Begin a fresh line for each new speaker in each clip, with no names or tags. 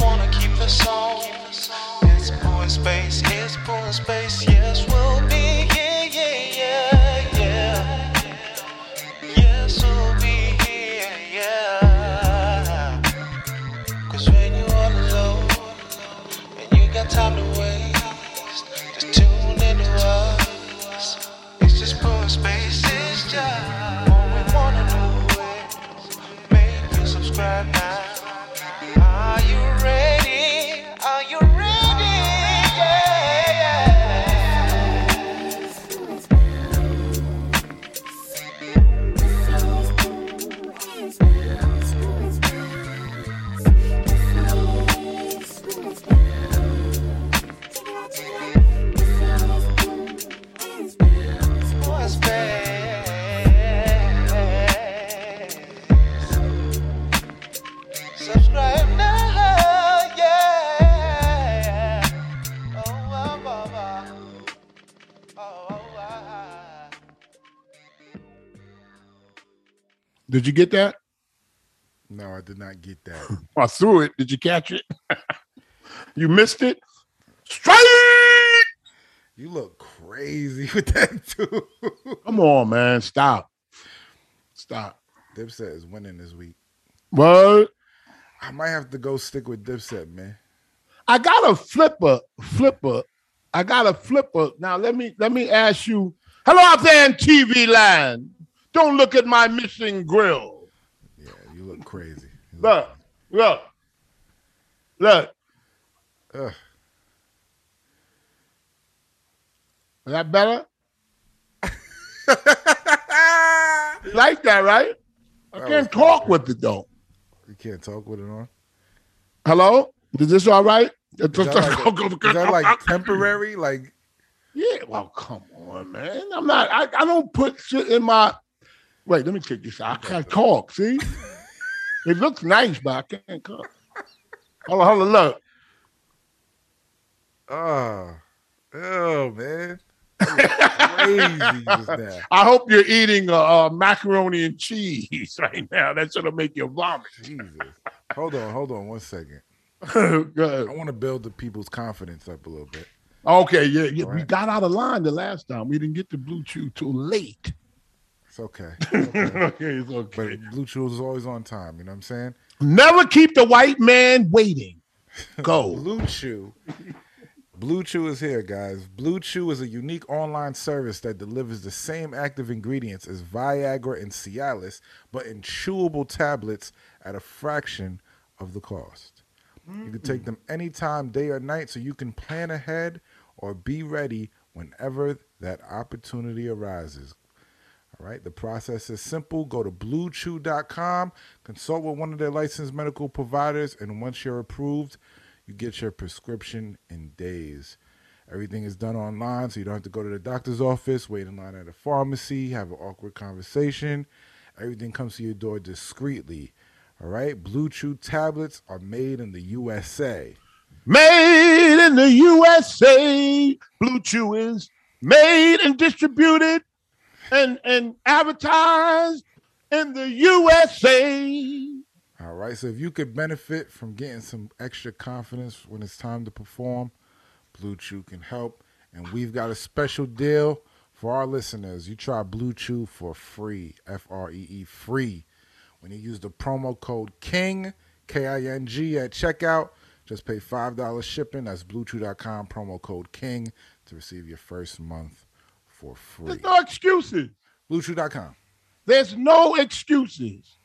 the song. It's poor space, it's poor space, yes, we'll be, yeah, yeah, yeah, yeah. Yes, we'll be here, yeah. Cause when you all alone, and you got time to waste, just tune into us. It's just poor space, it's just all we wanna know is make you subscribe now. Are you ready? Are you ready? Yeah, yeah. What's best? Subscribe now, yeah. Oh, oh, oh, oh, oh, oh, oh.
Did you get that?
No, I did not get that.
I threw it. Did you catch it? you missed it. Straight.
You look crazy with that too.
Come on, man. Stop. Stop.
Dipset is winning this week.
What?
I might have to go stick with Dipset, man.
I got a flipper. Flipper. I got a flipper. Now let me let me ask you. Hello out there in TV land. Don't look at my missing grill.
Yeah, you look crazy. You look-
Look, look, look.
Ugh.
Is that better? You like that, right? I
That was
can't talk with it though.
You can't talk with it on.
Hello? Is this all right?
Is that like, is that like temporary? Like
yeah, well, come on, man. I'm not, I, I don't put shit in my. Wait, let me take this out. I can't talk, see? it looks nice, but I can't talk. Hold on, hold on, look.
Oh, oh man. That was crazy just now.
I hope you're eating uh, uh, macaroni and cheese right now. That's gonna make you vomit.
Jesus. Hold on, hold on one second. I
Good.
want to build the people's confidence up a little bit.
okay, yeah, yeah.
All
we
right.
got out of line the last time. We didn't get to Blue Chew till late.
It's okay.
okay, it's
But
okay.
Blue Chew is always on time. You know what I'm saying?
Never keep the white man waiting. Go.
Blue Chew. Blue Chew is here, guys. Blue Chew is a unique online service that delivers the same active ingredients as Viagra and Cialis, but in chewable tablets at a fraction of the cost. You can take them anytime, day or night, so you can plan ahead or be ready whenever that opportunity arises. All right, the process is simple. Go to bluechew.com, consult with one of their licensed medical providers, and once you're approved, you get your prescription in days. Everything is done online, so you don't have to go to the doctor's office, wait in line at a pharmacy, have an awkward conversation. Everything comes to your door discreetly. All right, Blue Chew tablets are made in the USA.
Made in the USA. Blue Chew is made and distributed and and advertised in the USA.
All right. So if you could benefit from getting some extra confidence when it's time to perform, Blue Chew can help. And we've got a special deal for our listeners. You try Blue Chew for free, F R E E free. When you use the promo code KING, K I N G, at checkout, just pay $5 shipping. That's bluechew.com, promo code KING to receive your first month for free.
There's no excuses.
Bluechew.com.
There's no excuses.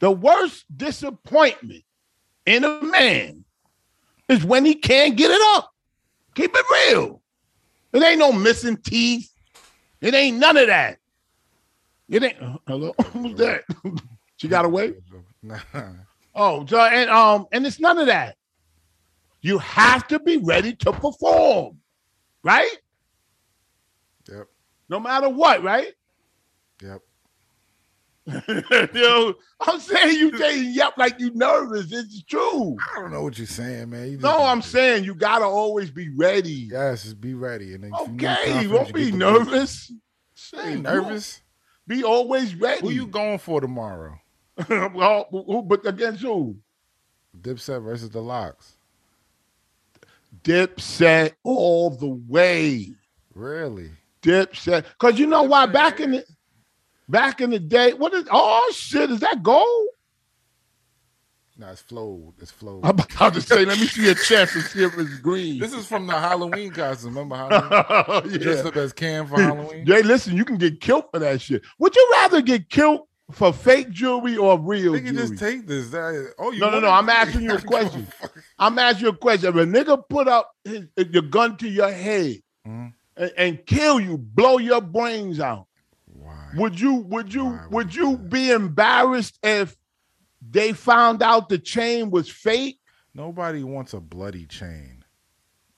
The worst disappointment in a man is when he can't get it up. Keep it real. It ain't no missing teeth. It ain't none of that. It ain't. uh, Hello, who's that? she got away.
Nah.
Oh, so, and um, and it's none of that. You have to be ready to perform, right?
Yep.
No matter what, right?
Yep.
Yo, I'm saying you saying yep like you nervous. It's true.
I don't know what you're saying, man. You just-
No, I'm saying you gotta always be ready.
Yes, just be ready. And then if you need
Okay,
confidence,
you
you
won't be
get the-
nervous.
You
Say
ain't nervous.
Be always ready.
Who you going for tomorrow?
well, who, but against who?
Dipset versus the Locks.
Dipset all the way.
Really?
Dipset. Cause you know why back in the back in the day, what is oh shit, is that gold?
Nah, it's flowed. It's flowed.
I'm about to say, let me see your chest and see if it's green.
This is from the Halloween costume. Remember Halloween?
Yeah.
Dressed up as Cam for Halloween?
Jay, listen, you can get killed for that shit. Would you rather get killed for fake jewelry or real
They can
jewelry?
just take this. That- oh, you
No, no,
want
no,
it?
I'm asking you a question. I'm asking you a question. If a nigga put up his, your gun to your head
Mhm.
and, and kill you, blow your brains out,
Why?
would you would you
Why would
would
you
you
do that?
be embarrassed if they found out the chain was fake?
Nobody wants a bloody chain.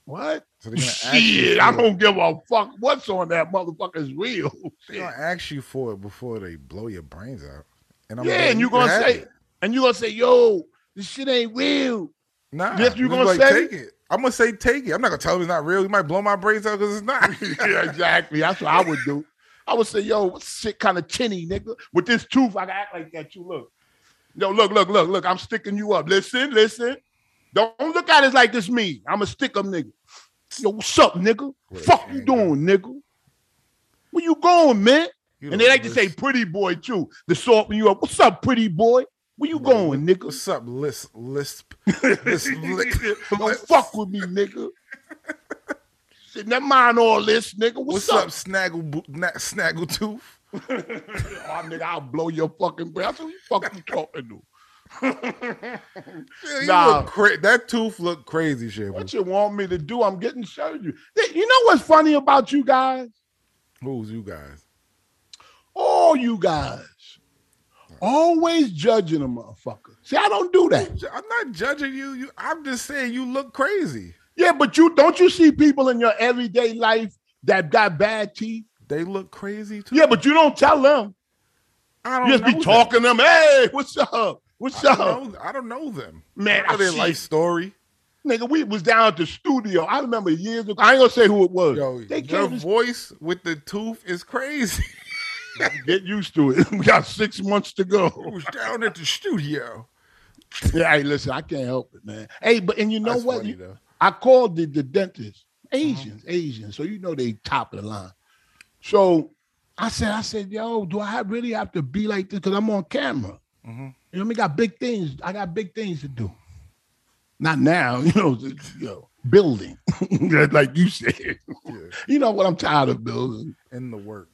What?
So they're gonna ask you
Shit,
for
I
it.
don't give a fuck what's on that motherfucker's real.
They're gonna ask you for it before they blow your brains out. And
yeah,
like,
and you
can
gonna
have
say,
it.
and you gonna say, yo, this shit ain't real.
nah.
Yes, you
Just
gonna
like,
say
take it. I'm gonna say take it. I'm not gonna tell them it's not real. You might blow my brains out because it's not.
yeah, exactly. That's what I would do. I would say, yo, what shit kind of chinny, nigga? With this tooth, I can act like that. You look. Yo, look, look, look, look. I'm sticking you up. Listen, listen. Don't look at it like it's me. I'm a stick up nigga. Yo, what's up, nigga?
What a
Fuck you
shame,
doing, nigga? Where you going, man?
You
and
the
they like to say
worst.
pretty boy too. The salt you up. What's up, pretty boy? Where you going, nigga?
What's up, lisp, lisp, lisp, lick,
Don't fuck with me, nigga. Shit, never mind all this, nigga. What's,
What's, up, snaggle, bo- na- snaggle tooth?
Oh, nigga, I'll blow your fucking breath. What the fuck you talking to?
Yeah, you
Nah.
look cra- that tooth looked crazy, shit.
What you want me to do? I'm getting surgery. Th- You know what's funny about you guys?
Who's you guys?
All you guys always judging a motherfucker. See, I don't do that.
Ju- I'm not judging you. you. I'm just saying you look crazy.
Yeah, but you don't you see people in your everyday life that got bad teeth?
They look crazy too.
Yeah, but you don't tell them.
I don't
You just
know
be
them.
talking to them. Hey, what's up? What's
I
up?
don't, know, I don't know them.
Man,
I know
I
their
see.
life story.
Nigga, we was down at the studio. I remember years ago. I ain't gonna say who it was.
Yo,
they
your
came to
voice with the tooth is crazy.
Get used to it. we got six months to
I
go.
was down at the studio.
Yeah, hey, listen, I can't help it, man. Hey, but and you know
That's
what?
funny, though. Uh-huh.
I called the, the dentist. Asians, Asians. So you know they top of the line. So I said, I said, yo, do I have- really have to be like this? Because I'm on camera.
Mm-hmm.
You know, me got big things. I got big things to do. Not now, you know, just, you know, building, like you said. You know what? I'm tired of building.
In the works.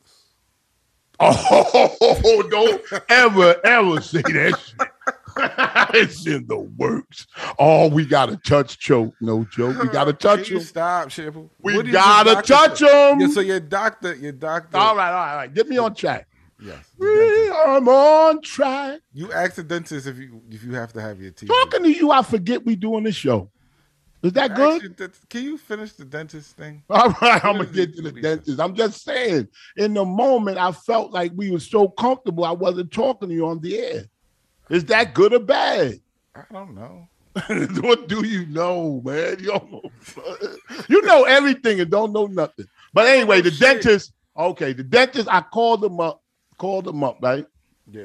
Oh, don't ever, ever say that shit. it's in the works. Oh, we got to touch choke. No joke. We got to touch
Can you
him.
stop, Shipple.
We gotta touch him.
Yeah, so your doctor, your doctor.
All right, all right, all right. Get me on track.
Yes. the dentist.
We are on track.
You ask the dentist if you if you have to have your teeth.
Talking to you, I forget we doing this show. Is that
Ask
good?
your dent- Can you finish the dentist thing?
All right, I'm gonna get to the dentist. I'm just saying, in the moment, I felt like we were so comfortable, I wasn't talking to you on the air. Is that good or bad?
I don't know.
what do you know, man? You, don't know. You know everything and don't know nothing. But anyway, the
Oh, Shit.
dentist, okay, the dentist, I called him up, called him up, right?
Yeah.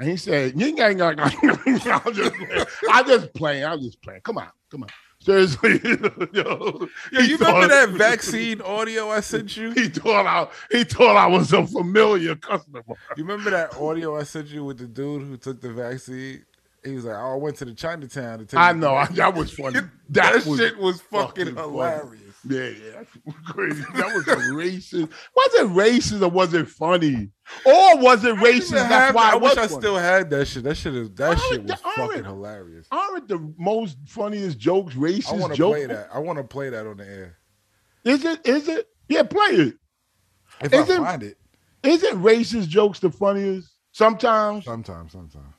And he said, "Ying yang yang." yang." I'm just playing. I'm just playing. I'm just playing. Come on, come on. Seriously, yo.
Yo,
He
you remember
thought-
that vaccine audio I sent you?
He thought I. He thought I was a familiar customer.
You remember that audio I sent you with the dude who took the vaccine? He was like, "Oh, I went to the Chinatown to take."
I
the
know. I,
vaccine."
that was funny.
That,
That, was
shit was fucking,
fucking funny.
hilarious.
Yeah, yeah, that's crazy. That was a racist. Was it racist or was it funny? Or was it racist?
I,
That's why
I
it was
wish I
funny.
still had that shit. That shit is that
Alright,
shit was
alright.
fucking hilarious.
aren't the most funniest jokes racist.
I want to
jokes?
play that. I want to play that on the air.
Is it? Is it? Yeah, play it.
If I
Isn't-
find it,
Isn't racist jokes the funniest? Sometimes,
sometime, sometime,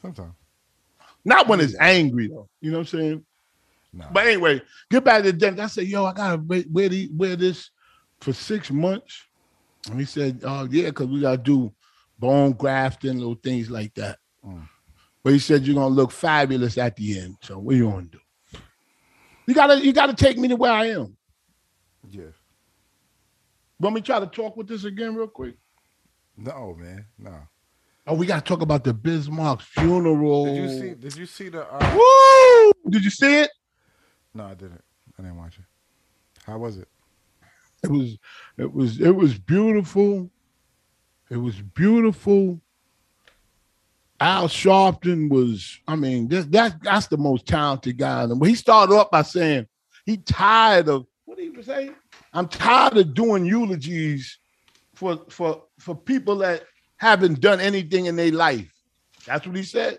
sometime.
not when it's angry though. You know what I'm saying?
Nah.
But anyway, get back to the dentist. I said, "Yo, I gotta wear, wear, the, wear this for six months." And he said, "Oh yeah, because we gotta do bone grafting, little things like that."
Mm.
But he said, "You're gonna look fabulous at the end. So what you gonna do? You gotta, you gotta take me to where I am.
yeah.
Let me try to talk with this again real quick.
No, man. No.
Oh, we gotta talk about the Bismarck funeral.
Oh. Did you see? Did you see the? Uh,
Woo! Did you see it?
no, I didn't. I didn't watch it. How was it?
It was it was it was beautiful. It was beautiful. Al Sharpton was, I mean, that, that that's the most talented guy in the He started off by saying he tired of what did he say? I'm tired of doing eulogies for for for people that haven't done anything in their life. That's what he said.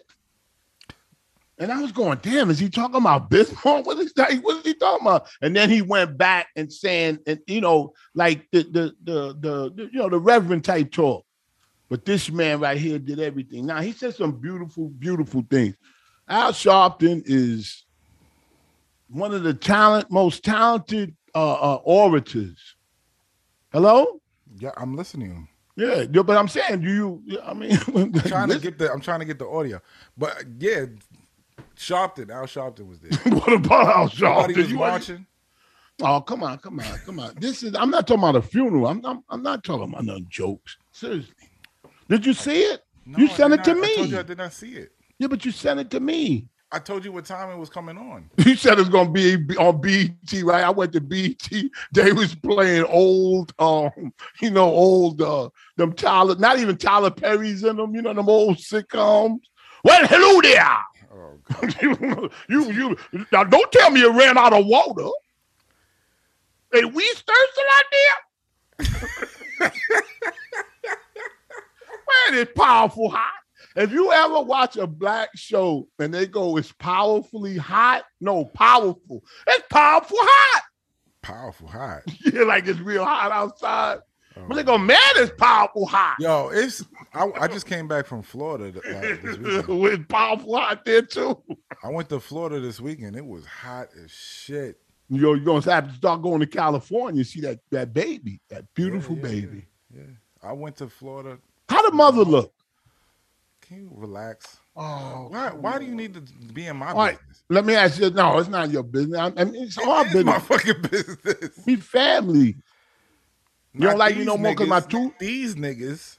And I was going, damn, is he talking about Bismarck? What is that? What is he talking about? And then he went back and saying, and you know, like the the the the, the you know the reverend type talk. But this man right here did everything. Now he said some beautiful, beautiful things. Al Sharpton is one of the talent, most talented uh, uh, orators. Hello,
Yeah, I'm listening.
yeah, yeah, but I'm saying, do you? I mean,
I'm trying to get the I'm trying to get the audio. But yeah, Sharpton, Al Sharpton was there.
what about Al
Nobody
Sharpton?
was
You want-
watching.
Oh, come on, come on, come on. This is I'm not talking about a funeral. I'm I'm, I'm not talking about no jokes. Seriously. Did you see it?
No,
you
I
sent it
did
to
not-
me.
I told you I did not see it.
yeah, but you sent it to me.
I told you what time it was coming on.
You said it's gonna be on BET, right? I went to BET. They was playing old, um, you know, old uh them Tyler, not even Tyler Perry's in them, you know, them old sitcoms. Well, hello there.
Oh,
you, you, now don't tell me you ran out of water. And we thirsty out there. Man, it's powerful hot. If you ever watch a black show and they go, it's powerfully hot. No, powerful. It's powerful hot.
powerful hot.
Yeah, like it's real hot outside.
Oh.
But they go, man, it's powerful hot.
Yo, it's I, I just came back from Florida. th- Like, this weekend.
it's powerful hot there too.
I went to Florida this weekend. It was hot as shit.
Yo, you're gonna have to start going to California. See that that baby, that beautiful
yeah, yeah.
baby.
I went to Florida.
How the mother look?
Can you relax?
Oh,
Why Why do you need to be in my
All right.
business?
Let me ask you. No, it's not your business. I, I mean, it's our
It's my
business.
fucking business.
We family. You don't
Not
like me
these
no more 'cause my
niggas.
tooth-
These niggas.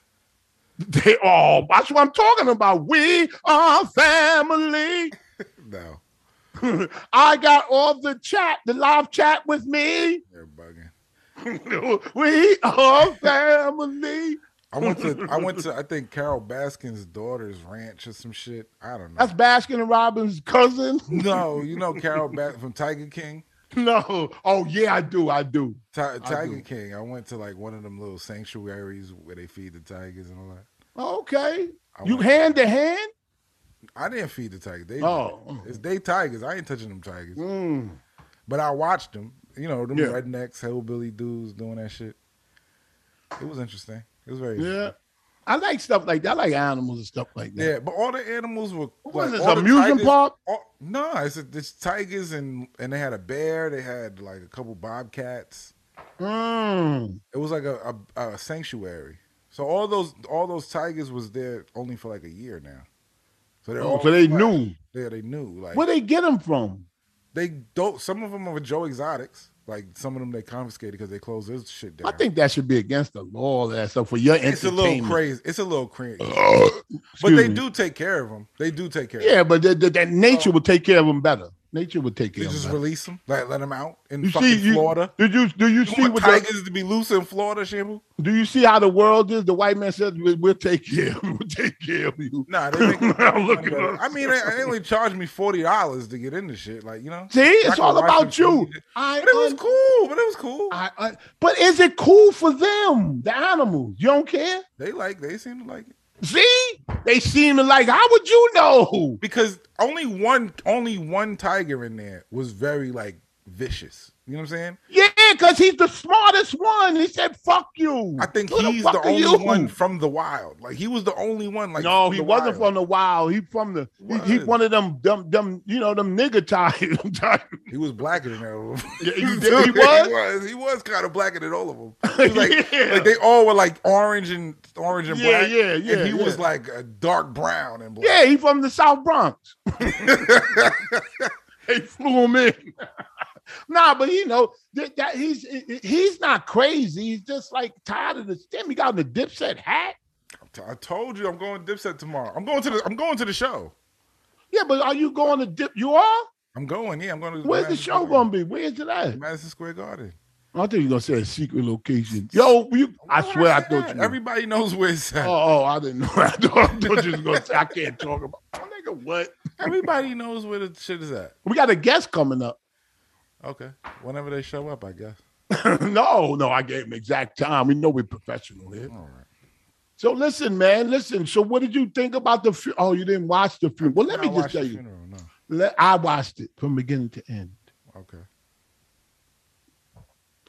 They all. That's what I'm talking about. We are family.
No,
I got all the chat, the live chat with me.
they're bugging.
we are family.
I went to I went to I think Carol Baskin's daughter's ranch or some shit. I don't know.
That's Baskin and Robbins' cousin.
no, you know Carol Baskin from Tiger King.
No. Oh yeah, I do. I do.
Ti-
do.
Tiger King. I went to like one of them little sanctuaries where they feed the tigers and all that.
Okay.
I
You
went-
hand to hand.
I didn't feed the tiger. They
Oh.
it's they tigers. I ain't touching them tigers.
Mm.
But I watched them. You know, them
Yeah.
rednecks, hillbilly dudes doing that shit. It was interesting. It was very
Yeah.
interesting.
I like stuff like that. I like animals and stuff like that.
Yeah, but all the animals were
What
like,
was this,
all the
amusement
tigers-
park?
all- no, it's, it's tigers and and they had a bear. They had like a couple bobcats.
Mm.
It was like a, a, a sanctuary. So all those all those tigers was there only for like a year now. So they're
Oh,
all
so they
black.
knew.
Yeah, they knew. Like
Where they get them from?
they don't. Some of them are Joe Exotics. Like some of them they confiscated because they closed this shit down.
I think that should be against the law. All that stuff for your
it's a
entertainment.
little crazy. It's a little crazy, but
Excuse
they
me.
do take care of them. They do take care. of
Yeah, but that- that- that nature will take care of them better. Nature will take care
them. They
of
just
them. better.
release them, like let them out in
You
fucking
see, you,
Florida.
did you do you,
You
see
want
what the,
tigers to be loose in Florida, Shamu?
do you see how the world is? The white man says we, we'll take care, of- we'll take care of you.
Nah, they make
I'm looking at
I mean, they, they only charged me forty dollars to get into shit. Like you know,
See,
I
it's
could
all
watch
about
them
you.
feed it.
I,
But it was
un-
cool. But it was cool.
I, I, but is it cool for them, the animals? You don't care?
They like. They seem to like it
See, they seem to like. How would you know?
because only one, only one tiger in there was very like vicious. You know what I'm saying?
Yeah, because he's the smartest one. He said, "Fuck you."
I think
Who
he's
fuck
the
are
only
you?
one from the wild. Like he was the only one. Like
no,
from
he
the
wasn't
wild.
from the wild. He from the he, he
Was.
one of them them them you know them nigga type. type.
He was blacker than all of them.
Yeah, you
So
did- he
he
was?
was. He was kind of blacker than all of them. He was like,
Yeah.
like they all were like orange and orange and
Yeah,
black.
yeah, yeah,
And he was
yeah.
like a dark brown and black.
Yeah, he from the South Bronx. they flew him in. nah, but you know that, that he's he's not crazy. He's just like tired of the stem. He got the dipset hat.
T- I told you I'm going Dipset tomorrow. I'm going to the I'm going to the show.
Yeah, but are you going to dip? You are.
I'm going. Yeah, I'm going to.
Where's the show gonna be? Where's it at?
Madison Square Garden.
I thought you were gonna say a secret location. Yo, you, I
Why would
swear I,
say
thought
that?
you. Were,
Everybody knows where it's at.
oh, oh, I didn't know. I thought, I thought you was gonna say I can't talk about. Oh, nigga, what?
Everybody knows where the shit is at.
We got a guest coming up.
Okay. Whenever they show up, I guess.
no, no, I gave him exact time. We know we're professional here.
All right.
So listen, man, listen. So what did you think about the? Fu- oh, you didn't watch the funeral. Well, let me
I'll
just
watch
tell
the
you,
Funeral. No.
let, I watched it from beginning to end.
Okay.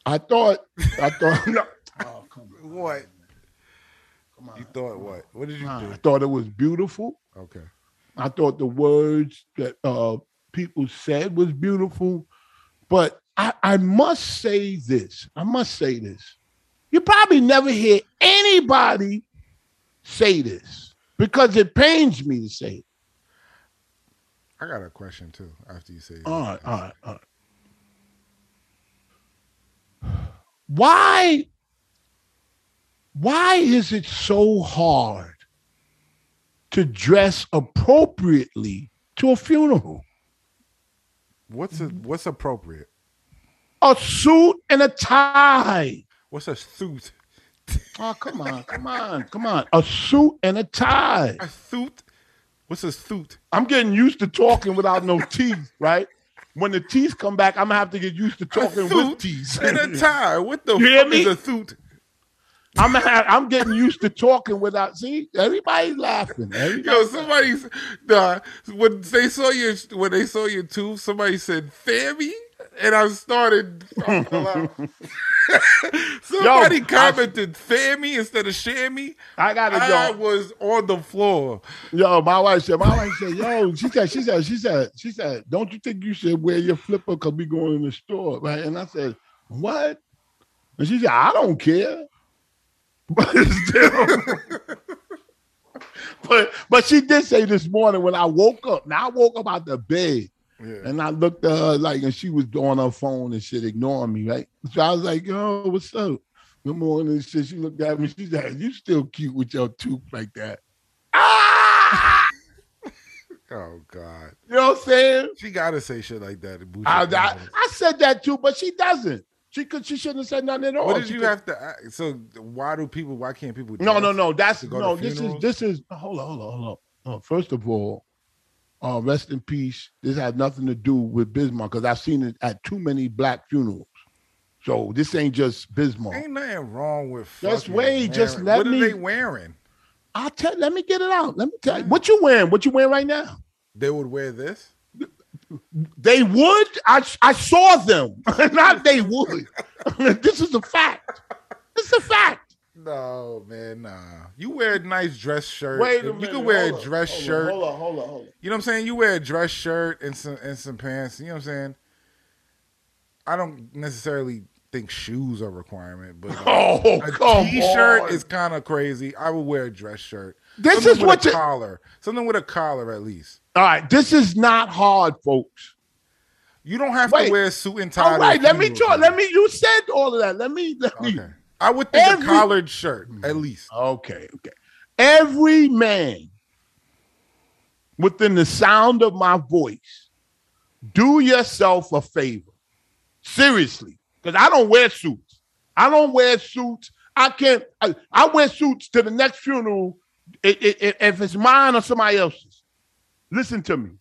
I thought, I thought, no, oh, come on,
What?
come
You
on.
thought what? What did you
I
do?
thought it was beautiful.
Okay.
I thought the words that uh, people said was beautiful, but I, I must say this. I must say this. You probably never hear anybody say this because it pains me to say it.
I got a question too. After you say, that.
All right, all right, all right. Why? Why is it so hard to dress appropriately to a funeral?
what's a, what's appropriate?
a suit and a tie.
What's a suit?
Oh, come on, come on, come on. A suit and a tie.
A suit? What's a suit?
I'm getting used to talking without no teeth, right? When the teeth come back, I'm gonna have to get used to talking
a
with
suit
teeth.
and a tie. What the
You hear
fuck
me?
is a suit?
I'm ha- I'm getting used to talking without. See, everybody's laughing. Everybody-
Yo, somebody's nah, when they saw your when they saw your tooth, somebody said Fammy, and I started. oh, hello. somebody
Yo, I-
commented Fammy instead of Shammy.
I gotta
I
go.
was on the floor.
Yo, my wife said. My wife said, "Yo," she said. She said. She said. She said. Don't you think you should wear your flipper? Cause we going in the store, right? And I said, "What?" And she said, "I don't care." But still. but but she did say this morning when I woke up. Now I woke up out the bed
Yeah.
and I looked at her like, and she was on her phone and shit, ignoring me, right? So I was like, "Yo, what's up?" Good morning, and shit. She looked at me. She said, "You still cute with your tooth like that." Ah!
Oh God,
You know what I'm saying?
she gotta say shit like that. to boost
I,
your
I,
confidence.
I said that too, but she doesn't. She could. She shouldn't have said nothing at all.
what did
She
you
could-
have to? act- So why do people? Why can't people?
No,
dance?
no, no. That's
to go
no.
to
This is
funerals?
this is. Hold on, hold on, hold on. Uh, first of all, uh, rest in peace. This had nothing to do with Bismarck because I've seen it at too many black funerals. So this ain't just Bismarck.
Ain't nothing wrong with.
Just
fucking
wait, just
wearing-
let
What
me-
are they wearing?
I'll tell. Let me get it out. Let me tell you. What you wearing? What you wearing right now?
They would wear this.
They would. I I saw them. Not they would. this is a fact. This is a fact.
No, man, nah. You wear a nice dress shirt.
Wait a
you
minute.
can wear
hold
a
on,
dress
hold on,
shirt.
Hold on, hold on, hold on.
You know what I'm saying? You wear a dress shirt and some and some pants. You know what I'm saying? I don't necessarily think shoes are a requirement, but uh,
Oh,
a
come
t-shirt
on.
is kind of crazy. I would wear a dress shirt.
This
Something
is
with
what
a
you-
collar. Something with a collar at least.
All right, this is not hard, folks.
You don't have
Wait.
to wear a suit and tie.
All
to a
right, let me
funeral,
talk.
man.
Let me. You said all of that. Let me. Let me.
Okay. I would think
Every-
a collared shirt at least.
Okay, okay. Every man within the sound of my voice, do yourself a favor. Seriously, because I don't wear suits. I don't wear suits. I can't. I, I wear suits to the next funeral i- i- i- if it's mine or somebody else's. Listen to me.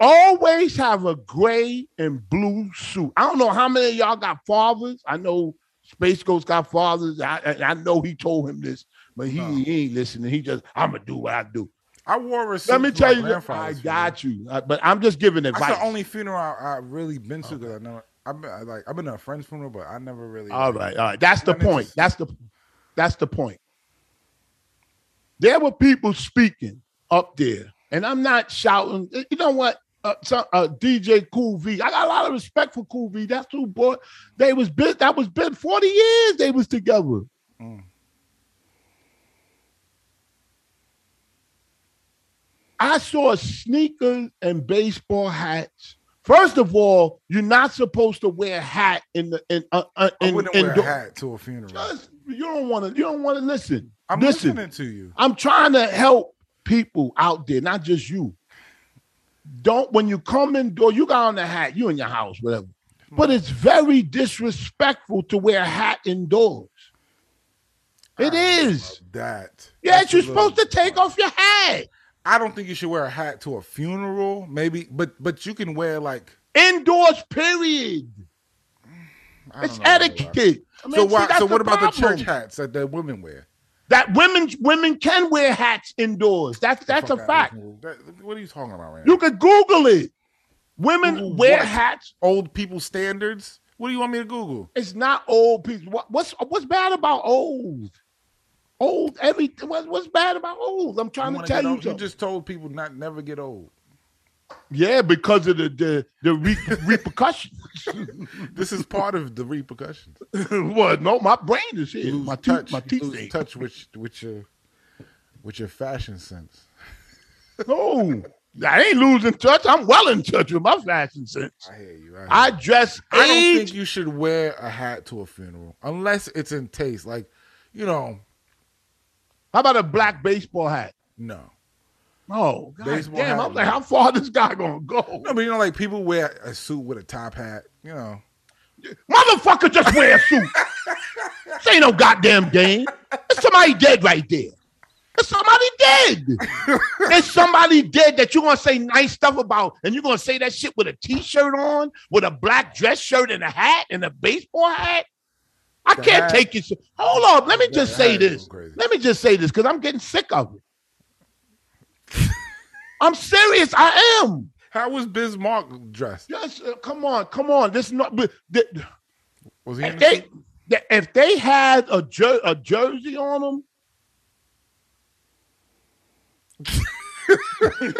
Always have a gray and blue suit. I don't know how many of y'all got fathers. I know Space Ghost got fathers. I, I, I know he told him this, but he,
No.
he ain't listening. He just, I'm going to do what I do.
I wore a suit.
Let me
to
tell
my
you, I
grandfather's funeral.
got you. I- but I'm just giving advice.
That's the only funeral I, I really been to because I know I've been I, like I've been to a friend's funeral, but I never really.
All right, Uh, all right. That's the
That makes
point.
sense.
That's the that's the point. There were people speaking up there, and I'm not shouting. You know what? Uh, so- uh, DJ Cool V. I got a lot of respect for Cool V. That's who bought. They was been that was been 40 years. They was together.
Mm.
I saw sneakers and baseball hats. First of all, you're not supposed to wear a hat in the in uh, uh,
I
in,
wouldn't
in
wear a
do-
hat to a funeral.
just you don't want to you don't want to listen.
I'm
listen,
listening to you.
I'm trying to help people out there, not just you. don't when you come in door, you got on the hat, you in your house, whatever.
Hmm.
But it's very disrespectful to wear a hat indoors. It is.
That.
Yes,
That's
you're
a little-
supposed to take off your hat
I don't think you should wear a hat to a funeral, maybe, but but you can wear like
indoors. Period.
I don't
It's
know,
etiquette. I mean,
So
see,
why?
that's
so what about the
problem.
church hats that the women wear?
That women women can wear hats indoors. That's that's a
Fuck outta
fact.
here. That- what are you talking about right now?
You could Google it. Women
Google
wear
what?
hats.
Old people standards. What do you want me to Google?
It's not old people. What, what's what's bad about old? Old everything. What, what's bad about old? I'm trying to
wanna
tell
get
you
old?
something.
You just told people not never get old.
yeah, because of the the, the re- repercussions.
This is part of the repercussions.
well, no, my brain is
You
here.
lose
My
touch.
teeth, my
you
teeth.
lose
ache.
touch with with your with your fashion sense.
No, I ain't losing touch. I'm well in touch with my fashion sense.
I hear you. I, hear
I
you.
dress
I don't
age.
think you should wear a hat to a funeral unless it's in taste. Like, you know,
How about a black baseball hat?
no.
Oh, God
Baseball
damn.
hat.
I'm like, how far this guy gonna go?
No, but you know, like people wear a suit with a top hat. You know,
Motherfucker, just wear a suit. this ain't no goddamn game. There's somebody dead right there. There's somebody dead. There's somebody dead that you're gonna say nice stuff about, and you're gonna say that shit with a t-shirt on, with a black dress shirt and a hat and a baseball hat. I
The
can't
hat-
take it. Hold up. Let me
the
just
hat
say
is
this.
going crazy.
Let me just say this because I'm getting sick of it. I'm serious. I am.
how was Bismarck dressed?
Just uh, come on, come on. This not. But, th-
Was he? In
if
a
they
suit?
th- if they had a jer- a jersey on them, I'm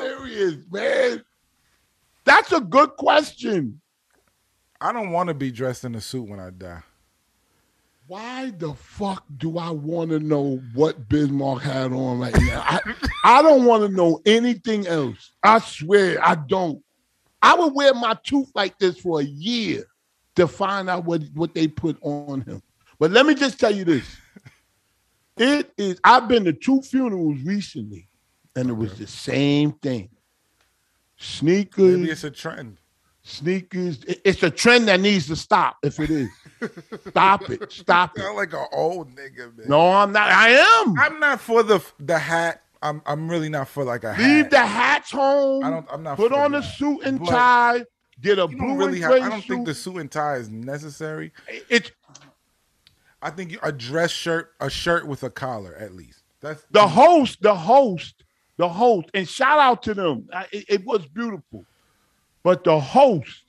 serious, man. That's a good question.
I don't want to be dressed in a suit when I die.
Why the fuck do I want to know what Bismarck had on right now? I, I don't want to know anything else. I swear I don't. I would wear my tooth like this for a year to find out what, what they put on him. But let me just tell you this. It is, I've been to two funerals recently, and it was the same thing. Sneakers
Maybe it's a trend.
sneakers. It- It's a trend that needs to stop if it is. stop it. Stop it.
Sound like an old nigga, man.
No, I'm not. I am.
I'm not for the the hat. I'm I'm really not for like a
Leave
hat.
the hats home.
I don't. I'm not.
put
for
on
that.
a suit and
But
tie. Get a
You
blue
don't really
and
have.
gray
I don't
suit.
think the suit and tie is necessary.
it's
I think you- a dress shirt, a shirt with a collar, at least. That's
the host. The host. The host. And shout out to them. I- It, it was beautiful, but the host.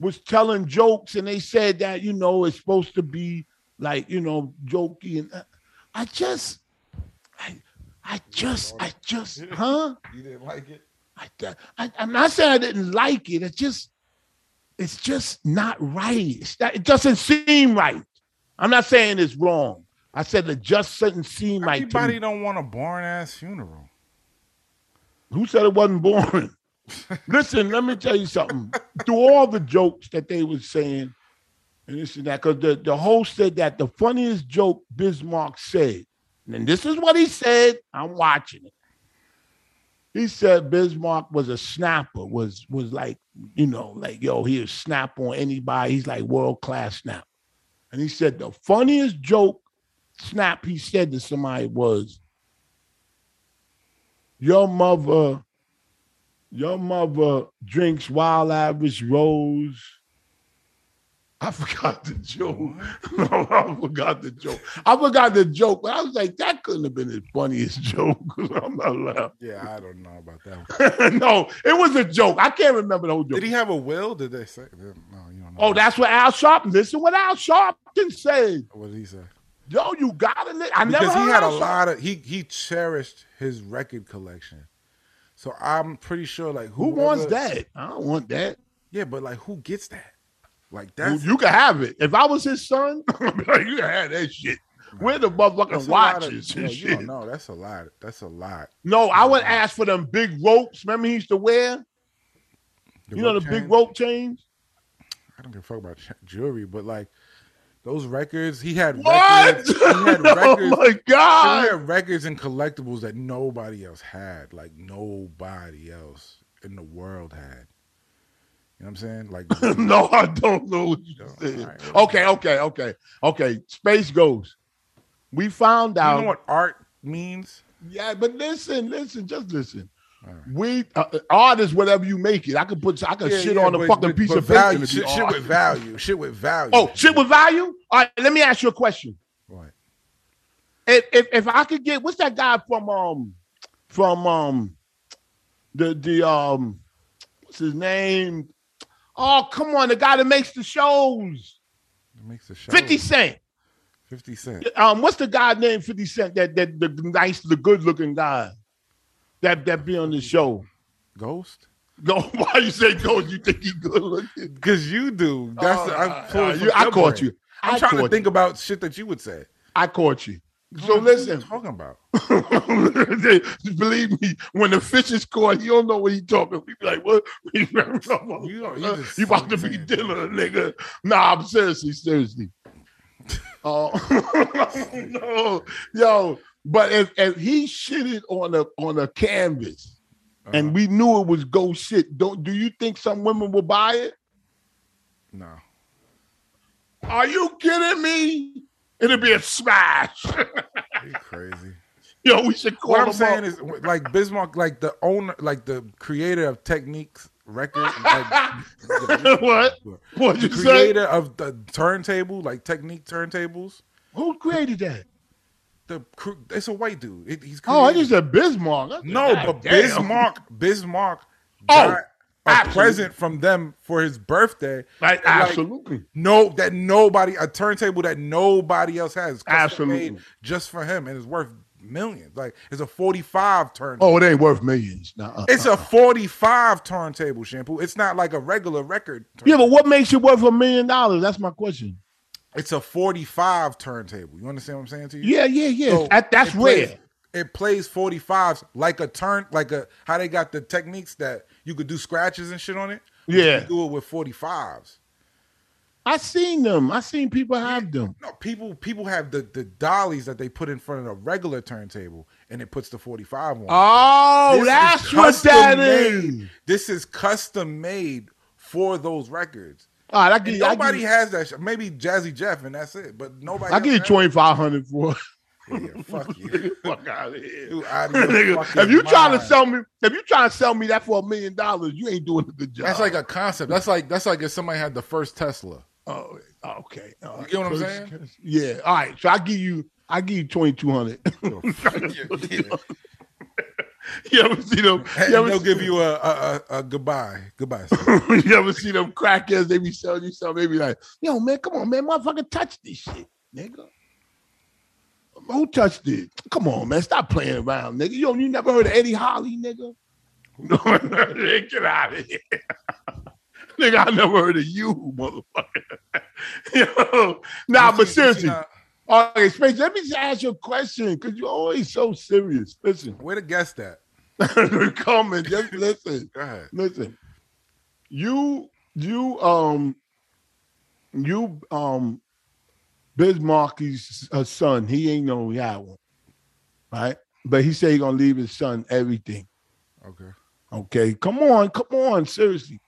Was telling jokes and they said that you know it's supposed to be like you know jokey and I- I just, I, I just, I just, huh?
you didn't like it.
I, uh, I, I'm not saying I didn't like it. It just, it's just not right. It's not- it doesn't seem right. I'm not saying it's wrong. I said it just doesn't seem right. To
Everybody
me.
don't want a boring ass funeral.
Who said it wasn't boring? Listen, let me tell you something. Through all the jokes that they were saying, and this and that, because the, the host said that the funniest joke Bismarck said, and this is what he said. I'm watching it. He said Bismarck was a snapper, was was like, you know, like, yo, he'll snap on anybody. He's like world class snap. And he said the funniest joke snap he said to somebody was your mother, your mother drinks wild average rose. I forgot the joke. No, I forgot the joke. I forgot the joke, but I was like, that couldn't have been his funniest joke. I'm not laughing.
Yeah, I don't know about that. One.
no, it was a joke. I can't remember the whole joke.
Did he have a will? Did they say? No, you don't know.
oh, that's what Al Sharpton. Listen, what Al Sharpton said.
what did he say?
Yo, you gotta. Li- I never.
because he
heard
had a
Al Sharpton.
lot of he he cherished his record collection. So I'm pretty sure like
Who wants
whoever-
that? I don't want that.
Yeah, but like who gets that? Like that's
you can have it. If I was his son, I'd be like, you can have that shit. Where the motherfucking
that's a lot of-
watches
yo,
and
you don't
shit?
know. That's a lot. That's a lot.
No, I would ask for them big ropes. Remember he used to wear?
The
you know the
rope chain-
big rope chains?
I don't give a fuck about cha- jewelry, but like Those records, he had
What?
records. He had
oh
records.
my
He
god!
had records and collectibles that nobody else had. Like nobody else in the world had. You know what I'm saying? Like
no, I don't know what you
All
said.
right.
Okay, okay, okay, okay. Space goes. We found
You
out.
know what art means?
Yeah, but listen, listen, just listen.
All right.
We uh, art is whatever you make it. I could put, I could shit on a
but-
fucking
but-
piece
but
of
value.
paper. to be
Shit, shit
art.
with value. Shit with value.
Oh, shit with value. All right, let me ask you a question.
Right.
If if, if I could get what's that guy from um from um the the um what's his name? Oh come on, the guy that makes the shows.
It makes a shout.
Fifty
50,
Cent.
cent.
Um, what's the guy named Fifty Cent? That that the nice, the good looking guy that that be on the show.
Ghost?
Go. Why you say ghost? You think he good looking?
Because you do. That's
Oh,
I'm
uh,
pulling
you-
from
I
your
caught
brain.
you.
I'm
I
trying to
caught
think Mm-hmm.
you.
about shit that you would say.
I caught you. So
What are you
listen,
talking about.
believe me, when the fish is caught, you don't know what he talking. We be like, what? you
You don't- Uh, you just-
you about to be dealing, nigga? Nah, I'm seriously, seriously. Oh no, yo! But if, if he shitted on a on a canvas,
Uh,
and we knew it was ghost shit, don't do you think some women will buy it?
no.
Are you kidding me? It'll be a smash.
You crazy.
yo, we should call
what I'm
them up.
saying is like Bismarck, like the owner, like the creator of Techniques record. like-
What? What'd
The
you say?
creator of the turntable, like Technique turntables.
Who created that?
The cr- it's a white dude. It, he's
Oh, I
creative.
just said Bismarck. I said,
no,
"God
but
damn."
Bismarck, Bismarck
Oh,
got a
absolutely.
present from them for his birthday.
Like,
And, like,
absolutely.
no, that nobody a turntable that nobody else has. custom
Absolutely.
made just for him, and it's worth millions. Like it's a forty-five turntable.
Oh, it ain't worth millions. Nah, uh,
It's
uh.
a forty-five turntable shampoo. It's not like a regular record.
yeah, but what makes it worth a million dollars? That's my question.
it's a forty-five turntable. You understand what I'm saying to you?
Yeah, yeah, yeah.
So,
that, that's
it plays-
rare.
It plays 45s like a turn, like a how they got the techniques that you could do scratches and shit on it. but
Yeah.
You could do it with 45s.
I seen them. I seen people have them.
No, people people have the the dollies that they put in front of a regular turntable and it puts the 45 on. it.
Oh,
This is
that's what that
custom
is.
made. This is custom made for those records.
All right, I
And
give, I give,
nobody has that. Shit. Maybe Jazzy Jeff and that's it. But nobody.
I give you
else has
twenty five hundred for it.
it. Yeah, fuck you.
Fuck out of here.
You out of your
Nigga,
fucking
if you trying to
mind.
sell me, if you trying to sell me that for a million dollars, you ain't doing a good job.
That's like a concept. That's like that's like if somebody had the first Tesla.
Oh, okay. All right.
get what I'm
So,
saying?
Yeah. All right. So I give you, I give you twenty two hundred. you ever see them?
And
You ever,
they'll
see-
give you a, a, a, a goodbye. Goodbye. sir.
you ever see them crackheads? They be selling you something. They be like, "Yo, man, come on, man, motherfucker, touch this shit, nigga." Who touched it? Come on, man, stop playing around, nigga. Yo, you never heard of Eddie Holly, nigga? No, get out of here. Nigga, I never heard of you, motherfucker. Yo, nah, but
You see- you see
seriously,
now,
All right, Space, let me just ask you a question because you're always so serious. Listen,
Where to guess that?
come and just listen.
Go ahead.
Listen, you, you, um, you, um, Bismarck's uh, son, he ain't know he had one, right? But he said he gonna leave his son everything.
Okay.
Okay, come on, come on, seriously.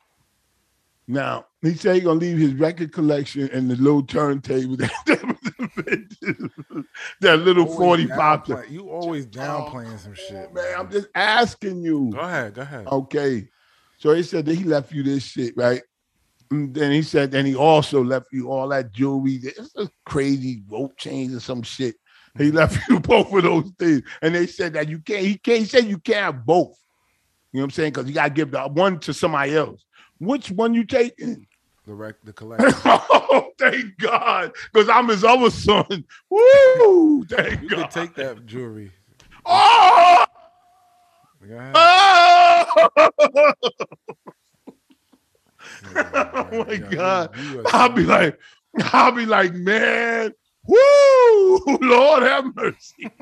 Now he said he gonna leave his record collection and the little turntable that that little
Always
forty five.
downplay- You always downplaying some shit.
man, I'm just Oh asking
Go
you.
ahead. Go ahead.
Okay, so he said that he left you this shit, right? And then he said, then he also left you all that jewelry. It's a crazy rope chains and some shit. He
Mm-hmm.
left you both of those things, and they said that you can't. He can't. He said you can't have both. You know what I'm saying? Because you gotta give the one to somebody else. Which one you taking?
The rec- the collection.
oh, thank God, because I'm his other son. Woo! Thank
You
God.
could take that jewelry.
oh,
Go ahead.
oh!
oh
my God. I'll be like, I'll be like, man, woo, Lord have mercy.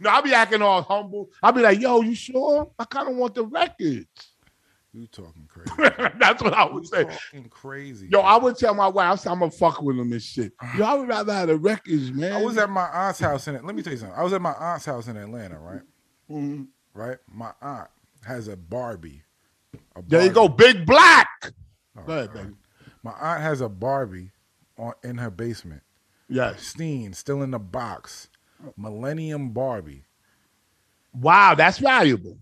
no, I'll be acting all humble. I'll be like, yo, you sure? I kind of want the records.
You talking crazy.
That's what I
You
would say.
talking crazy.
Yo, I would tell my wife, I said, I'm gonna fuck with them and shit. Yo, I would rather have the records, man.
I was at my aunt's house in let me tell you something. I was at my aunt's house in Atlanta, right?
Mhm.
Right? My aunt has a Barbie. A
There you go,
Barbie.
Big Black.
All
Go ahead,
right, all
baby.
right. My aunt has a Barbie on in her basement.
Yes.
Steen still in the box. Millennium Barbie.
Wow, that's valuable.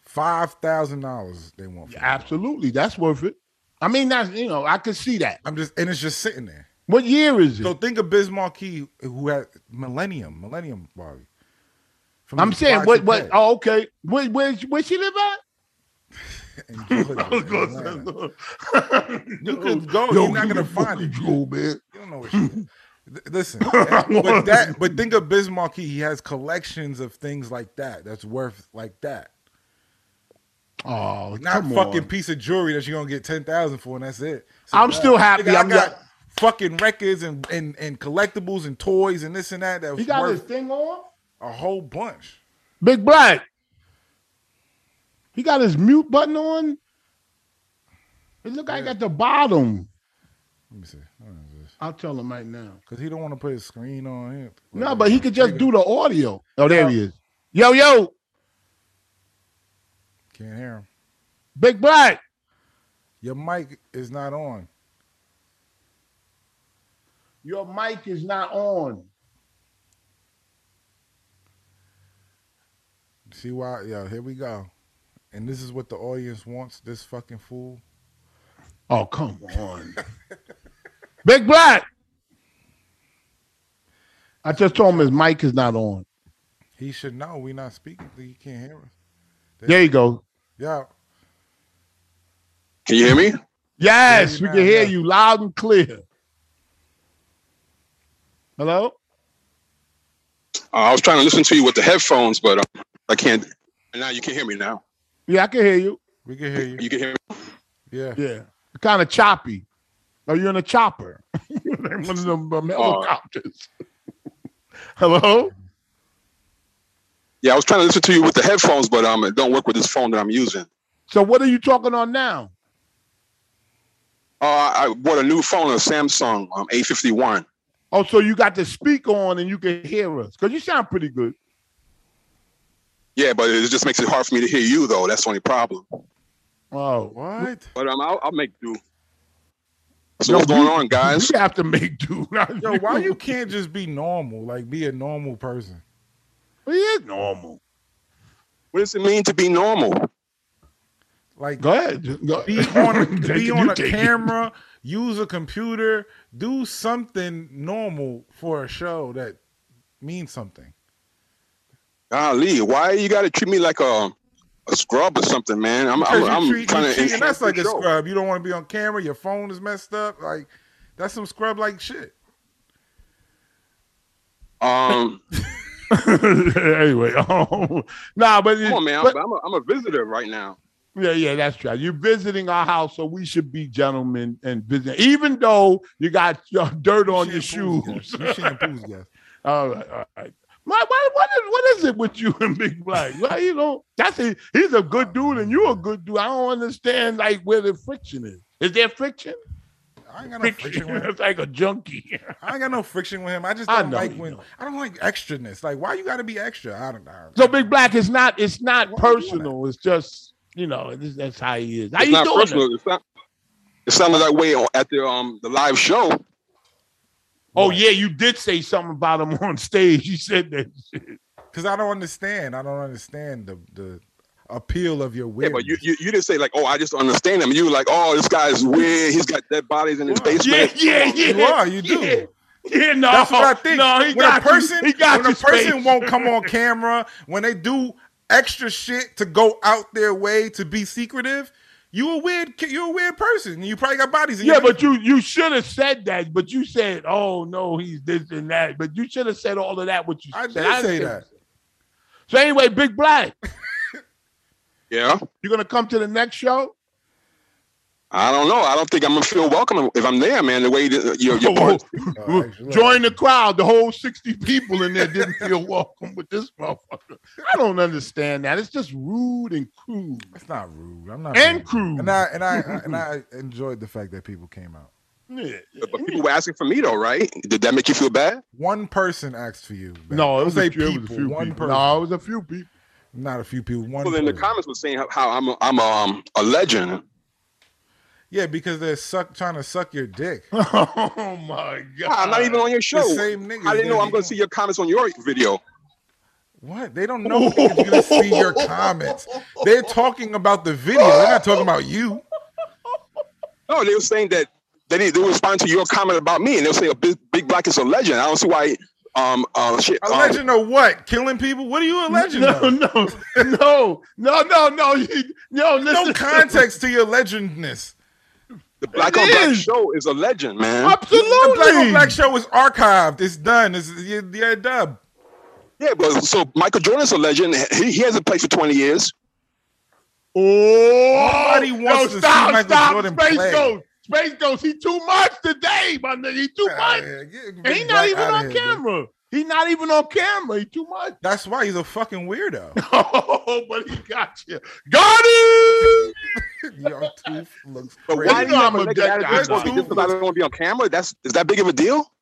Five thousand dollars they want for
Yeah,
it.
Absolutely, that's worth it. I mean, that's you know, I could see that.
I'm just and it's just sitting there.
What year is it?
So think of Biz Markie who had Millennium, Millennium Barbie. From
I'm
the
saying, what, what?
Y2K
Oh, okay. Where, where, where she live at?
in Georgia, in Atlanta. You could go. you're not gonna find it.
Yo, man.
You don't know what. She Th- Listen, but that. But think of Biz Markie. He has collections of things like that. That's worth like that.
Oh,
Not
come
fucking
on.
piece of jewelry that you're gonna get ten thousand for, and that's it. So,
I'm
nah,
still happy
nigga, I
I'm
got
not-
fucking records and, and and collectibles and toys and this and that. That
He
was
got
worth
his thing on.
a whole bunch.
Big Black. He got his mute button on. It look like at the bottom.
Let me see.
I'll tell him right now.
Because he don't want to put his screen on him.
No, but he could just do the audio. Oh, there he is. Yo, yo,
Can't hear him.
Big Black.
Your mic is not on.
Your mic is not on.
See why? Yo, here we go. And this is what the audience wants. This fucking fool.
Oh, come on. Big Black. I just told him his mic is not on.
He should know we're not speaking. He can't hear us.
There you go.
Yeah.
Can you hear me? Uh,
Yes,
Yeah,
we can hear
yeah.
you loud and clear. Hello?
Uh, I was trying to listen to you with the headphones, but um, I can't. And now you can hear me now.
Yeah, I can hear you.
We can hear you.
You can hear me.
Yeah.
Yeah. Kind of choppy. Oh, you're in a chopper. You're in one of them um, helicopters. Hello?
Yeah, I was trying to listen to you with the headphones, but um, it don't work with this phone that I'm using.
So what are you talking on now?
Uh, I bought a new phone, a Samsung um, A51.
Oh, so you got the speaker on and you can hear us. Because you sound pretty good.
Yeah, but it just makes it hard for me to hear you, though. That's the only problem.
Oh.
What?
But um, I'll, I'll make do. So
Yo,
what's going
you-
on, guys?
You have to make do.
Yo, why you can't just be normal? Like be a normal person.
He is normal.
What does it mean to be normal?
Like
Go ahead. Just Go.
be on a,
Take
be
it,
on
you
a
take it.
camera, use a computer, do something normal for a show that means something.
Golly, why you got to treat me like a a scrub or something, man? I'm I'm,
Because
I'm
you treat,
trying
you
to.
cheating. That's like a
show.
scrub. You don't want to be on camera. Your phone is messed up. Like that's some scrub like shit.
Um,
anyway, oh, nah, but,
come on, man.
but-
I'm, I'm, a, I'm a visitor right now.
yeah, yeah, that's right. You're visiting our house, so we should be gentlemen and visit, even though you got your dirt on your
Shampoo's
shoes.
guest. You shampoo's guest.
all right, all right. My, what, what, is, what is it with you and Big Black? Like, you know, that's a, he's a good dude and you're a good dude. I don't understand like where the friction is. Is there friction?
I ain't got no friction
Friction.
with him.
It's like a junkie.
I ain't got no friction with him. I just
I
don't
know
like
you
when
don't.
I don't like extraness. Like why you got to be extra? I don't know.
So Big Black is not it's not
Why are you doing
personal. It's just you know it's, that's how he is. How
It's
you
not
doing?
personal. It's not, it sounded that way on- at the um the live show.
Oh yeah, you did say something about him on stage. You said that. shit.
Because I don't understand. I don't understand the the appeal of your
Yeah,
weirdness.
but you, you you didn't say like, oh, I just don't understand him. You were like, oh, this guy's weird. He's got dead bodies in his
Well,
Yeah,
basement.
yeah, yeah.
You are, you do.
Yeah, Yeah, no,
That's what I think.
No, he
when
got
a person,
you. He got
when
you,
a person
Spades.
won't come on camera, when they do extra shit to go out their way to be secretive, you a weird, ki- you a weird person. You probably got bodies. In
Yeah,
your
but you you should have said that. But you said, oh no, he's this and that. But you should have said all of that. What you
I
said.
did say that.
So anyway, Big Black,
Yeah.
you gonna come to the next show?
I don't know. I don't think I'm gonna feel welcome if I'm there, man. The way that uh, your your part,
Oh, actually,
Join the crowd. The whole 60 people in there didn't feel welcome with this motherfucker. I don't understand that. It's just rude and crude.
That's not rude. I'm not
And
rude.
crude.
And I and I and I enjoyed the fact that people came out.
Yeah.
but people were asking for me though, right? Did that make you feel bad?
One person asked for you. man.
No, it was,
Don't
a
say
few, it was a
people,
few
one
people.
person.
No, it was a few people.
Not a few people. One.
Well, in the
person.
comments was saying how- how I'm a, I'm a, um, a legend.
Yeah, because they're suck trying to suck your dick.
oh my god!
I'm not even on your show.
The same niggas
I didn't know
that
I'm
be
going
doing-
to see your comments on your video.
What? They don't know if you're gonna see your comments. They're talking about the video. They're not talking about you.
No, they were saying that they didn't, they would respond to your comment about me, and they'll say a big, big black is a legend. I don't see why. Um, uh, shit.
A
um,
legend of what? Killing people? What are you a legend
Oh. No,
of?
no, no, no, no, no, you- no. Listen,
No context to your legendness.
the black
It
on black
is.
show is a legend, man.
The Black on
Absolutely.
Black show is archived. It's done. It's yeah, yeah dub.
Yeah, but so Michael Jordan's a legend. He, he hasn't played for 20 years.
Oh,
Nobody wants to see Michael Jordan
Space
play.
Ghost, Space Ghost. He too much today, my nigga. He too much.
Yeah, get
And he
Big
not
Black
even
outta
on
here, dude.
camera. He not even on camera. He too much.
That's why he's a fucking weirdo.
Oh, but he got you. Got him.
Your tooth looks
But
crazy.
why do you
know
have
I'm
a
a
negative
dead
attitude
guy.
towards me just because I don't want to be on camera? That's is that big of a deal?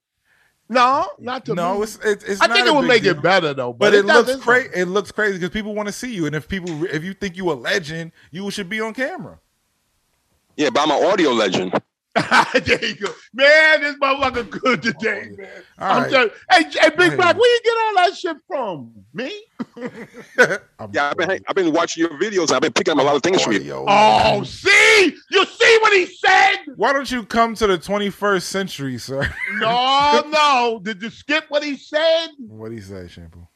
No, not to
no,
me.
it's it's, it's
I
not
think
a
it would
big
make
deal.
it better though.
But, it, looks
doesn't.
crazy. It looks crazy because people want to see you, and if people, re- if you think you a legend, you should be on camera.
Yeah, but I'm an audio legend.
there you go, man. This motherfucker good today, man.
Oh, All
I'm
right.
telling- hey, J- hey, Big
Hey.
Black, where you get all that shit from? Me?
I'm
Yeah, I've been hang- I've been watching your videos. I've been picking up a lot of things from you.
audio.
Oh, see, you see what he said?
Why don't you come to the 21st century, sir?
No, no. Did you skip what he said?
what do you say, Shampoo?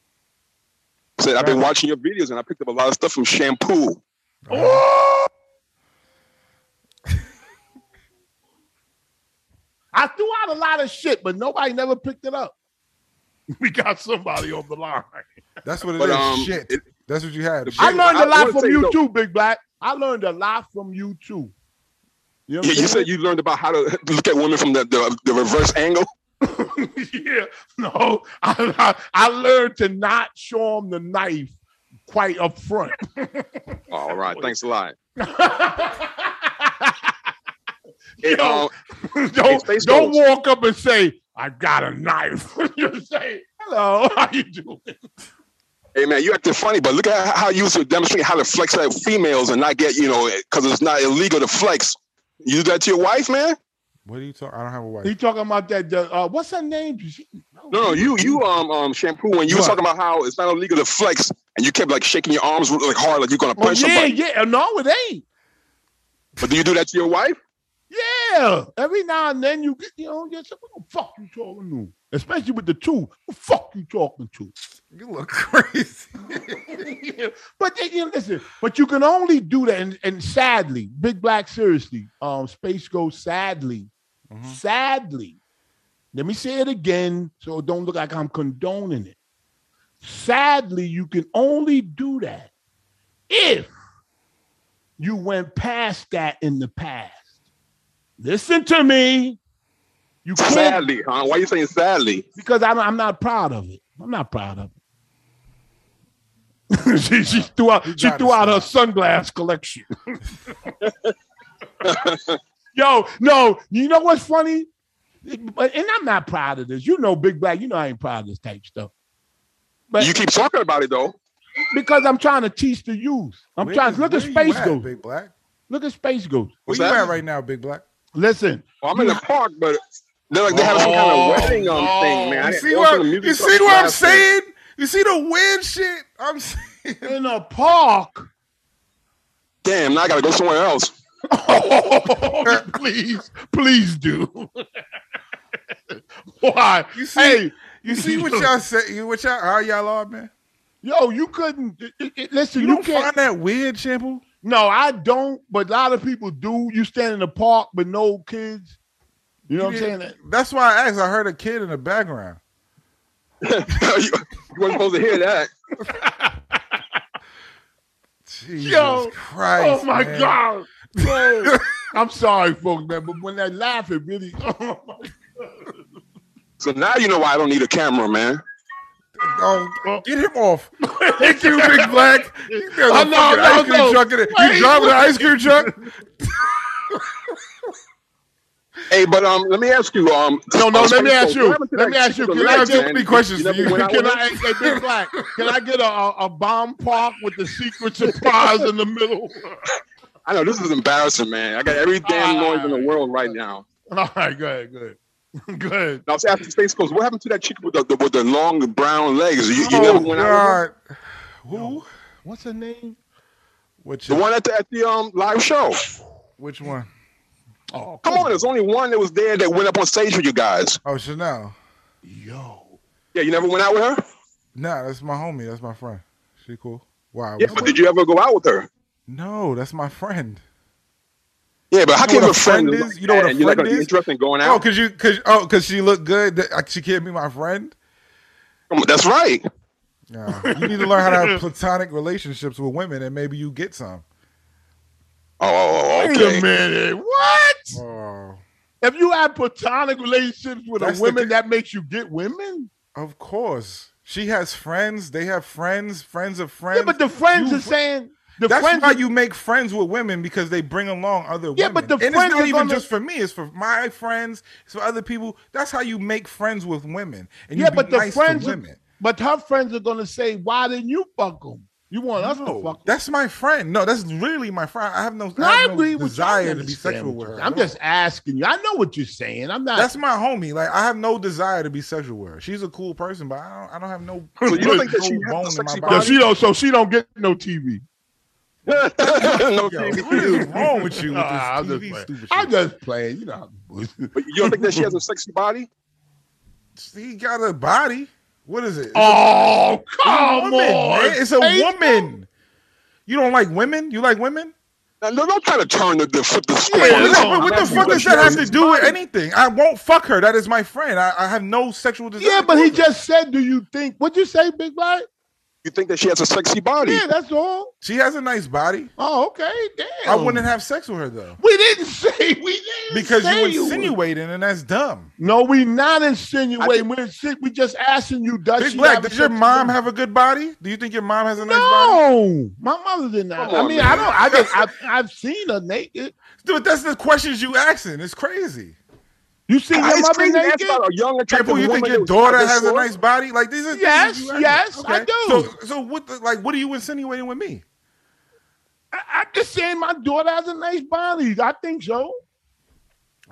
Said I've been watching your videos and I picked up a lot of stuff from Shampoo.
Ooh. I threw out a lot of shit, but nobody never picked it up. We got somebody on the line.
That's what it is.
But, um,
Shit,
it-
that's what you had.
the-
I learned a
I
lot
wanna
from
say,
you
though-
too, Big Black. I learned a lot from you too. You know what I'm
Yeah, you
saying?
said you learned about how to look at women from the, the, the reverse angle.
yeah, no, I, I, I learned to not show him the knife quite up front.
All right, thanks a lot.
Yo,
And, um,
don't
Space
don't
Ghost.
walk up and say, I got a knife. you say, hello, how you doing?
hey man, you acting funny, but look at how you used to demonstrate how to flex at females and not get you know because it's not illegal to flex. You do that to your wife, man?
what are you talking? I don't have a wife.
He talking about that. the, Uh, what's her name? She-
No, no, you you um um shampoo when you was
What?
talking about how it's not illegal to flex and you kept like shaking your arms like hard like you're gonna
Oh,
punch
yeah,
somebody.
yeah. No, it ain't.
But do you do that to your wife?
Yeah. Every now and then you get, you know, you say, what the fuck you talking to? Especially with the two. Who the fuck you talking to?
You look crazy.
But they, you know, listen, but you can only do that. And, and sadly, Big Black, seriously, um, Space Ghost, sadly,
Mhm.
sadly, let me say it again so it don't look like I'm condoning it. Sadly, you can only do that if you went past that in the past. Listen to me. You can't
Sadly, huh? Why you saying sadly?
because I'm, I'm not proud of it. I'm not proud of it. she, she threw out she
gotta
threw out her sunglass collection. Yo, no, you know what's funny? It- but- And I'm not proud of this. You know, Big Black, you know I ain't proud of this type stuff. But
you keep talking about it though.
because I'm trying to teach the youth. I'm
Where
trying
is-
to look at
where you
Space
at,
Ghost.
Big Black.
Look at Space Ghost.
Where
What's
you
that?
at right now, Big Black?
Listen,
Well, I'm in the park, but they're like they have some kind
Oh,
of wedding um,
no.
thing, man. I
You
didn't-
see
it was
what?
on the music
You see
truck
what I'm
last night.
saying? You see the weird shit I'm saying?
in a park.
Damn, now I gotta go somewhere else.
Oh, please, please do. Why?
You see-
hey,
You see what y'all say? You what y'all? How y'all are, man?
yo, you couldn't it- it- it- listen.
You,
You,
don't
can't.
find that weird, Shampoo?
no, I don't. But a lot of people do. You stand in the park with no kids. You know what I'm saying?
That's why I asked. I heard a kid in the background.
you, you weren't supposed to hear that.
Jesus
Yo.
Christ!
Oh my
man.
god! I'm sorry, folks, man, but when they laugh, it really. Oh my
So now you know why I don't need a camera, man.
Oh, get him off. Hit you, Big Black. You got a
I know,
fucking
I
ice cream
know.
truck in it.
Wait.
You driving an ice cream truck?
Hey, but um, let me ask you. Um,
No, no,
oh,
let me
so
ask you.
what happened to
Let
that
me ask you.
chick on
Can
the
I
left,
ask you
man?
any questions
You
for
never
you?
went out
Can
with
I,
her?
hey, Big Black, can I get a, a, a bomb pop with the secret surprise in the middle?
I know this is embarrassing, man. I got every damn
Ah.
noise in the world right now.
All right, go ahead, go ahead. Go ahead.
And I was asking Space Ghost, what happened to that chick with the, the with the long brown legs? You, you never
Oh,
went out
Oh, God. Who?
What's her name?
Which,
with her? The one at the, at the um live show.
which one?
Oh,
Come on, there's only one that was there that went up on stage with you guys.
Oh, Chanel.
yo.
Yeah, you never went out with her.
Nah, that's my homie. That's my friend. She cool. Wow.
Yeah, but did you ever go out with her?
No, that's my friend.
Yeah, but how
You know
can a
what a
friend
friend
like
is? You know what
that
a
and you're not
friend
gonna be
is?
interested in going
Oh,
out?
cause you, cause oh, cause she look good. that- uh, She can't be my friend.
Come on, That's right. Oh,
Nah, you need to learn how to have platonic relationships with women, and maybe you get some.
Oh,
Wait
okay.
a minute. What?
Oh,
If you have platonic relationships with
That's
a
the
woman,
ki-
that makes you get women?
of course. She has friends. They have friends. Friends of friends.
Yeah, but the friends
You-
are saying the
That's
friends
why
are-
you make friends with women because they bring along other women.
Yeah, but the
and
friends
it's not
are
even
gonna-
just for me; it's for my friends, it's for other people. That's how you make friends with women, and you
Yeah,
be
but the
nice
friends
to
are-
women.
but her friends are gonna say, Why didn't you fuck them? You want us to
No,
fuck 'em?
that's my friend. No, that's really my friend. I have no,
No,
I
I
have no
agree with you. I
desire to be
understand
sexual
what
with
you're
her.
saying. I'm
No.
just asking you. I know what you're saying. I'm not.
that's my homie. Like I have no desire to be sexual with her. She's a cool person, but I don't, I don't have no.
So you don't think that
no
she has
bone
a
in
sexy
my
Yeah,
body?
she don't. So she don't get no TV.
no,
Yo,
kidding.
what is wrong with you with this
Nah, I'm, just
TV
playing.
stupid shit?
I'm just playing. You know. how it is.
But you don't think that she has a sexy body?
He got a body. What is it?
oh
woman,
come on!
man. It's a
Facebook.
woman. You don't like women? You like women?
Now, no, don't try to turn the, the flip the script.
Yeah,
on
What
this
the-
no,
one.
what what the
That's
fuck
what
does
she
that have
has.
to do with anything? I won't fuck her. That is my friend. I, I have no sexual desire.
Yeah, but he
towards her.
just said, "Do you think?" What'd you say, Big Black?
You think that she has a sexy body?
Yeah, that's all.
she has a nice body.
Oh, okay. Damn.
I wouldn't have sex with her though.
We didn't say we didn't
Because
say
you
would.
insinuating and that's dumb.
No, we not
I
insinuating.
think-
We're sick. We just asking you. Does
Big
she
Black,
have a
does your
sexy
mom
body?
have a good body? Do you think your mom has a nice body?
No, my mother did not.
Come
I
on,
mean,
man.
I don't. I just I've, I've seen her naked.
Dude, that's the questions you asking. It's crazy.
You seen
I-
your
It's
mother
crazy to ask
naked?
about a young attractive
Triple, you
woman
think
that
your
was
daughter
out of
has a
this world?
nice body? Like these are things
Yes,
you asking.
yes, I do.
So, so what? The, like, what are you insinuating with me?
I, I'm just saying, my daughter has a nice body. I think so.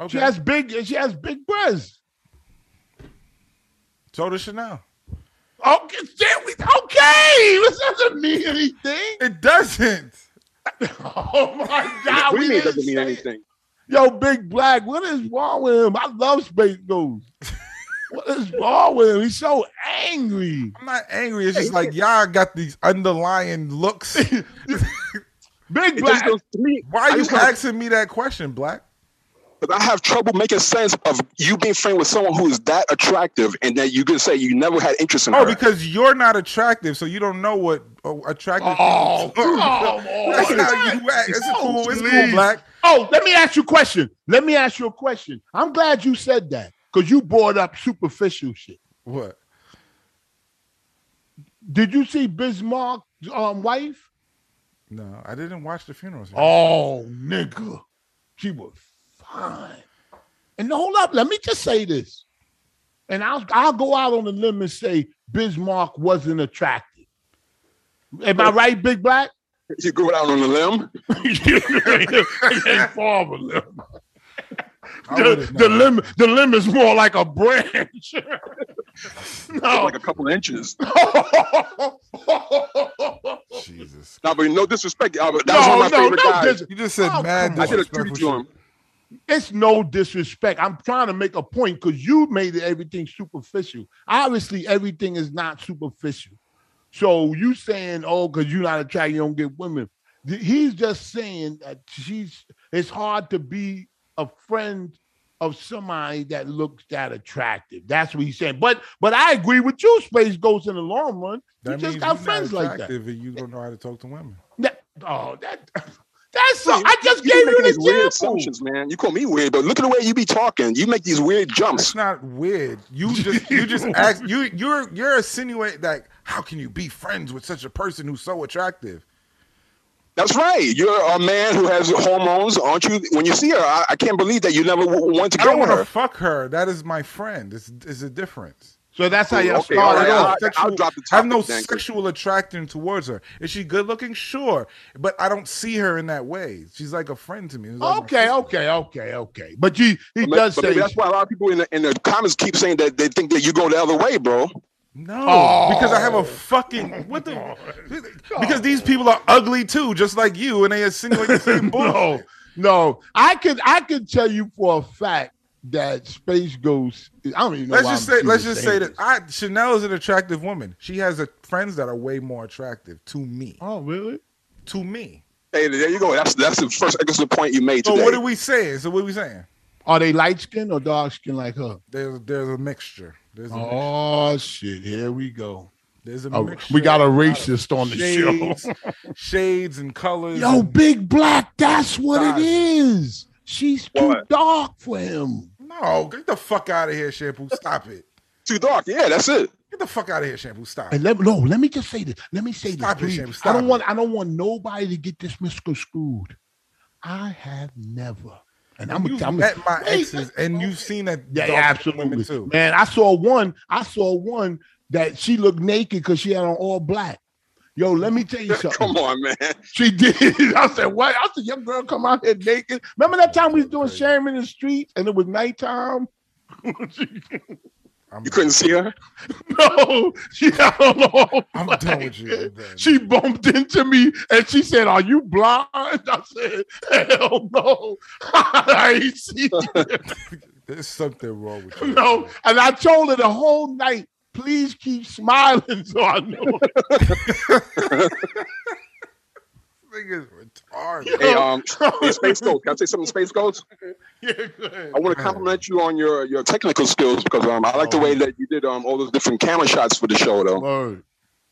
Okay.
She has big. She has big breasts.
so does Chanel.
Okay, damn, we, okay. This doesn't mean anything.
It doesn't.
Oh my God,
What do
we
you mean it
didn't
doesn't mean
say-
anything?
Yo, Big Black, what is wrong with him? I love Space Ghost. what is wrong with him? He's so angry.
I'm not angry. It's just like y'all got these underlying looks.
Big
It just
Black.
goes to me.
Why
I
are you
just kinda-
asking me that question, Black?
Because I have trouble making sense of you being friends with someone who is that attractive, and that you can say you never had interest in
Oh,
her.
because you're not attractive, so you don't know what uh, attractive.
Oh, come
That's
on.
how you act. It's
Oh,
cool. It's cool,
please.
Black.
Oh, let me ask you a question. Let me ask you a question. I'm glad you said that because you brought up superficial shit.
What?
Did you see Bismarck's um, wife?
No, I didn't watch the funerals.
Oh, nigga. She was fine. And hold up, let me just say this. And I'll I'll go out on a limb and say Bismarck wasn't attractive. Am I right, Big Black?
you go out on a limb.
ain't far of a limb.
I
The,
wouldn't
the
know.
limb, the limb is more like a branch. no. Oh.
like a couple of inches.
Jesus.
Now, but no disrespect. uh, but that was one
no,
of my
no,
favorite
no,
guys.
dis-
You just said
Oh,
mad.
come on.
I did a
disrespectful
tribute to
shit.
him.
it's no disrespect. I'm trying to make a point because you made it everything superficial. Obviously, everything is not superficial. So you saying, oh, because you're not attracted, you don't get women. Th- He's just saying that she's it's hard to be a friend of somebody that looks that attractive. That's what he's saying. But but I agree with you, Space Ghost in the long run.
That
you just
means
got
you're not
friends like that.
attractive And you don't know how to talk to women.
That- Oh, that that's so
Wait,
I just
you
gave
didn't
you
make weird
example.
assumptions, man. You call me weird, but look at the way you be talking. You make these weird jumps.
That's not weird. You just you just ask you you're you're insinuating like how can you be friends with such a person who's so attractive?
That's right. You're a man who has hormones, aren't you? When you see her, I, I can't believe that you never w- want to
I
go
don't
with
want to
her.
fuck her. That is my friend. It's is a difference.
So that's how y'all
Oh, Okay, all
started
right,
off.
I'll- I'll drop the
I have no
topic then, 'cause-
sexual attraction towards her. Is she good looking? Sure, but I don't see her in that way. She's like a friend to me. She's like my
Okay,
sister.
okay, okay, okay. But you, he
But-
does
but
say
maybe that's why a lot of people in the, in the comments keep saying that they think that you go the other way, bro.
No, because I have a fucking what the because these people are ugly too, just like you, and they insinuate the same bullshit.
no, no. I could, I could tell you for a fact that Space Ghost. I don't even know.
Let's
why
just
I'm
say, let's
even
just say
saying
that
this.
I, Chanel is an attractive woman. She has a, friends that are way more attractive to me.
oh, really?
To me.
Hey, there you go. That's that's the first excellent point you made
So
today.
what are we saying? So what are we saying?
Are they light skinned or dark skinned like her?
There's there's a mixture. There's a, mix-
Oh shit! Here we go.
there's a
Oh,
mixture.
we got a racist on the show.
shades, shades and colors.
Yo,
and-
big black. That's what
Size.
it is. She's too
What?
dark for him.
no, get the fuck out of here, shampoo. Stop it.
Too dark. Yeah, that's it.
Get the fuck out of here, shampoo. Stop.
And let no, let me just say this. Let me say
Stop it,
this. please.
Shane.
I
Stop
don't
it.
want I don't want nobody to get this misconstrued. I have never. And I'm
You've
gonna
met my exes, and you've seen that.
Yeah,
dark
yeah,
women
absolutely.
too.
Man, I saw one, I saw one that she looked naked because she had on all black. Yo, let me tell you something.
Come on, man.
She did. I said, "What?" I said, "Young girl, come out here naked." Remember that time we was doing Sharon in the street, and it was nighttime.
I'm,
You couldn't see her.
No, she had on all
I'm
black.
done with you. man.
She bumped into me and she said, Are you blind? I said, Hell no. I ain't see
There's something wrong with you.
no. And I told her the whole night, please keep smiling so I know.
This nigga is retarded.
Hey, um, hey, Space Ghost. Can I say something, Space Ghost?
it.
I want to compliment you on your your technical skills because um, I like the way that you did um all those different camera shots for the show, though.
word.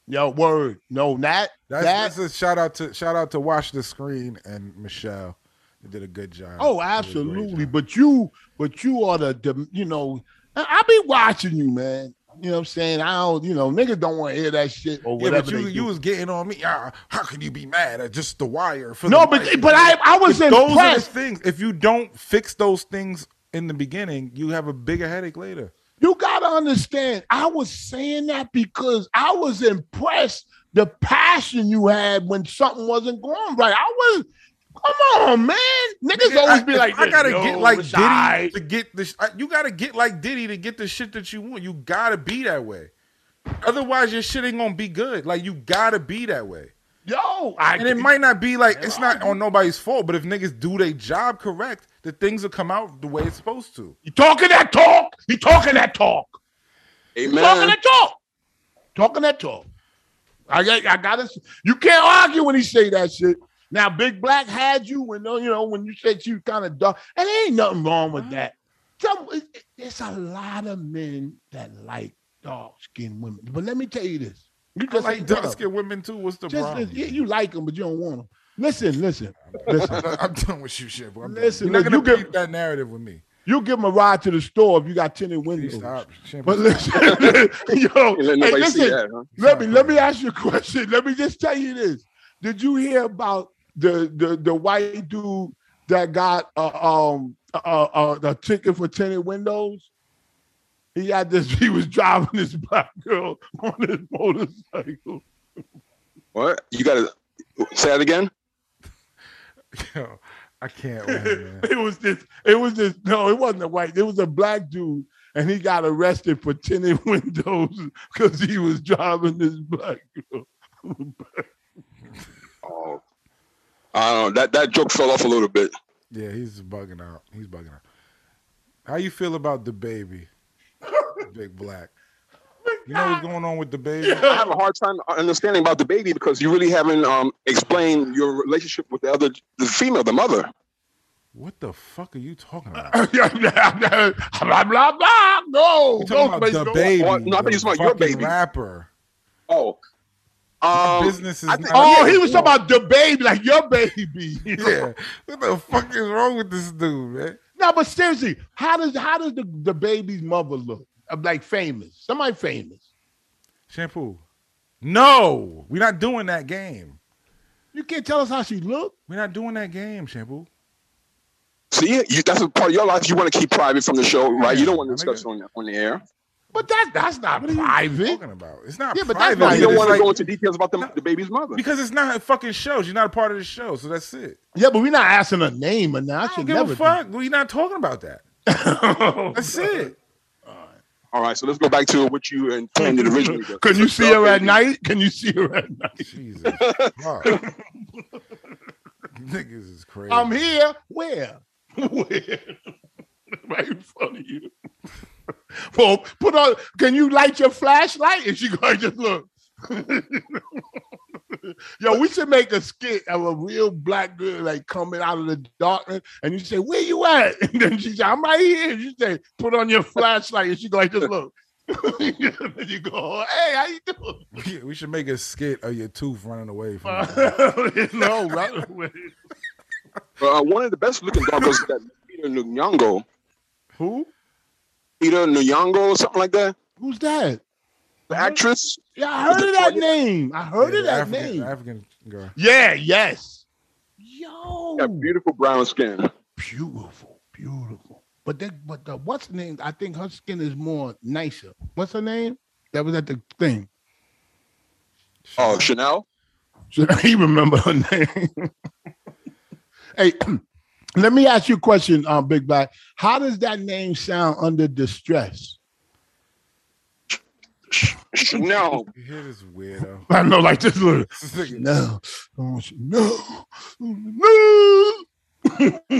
Yo, word. No, not that.
That's, that's a shout out to shout out to Watch the Screen and Michelle. They did a good job.
oh,
They did a great
absolutely.
job.
But you, but you are the, the you know, I, I be watching you, man. You know what I'm saying? I don't, you know, niggas don't want to hear that shit or
yeah, but
whatever.
you,
they
you
do.
was getting on me. Ah, how can you be mad at just the wire? For
no,
the
but
mic?
but I I was
those are the
impressed.
things. If you don't fix those things in the beginning, you have a bigger headache later.
You gotta understand. I was saying that because I was impressed the passion you had when something wasn't going right. I was, come on, man. Niggas
Yeah,
always
I,
be
if
like,
I gotta
"Yo,
get like
it's
Diddy
aight."
to get this. I- You gotta get like Diddy to get the shit that you want. You gotta be that way. Otherwise, your shit ain't gonna be good. Like you gotta be that way.
Yo, I,
And it might not be like it's not on nobody's fault, but if niggas do their job correct, the things will come out the way it's supposed to.
you talking that talk. You talking that talk. You talking
Amen.
that talk. Talking that talk. I got, I gotta. You can't argue when he say that shit. Now, Big Black had you when uh, you know when you said you kind of dark, and there ain't nothing wrong with that. Some, it- it's a lot of men that like dark skinned women, but let me tell you this: you
I
just
like
ain't one of
dark skinned women too. What's the
them. Just-
problem?
yeah, you like them, but you don't want them. Listen, listen, listen.
I'm done with you, shit. Bro. I'm done.
Listen,
you're not
look,
gonna
you
beat
can-
that narrative with me.
You give them a ride to the store if you got tinted
Please
windows.
stop. Shit,
But listen, yo,
You let
hey,
nobody see
listen,
that, huh?
let me let me ask you a question. Let me just tell you this. Did you hear about the the, the white dude that got uh, um uh, uh, a ticket for tinted windows? He had this. He was driving this black girl on his motorcycle.
What? You gotta say that again.
yo, I can't. Win, man.
It was this. It was this. No, it wasn't a white. It was a black dude, and he got arrested for tinted windows because he was driving this black girl.
Oh, I don't know. That that joke fell off a little bit.
Yeah, he's bugging out. He's bugging out. How you feel about the baby, Big Black?
Oh
You know what's going on with the baby?
I have a hard time understanding about the baby because you really haven't um, explained your relationship with the other, the female, the mother.
What the fuck are you talking about?
blah blah blah. No,
You talking
no,
about
Space
the
Ghost.
baby?
Oh, no, I thought you
the
was talking about your
fucking
baby.
rapper.
Oh, Um,
Business is
I think-
not-
Oh, he was talking about the baby, like your baby.
Yeah. What the fuck is wrong with this dude, man?
No, but seriously, how does how does the, the baby's mother look? I'm like famous. Somebody famous.
Shampoo. No, we're not doing that game.
You can't tell us how she look.
We're not doing that game, Shampoo.
see, you, that's a part of your life you want to keep private from the show, right? You don't want to
Yeah,
discuss on the, on the air.
But that that's not
What are you
private.
talking about? It's not
Yeah, but that's
private.
not-
You don't
It's
want to
like-
go into details about the, the baby's mother.
because it's not a fucking show. She's not a part of the show, so that's it.
Yeah, but we're not asking her name or not.
I
I
don't
should
give
never
a fuck. We're not talking about that. That's it.
All right, so let's go back to what you intended originally.
do- Can you see her at night? Can you see her at night?
Jesus. fuck. Niggas is crazy.
I'm here. Where? Where? right in front of you. well, put on. Can you light your flashlight? And she going to look. Yo, we should make a skit of a real black girl like coming out of the darkness, and you say, "Where you at?" And then she say, "I'm right here." And you say, "Put on your flashlight," and she go like, "Just look." and you go, "Hey, how you doing?"
We- We should make a skit of your tooth running away from you.
no, right away.
Uh, one of the best looking doggos is that Peter Nyong'o.
Who?
Peter Nyong'o, or something like that.
Who's that?
Mm-hmm.
The actress.
Yeah, I heard of that name. I heard
Yeah,
of that
African,
name.
African girl.
Yeah, yes. Yo,
Got beautiful brown skin.
beautiful, beautiful. But then, but the what's her name? I think her skin is more nicer. What's her name? That was at the thing.
Oh, Chanel.
Should I remember her name? hey, let me ask you a question, um, Big Black. How does that name sound under distress?
Chanel.
You hear this weirdo?
I know, like this little
This nigga-
no, I want you- no, no.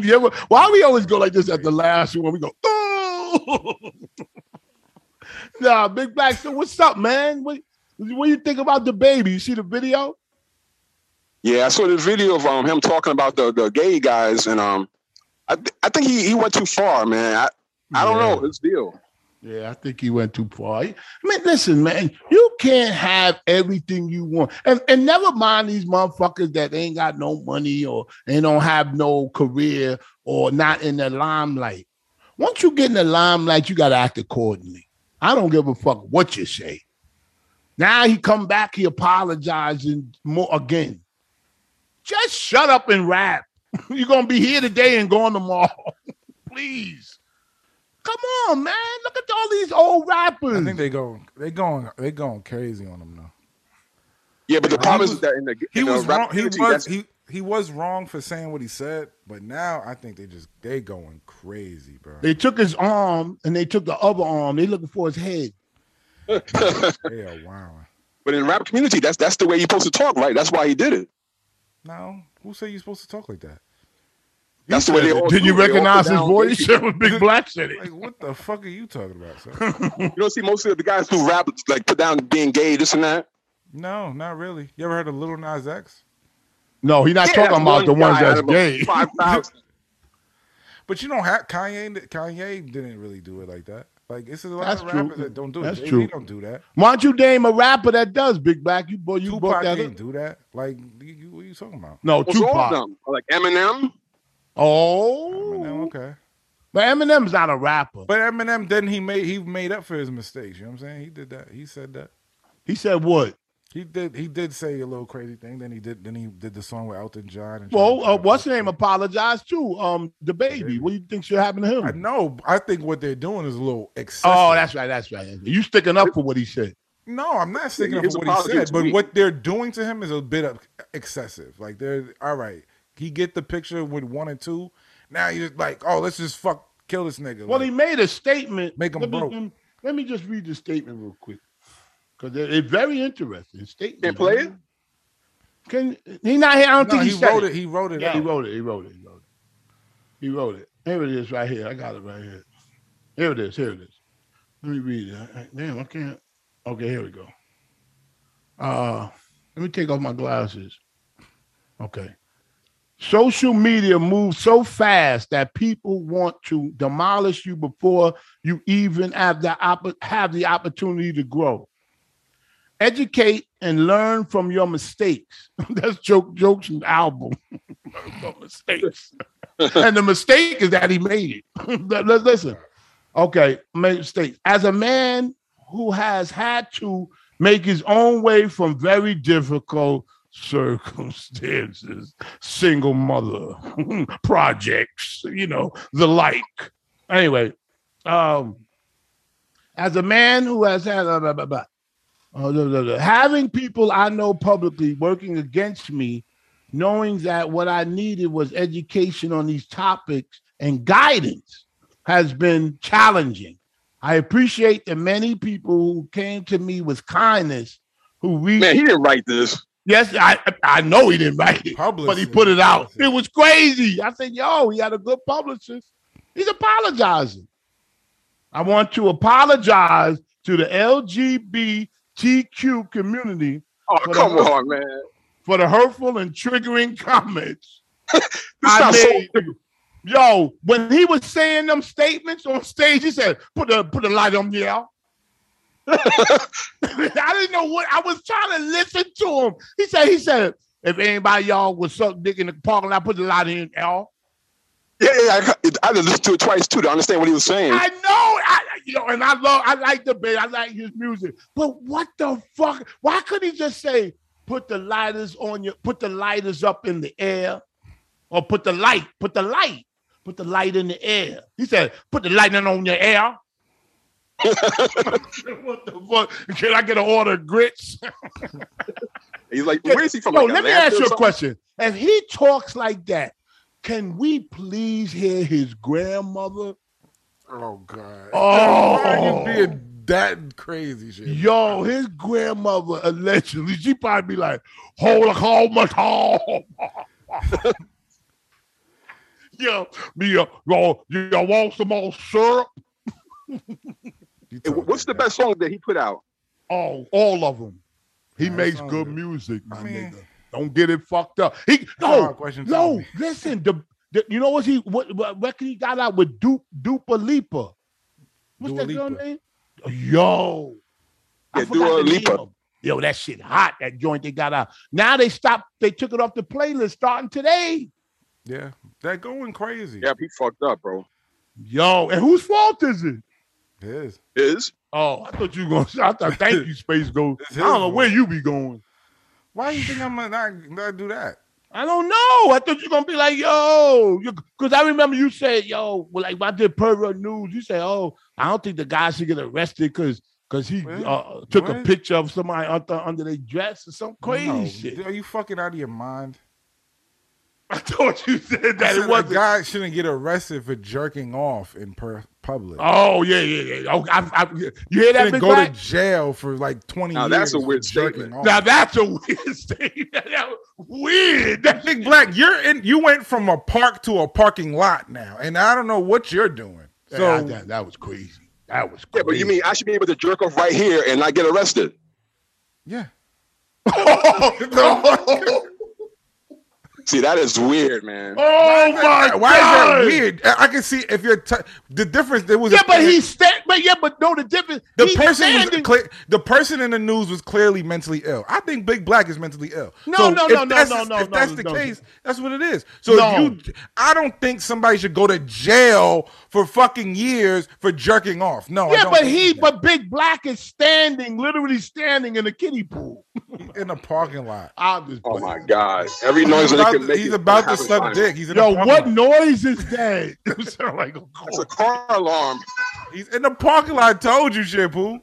you ever, why we always go like this at the last one? We go, oh. nah, Big Black. So what's up, man? What, what do you think about the baby? You see the video?
Yeah, I saw this video of um, him talking about the, the gay guys, and um, I, th- I think he, he went too far, man. I, I don't know his deal.
Yeah, I think he went too far. I mean, listen, man, you can't have everything you want. And and never mind these motherfuckers that ain't got no money or they don't have no career or not in the limelight. Once you get in the limelight, you gotta act accordingly. I don't give a fuck what you say. Now he come back, he apologizing more again. Just shut up and rap. You're gonna be here today and gone tomorrow. Please. Come on, man. Look at all these old rappers.
I think they going they going they going crazy on him now.
Yeah, but the
He
problem
was-
is that in the
He
in the
was
rap
wrong. He
community,
was
that's-
he, he was wrong for saying what he said, but now I think they just they going crazy, bro.
They took his arm and they took the other arm. They looking for his head.
They are wilding.
but in rap community, that's that's the way you're supposed to talk, right? That's why he did it.
No, who say you supposed to talk like that?
That's the way they all.
Did you
do it. They all
recognize
go
his
down
voice?
gay.
That was Big Black said it.
Like what the fuck are you talking about, sir?
You don't see most of the guys who rap like put down being gay, this and that.
no, not really. You ever heard of Little Nas X?
No, he's not
Yeah,
talking about
one
the ones
guy out
that's
of a
gay.
5,000.
But you don't have Kanye. Kanye didn't really do it like that. Like it's a lot
That's
of rappers
true.
that don't do it.
That's
Jay-Z
true.
Don't do that.
Why don't you name a rapper that does Big Black? You boy, you
Tupac
broke that up.
didn't do that. Like you, you, what are you talking about?
No,
Almost all of
Tupac.
them. Like Eminem.
Eminem,
Oh,
okay.
but Eminem's not a rapper.
But Eminem, then he made he made up for his mistakes. You know what I'm saying? He did that. He said that.
He said what?
He did. He did say a little crazy thing. Then he did. Then he did the song with Elton John. And
Well, uh, what's the name? Apologized to um the baby. What do you think should happen to
I
him?
know. I think what they're doing is a little excessive.
Oh, that's right, that's right. You sticking up for what he said.
no. I'm not sticking up
His
for what he
apology
said,
was
but
weak.
what they're doing to him is a bit of excessive. Like they're all right. He get the picture with one and two. Now you're just like, oh, let's just fuck kill this nigga.
Well,
Like,
he made a statement.
Make 'em
let me-
broke.
Let me, let me just read the statement real quick because it, it's very interesting. His Statement.
Can't play it?
Mm-hmm. Can he not here? I don't
no,
think
he,
he, said
wrote it. He wrote it.
Yeah, he
out.
wrote it. He wrote it. He wrote it. He wrote it. Here it is, right here. I got it right here. Here it is. Here it is. Let me read it. I- I- Damn, I can't. Okay, here we go. Uh, let me take off my glasses. Okay. Social media moves so fast that people want to demolish you before you even have the opp- have the opportunity to grow. Educate and learn from your mistakes. That's joke jokes and album. Learn from mistakes. and the mistake is that he made it. Let- let- Listen, okay, made mistakes. As a man who has had to make his own way from very difficult circumstances, single mother, projects, you know, the like. Anyway, um, as a man who has had blah, blah, blah, blah. Uh, blah, blah, blah. having people I know publicly working against me, knowing that what I needed was education on these topics and guidance has been challenging. I appreciate the many people who came to me with kindness, who reached
Man, he didn't write this.
Yes, I I know he didn't write it,
Publicist.
but he put it out. It was crazy. I said, "Yo, he had a good publicist. He's apologizing." I want to apologize to the LGBTQ community
Oh,
But
come
I-
on, man.
for the hurtful and triggering comments
This
I
sounds
made. Yo, when he was saying them statements on stage, he said, "Put the put the light on, yeah." I didn't know what I was trying to listen to him. He said, "He said if anybody y'all was suck dick in the parking lot, put the light in, y'all."
Yeah, yeah, I, I had to listen to it twice too to understand what he was saying.
I know, I you know, and I love, I like the band, I like his music, but what the fuck? Why couldn't he just say, "Put the lighters on your, put the lighters up in the air, or put the light, put the light, put the light in the air"? He said, "Put the lightning on your air." what the fuck? Can I get an order of grits?
He's like, where is he
Oh
from?
Yo,
like
let me
Atlanta
ask
or
you a
something?
question. If he talks like that, can we please hear his grandmother?
Oh God.
Oh.
Why are you being that crazy shit?
Yo, his grandmother allegedly, she probably be like, "Hold a call, much home." Yo, me, yo, yo, you want some more syrup?
You
Hey,
talking
What's the
that.
best song that he put out?
Oh, all of them. He
That
makes
sounds
good
good.
music, my
I mean-
nigga. Don't get it fucked up. He
That's a
no,
hard question to
no.
me.
Listen, the, the you know what he what what record he got out with Dupe Dupa Lipa. What's
Dua
that girl
Lipa.
name? Yo, I
Yeah,
forgot
Dua
the name
Lipa.
of- Yo, that shit hot. That joint they got out. Now they stopped. They took it off the playlist starting today.
Yeah, that going crazy.
Yeah, he fucked up, bro.
Yo, and whose fault is it?
It is.
Is
Oh, I thought you were gonna. I thought thank you, Space Ghost.
It's
I
his
don't know where
fault.
you be going.
Why do you think I'm gonna not, not do that?
I don't know. I thought you were gonna be like, yo, because I remember you said, yo, well, like when I did pervert news, you said, oh, I don't think the guy should get arrested because because he
Well,
uh, took a
what?
picture of somebody under, under their dress or some crazy
No.
shit.
Are you fucking out of your mind?
I thought you said
I
that
said
it wasn't.
a guy shouldn't get arrested for jerking off in per- public.
Oh yeah, yeah, yeah. Oh, I, I, you hear that?
shouldn't
Big
go
Mac?
to jail for like twenty.
Now,
years
that's a
for
weird
jerking
statement.
off.
Now that's a weird thing. weird. That
Big Black, you're in. You went from a park to a parking lot now, and I don't know what you're doing. So
Yeah, that, that was crazy. That was
yeah,
crazy.
but you mean I should be able to jerk off right here and not get arrested?
yeah.
oh, no.
See, that is weird, man.
oh my
Why
God.
is that weird? I I can see if you're t- the difference. There was a-
Yeah, but he's stand. But yeah, but no, the difference.
the
he's
person was
standing-
cle- the person in the news was clearly mentally ill. I think Big Black is mentally ill.
No,
So
no,
if
no, no,
that's-
no, no,
If that's
no,
the
no.
case, that's what it is. So
No.
if you, I don't think somebody should go to jail for fucking years for jerking off. No, I
yeah,
don't
but
think
he,
that.
but Big Black is standing, literally standing in a kiddie pool.
in a parking lot.
I'll just.
Oh
play.
my god! Every noise
he's
that
about,
he can
to-
make.
he's
is
about to
having
suck
fun.
dick. He's in a
Yo,
parking
what
lot.
noise is that? It sound like a
It's a
car.
car alarm.
He's in the parking lot. I told you, Shampoo.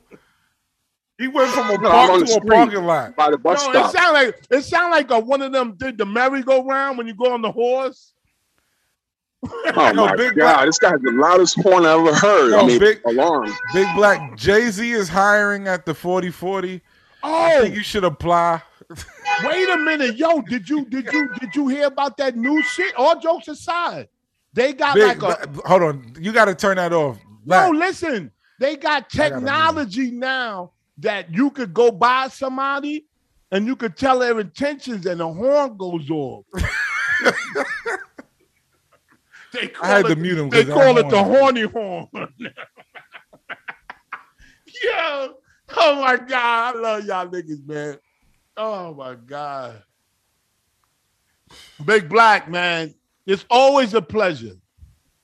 He went from a
No, I'm on
park
the
to a
street.
parking lot.
by the bus
No, it
stop.
sound like it sound like a, one of them did the merry-go-round when you go on the horse.
oh
no,
my
Big
god!
Black-
This guy's the loudest horn I ever heard.
No,
I mean,
Big-
alarm.
Big Black Jay Z is hiring at the 4040. I
Oh,
think you should apply.
wait a minute, yo! Did you did you did you hear about that new shit? All jokes aside, they got
Big,
like a
Black- hold on, you got to turn that off.
no.
Black,
Listen, they got
gotta
technology now that you could go by somebody and you could tell their intentions, and the horn goes off. They
I had
call
to
it-
mute him. 'cause
They
that
call it the
horn-
horny horn. Yo, oh my god, I love y'all niggas, man. Oh my God. Big Black, man. It's always a pleasure.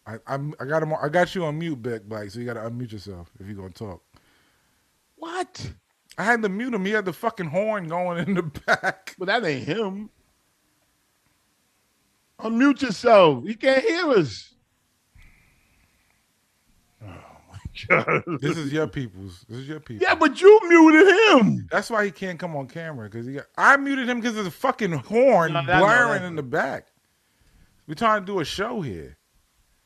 I, I'm, I got him. On, I got you on mute, Beck Black. So you got to unmute yourself if you're gonna talk.
What?
I had to mute him. He had the fucking horn going in the back.
But that ain't him. Unmute yourself. You can't hear us.
This is your people's. This is your people.
Yeah, but you muted him.
That's why he can't come on camera because he. Got, I muted him because there's a fucking horn
No, that- no,
blaring
that-
in the back. We're trying to do a show here.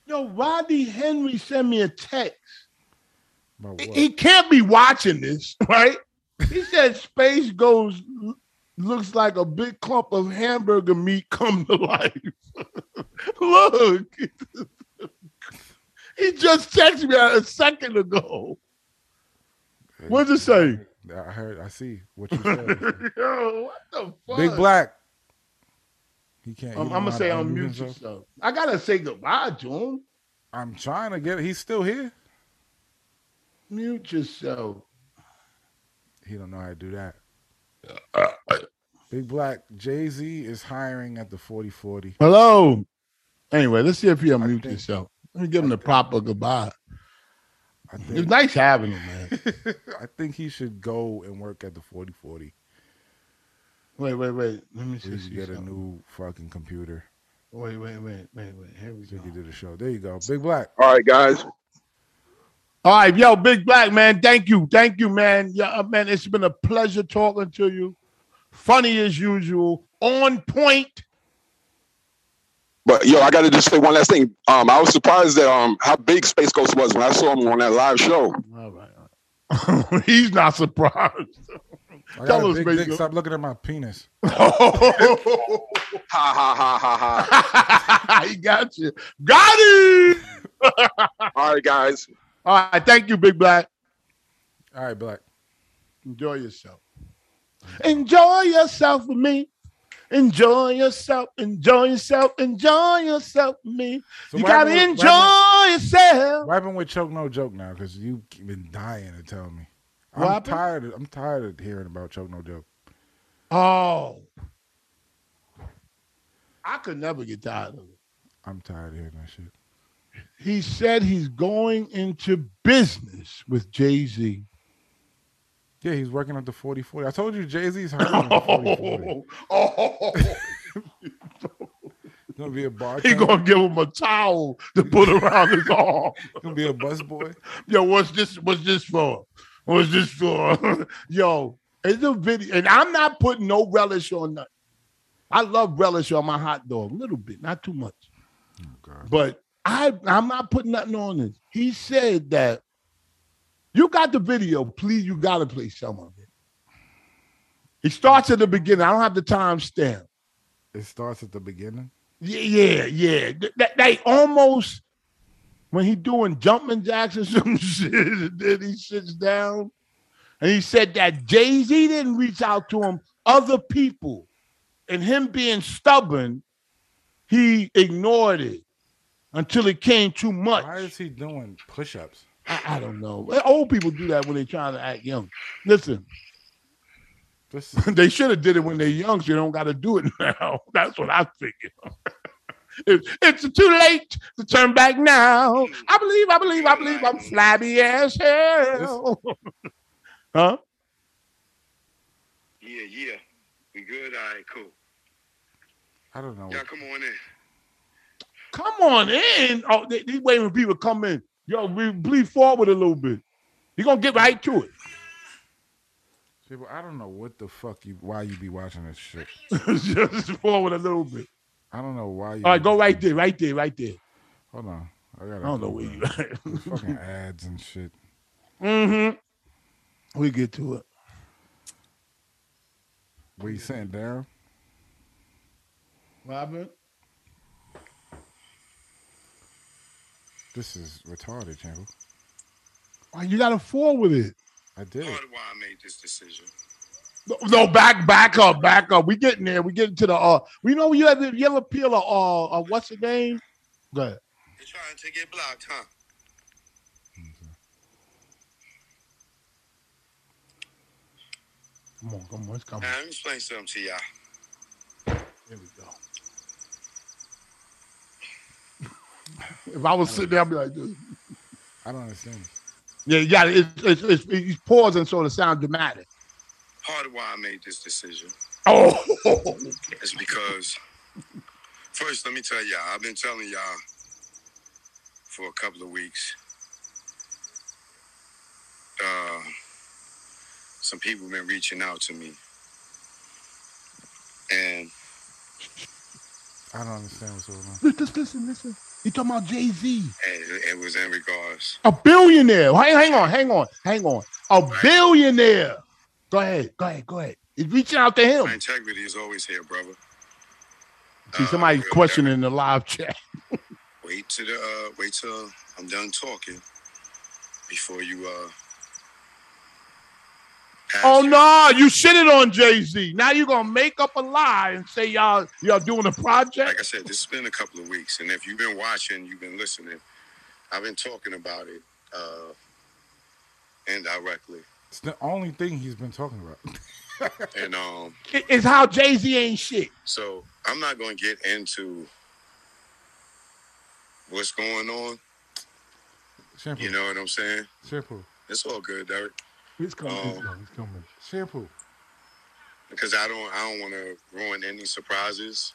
Yo, Rodney Henry sent me a text.
About
He-
what?
He can't be watching this, right? He said space goes looks like a big clump of hamburger meat come to life. Look. he just texted me a second ago. What'd it say?
I heard. I see what you said.
Yo, what the fuck?
Big black. He can't.
I'm,
he don't
I'm gonna
know how
say
to
unmute
unmute
yourself.
himself.
I gotta say goodbye to him.
I'm trying to get. He's still here.
Mute yourself.
He don't know how to do that. Big black. Jay Z is hiring at the 4040.
Hello. Anyway, let's see if he
I
unmute
think-
himself. Let me give him the proper goodbye.
I
It's
think.
nice having him, man.
I think he should go and work at the 4040.
Wait, wait, wait. Let me
He
see.
should get a
something.
new fucking computer.
Wait, wait, wait, wait, wait. Here we
So
go.
he can do the show. There you go. Big black.
All right, guys.
All right, yo, Big Black man. Thank you, thank you, man. Yeah, uh, man. It's been a pleasure talking to you. Funny as usual, on point.
But yo, I got to just say one last thing. Um, I was surprised that um how big Space Ghost was when I saw him on that live show.
All right. all right. He's not surprised.
I
Tell
got a
us,
big
Big
dick.
Black.
Stop looking at my penis.
Ha ha ha ha
he got you. Got it.
ha! All right, guys.
All right. Thank you, Big Black.
All right, black.
Enjoy yourself. Enjoy yourself with me. Enjoy yourself. Enjoy yourself. Enjoy yourself with me.
So
you
what
gotta
happened with-
enjoy yourself.
What happened with choke no joke now? Because you've been dying to tell me.
What
I'm
happened?
tired. Of, I'm tired of hearing about choke no joke.
Oh. I could never get tired of it.
I'm tired of hearing that shit.
He said he's going into business with Jay Z.
Yeah, he's working at the 4040. I told you Jay Z's hiring. at 4040.
Oh, oh.
He's gonna be a
he
bartender.
gonna give him a towel to put around his arm.
He's gonna be a busboy.
yo, what's this? What's this for? What's this for? yo, it's a video, and I'm not putting no relish on nothing. I love relish on my hot dog, a little bit, not too much,
God.
but I I'm not putting nothing on this. He said that you got the video, please, you gotta play some of it. It starts at the beginning. I don't have the timestamp.
It starts at the beginning.
Yeah, yeah, yeah. Th- That they almost when he doing jumping jacks or some shit, and then he sits down and he said that Jay Z didn't reach out to him, other people, and him being stubborn, he ignored it until it came too much.
Why is he doing push-ups?
I, I don't know. Old people do that when they're trying to act young. Listen,
This is
they should have did it when they're young, so you don't got to do it now. That's what I figure. It's, it's too late to turn back now. I believe, I believe, I believe I'm flabby as hell. huh?
Yeah, yeah. We good? All right, cool.
I don't know.
Y'all come on in.
Come on in. Oh, they, they waiting for people to come in. Yo, we bleed forward a little bit. You're gonna get right to it.
See, but I don't know what the fuck you. Why you be watching this shit?
Just forward a little bit.
I don't know why you.
All right, go right there, right there, right there.
Hold on. I gotta.
I don't know where you at.
Fucking ads and shit.
mm-hmm. We get to it.
What you saying, Darren?
Robin?
This is retarded, Chamber.
Oh, you gotta forward it.
I did.
Part of why I made this decision.
No, No, back, back up, back up. We getting there. We getting to the uh. We know you ever you ever peel a uh, uh what's the name? Go ahead.
You're trying to get blocked, huh?
Come on, come on, it's coming.
Now, let me explain something to y'all.
Here we go. if I was sitting there, I'd be like, dude.
I don't understand. it.
Yeah, you got it. It's, it's, it's, he's pausing so it sounds dramatic.
Part of why I made this decision
Oh,
is because, first, let me tell y'all, I've been telling y'all for a couple of weeks. Uh, some people been reaching out to me. And
I don't understand what's going on.
just listen, listen. You talking about Jay Z,
it, it was in regards
a billionaire? Hang, hang on, hang on, hang on. A billionaire. Go ahead, go ahead, go ahead. He's reaching out to
My
him.
integrity is always here, brother.
See, somebody's
Uh,
questioning in the live chat.
Wait till the uh, wait till I'm done talking before you uh. ask
Oh
your-
no, you shitted on Jay Z. Now you're gonna make up a lie and say y'all y'all doing a
Like
project.
I said, this has been a couple of weeks, and if you've been watching, you've been listening. I've been talking about it uh, indirectly,
It's the only thing he's been talking about.
and um,
It- It's how Jay Z ain't shit.
so I'm not going to get into what's going on.
Shampoo,
You know what I'm saying?
shampoo,
It's all good, Derek.
It's coming.
Um,
it's coming, it's coming.
shampoo.
because I don't I don't want to ruin any surprises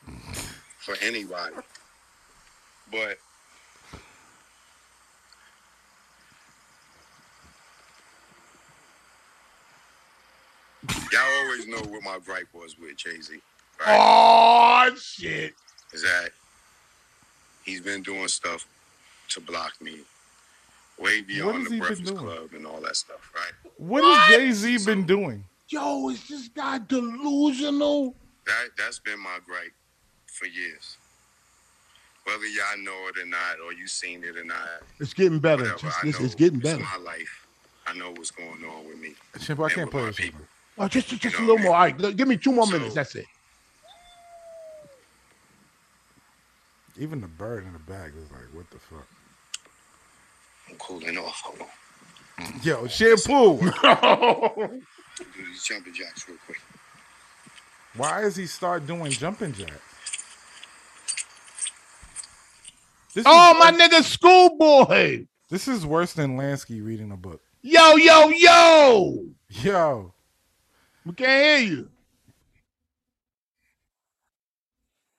for anybody. But y'all always know what my gripe was with Jay Z. Right?
Oh shit.
Is that he's been doing stuff to block me way beyond
has
the
he been
Breakfast
doing?
Club and all that stuff, right?
What has Jay Z been doing?
Yo, is this guy delusional?
That that's been my gripe for years. Whether y'all know it or not, or you seen it or not,
It's getting better.
whatever.
Just-
I
this
know
is getting better.
It's my life. I know what's going on with me.
Shampoo, I
and
can't
with
play
my
this.
people.
Oh, just just a
You know
little
what I
more. All right, give me two more
So-
minutes. That's it.
Even the bird in the bag was like, what the fuck?
I'm cooling off. Hold on.
Yo, shampoo.
Let me Do these jumping jacks real quick.
Why is he start doing jumping jacks? This
oh
is,
my nigga, schoolboy.
This is worse than Lansky reading a book.
Yo, yo, yo.
Yo,
We can't hear you.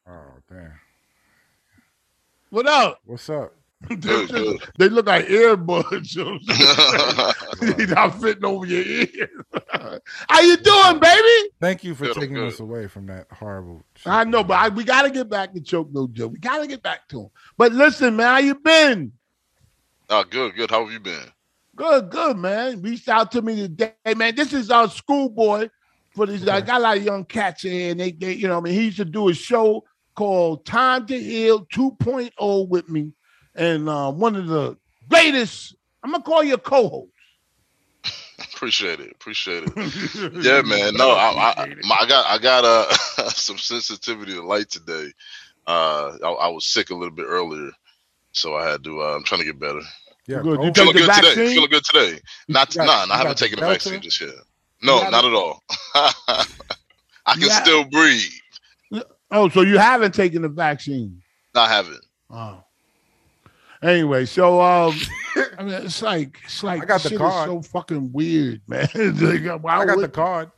oh damn,
What up?
what's up?
Good, good.
they look like earbuds. you know what I'm saying? He's not fitting over your ear. How you doing, baby?
Thank you for
Good, I'm
taking
good.
us away from that horrible. shit.
I know, but I, we got to get back to Choke No Joe. We got to get back to him. But listen, man, how you been?
Oh, good, good. How have you been?
Good, good, man. Reached out to me today, man. This is our schoolboy for these. I
Okay.
got a lot of young cats in here, and they, they, you know, what I mean, he used to do a show called Time to Heal 2.0 with me, and uh, one of the greatest. I'm gonna call you a co-host.
Appreciate it. Appreciate it. yeah, man. No, I, I, my, I got I got uh, some sensitivity to light today. Uh, I, I was sick a little bit earlier, so I had to. Uh, I'm trying to get better.
yeah,
Good, you
COVID-
Take
Feeling
the
good
vaccine?
today. Feeling good today. Not
got-
nah,
you
I
got
haven't
the
taken the
Delta?
vaccine just yet. No,
got
not at all. I can
You got-
still breathe.
Oh, so you haven't taken the vaccine?
No, I haven't.
Oh. Anyway, so um, I mean, it's like it's like
I got the
shit is
card.
so fucking weird, man. It's like, why
I got
would-
the card.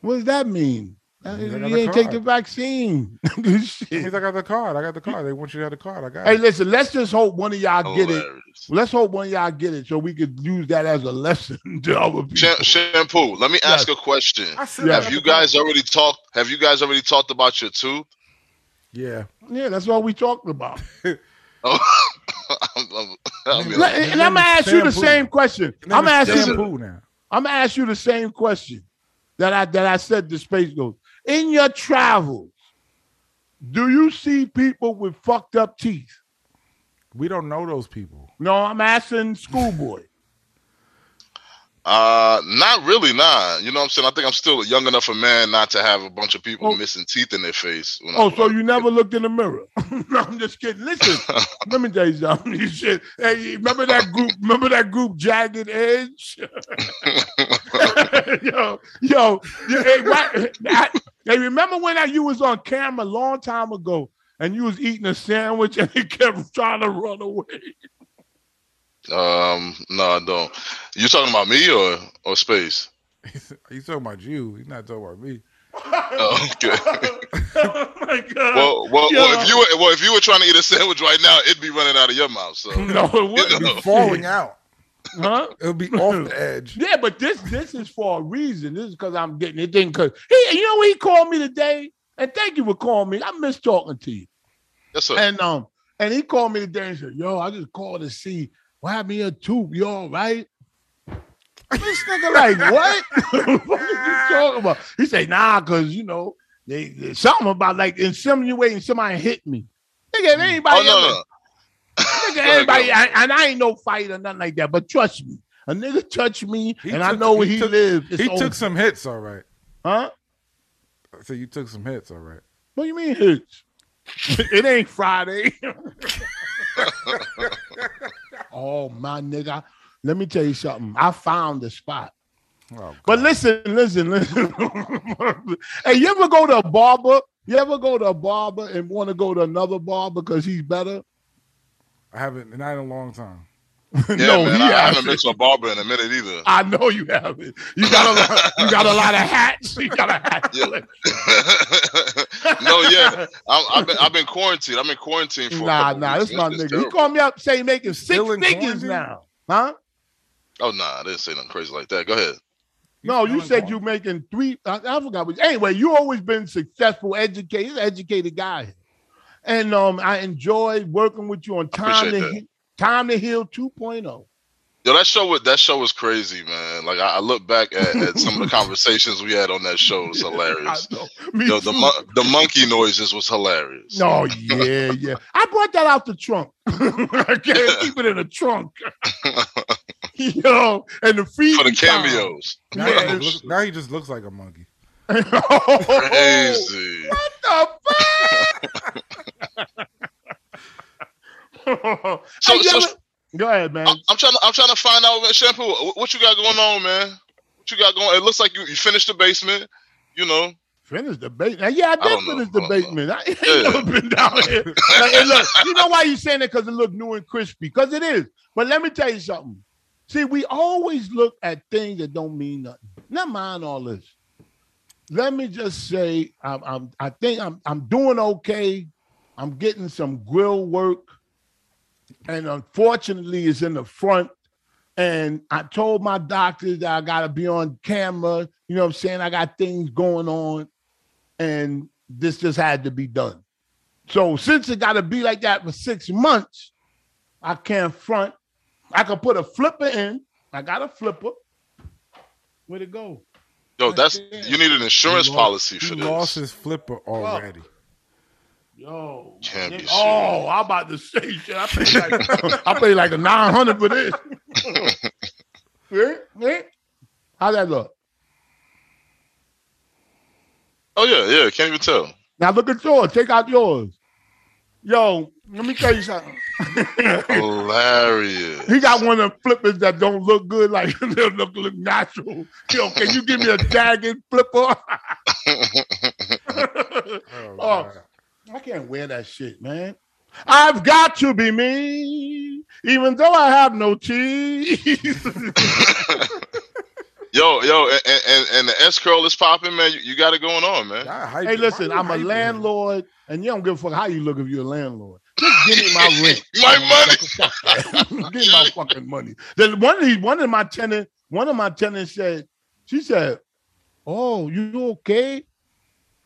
What does that mean? That-
Means I
you
got a
ain't take the
card.
vaccine.
It
Shit.
means I got the card. I got the card. They want you to have the card. I got
Hey,
it.
listen, let's just hope one of y'all get it.
Hilarious.
Let's hope one of y'all get it so we could use that as a lesson to other people.
Sham- shampoo. Let me ask a question.
I said
Yeah.
I
Have
got
you
the card.
guys already talked? Have you guys already talked about your tooth?
Yeah.
Yeah, that's all we talking about.
Oh, I'm, I'm, I mean,
Let-
his
and
name
I'm gonna
is
ask you the
Shampoo.
same question.
His name
I'm
is
gonna ask you.
Yes, sir.
shampoo now.
I'm gonna ask you the same question that I that I said to Space Ghost. In your travels, do you see people with fucked up teeth?
We don't know those people.
No, I'm asking schoolboy.
Uh, not really, nah. You know what I'm saying? I think I'm still young enough a man not to have a bunch of people
Oh.
missing teeth in their face. When
Oh,
I,
so you never looked in the mirror? no, I'm just kidding. Listen, let me tell you something. You should. Hey, remember that group? Remember that group, Jagged Edge? yo, yo, yo, hey, why, I, hey, remember when I, you was on camera a long time ago and you was eating a sandwich and it kept trying to run away?
um, no, I don't. You talking about me or or space?
He's talking about you. He's not talking about me.
Oh, okay.
oh my god!
Well, well, well,
Yeah.
if you were, well, if you were trying to eat a sandwich right now, it'd be running out of your mouth. So
no, it
you
wouldn't.
know.
Falling out.
Huh?
It'll be off the edge.
Yeah, but this this is for a reason. This is because I'm getting it. Then because he, you know, what he called me today, and thank you for calling me. I miss talking to you.
Yes, sir.
And um, and he called me today and said, "Yo, I just called to see what happened to your tooth. You all right?" This nigga like, what? what are you talking about? He said, "Nah, cause you know they, they- something about like insinuating somebody hit me." Nigga, if anybody
oh no,
ever-
no.
Nigga,
ahead,
everybody,
go
I, and I ain't no fight or nothing like that. But trust me, a nigga touch me,
He
and I
took-
know where
he
he,
took-
lives. It's
he
over.
took some hits, all right.
huh?
So you took some hits, all right.
What you mean hits? it ain't Friday. oh my nigga, let me tell you something. I found the spot.
Oh,
But
God.
listen, listen, listen. hey, you ever go to a barber? You ever go to a barber and want to go to another barber because he's better?
I haven't, not in a long time.
Yeah,
no,
man.
he
I, I
has
haven't been to a barber in a minute either.
I know you have it. You got a lot, you got a lot of hats. You got a hat.
Yeah. no, yeah, I'm, I've been I've been quarantined. I'm in quarantine for a
Nah,
couple
nah,
weeks,
this my
man. It's
nigga. He
terrible.
called me up saying making six
Still in
figures
quarantine?
now. Huh?
Oh nah, I didn't say nothing crazy like that. Go ahead.
No,
still
you
in
said
quarantine?
you making three. I, I forgot. What, anyway, you always been successful, educated, he's an educated guy, and um, I enjoy working with you on time to
appreciate that.
Heal- time to heal oh. 2.0.
Yo, that show was that show was crazy, man. Like I, I look back at, at some of the conversations we had on that show. It was hilarious.
I know. Me
Yo, the
too.
mon- the monkey noises was hilarious.
No, yeah, yeah. I brought that out the trunk. I can't keep it in the trunk. Yo, and the feed
for the cameos.
Now,
Yeah,
he,
it's-
just looks, now he just looks like a monkey.
Oh, Crazy.
Crazy.
What the fuck?
So-
Hey,
so- Uh,
y'all- go ahead, man.
I- I'm trying. To, I'm trying to find out, man, shampoo. wh- What you got going on, man? What you got going? It looks like you, you finished the basement. You know.
Finish the basement. Yeah, I did
don't know.
finish
I
the
don't know.
basement. I ain't
Yeah.
never been down here. Like, and look, you know why you saying that? Because it looked new and crispy. Because it is. But let me tell you something. See, we always look at things that don't mean nothing. Never mind all this. Let me just say, I'm, I'm I think I'm I'm doing okay. I'm getting some grill work, and unfortunately, it's in the front. And I told my doctors that I gotta be on camera. You know what I'm saying? I got things going on, and this just had to be done. So since it gotta be like that for six months, I can't front. I could put a flipper in. I got a flipper. Where'd it go?
Yo, that's
Yeah.
you need an insurance
He lost-
policy for
He lost
this.
his flipper already.
Yo, my
Can't be
nigga-
serious.
oh, I'm about to say shit. I paid like I paid like a nine hundred for this. Eh, eh? How that look?
Oh yeah, yeah. Can't even tell.
Now look at yours. Take out yours. Yo, let me tell you something.
Oh, Hilarious.
He got one of the flippers that don't look good, like they don't look, look natural. Yo, can you give me a jagged flipper?
Oh,
Oh.
God.
I can't wear that shit, man. I've got to be me, even though I have no teeth.
yo, yo, and, and, and the S curl is popping, man. You, you got it going on, man.
Y'all hyping-
Hey,
why
listen,
you
I'm a
hyping him?
landlord, and you don't give a fuck how you look if you're a landlord. Just give me my rent.
My money.
give me my fucking money. Then one of these, one of my tenant, one of my tenants said, she said, "Oh, you okay?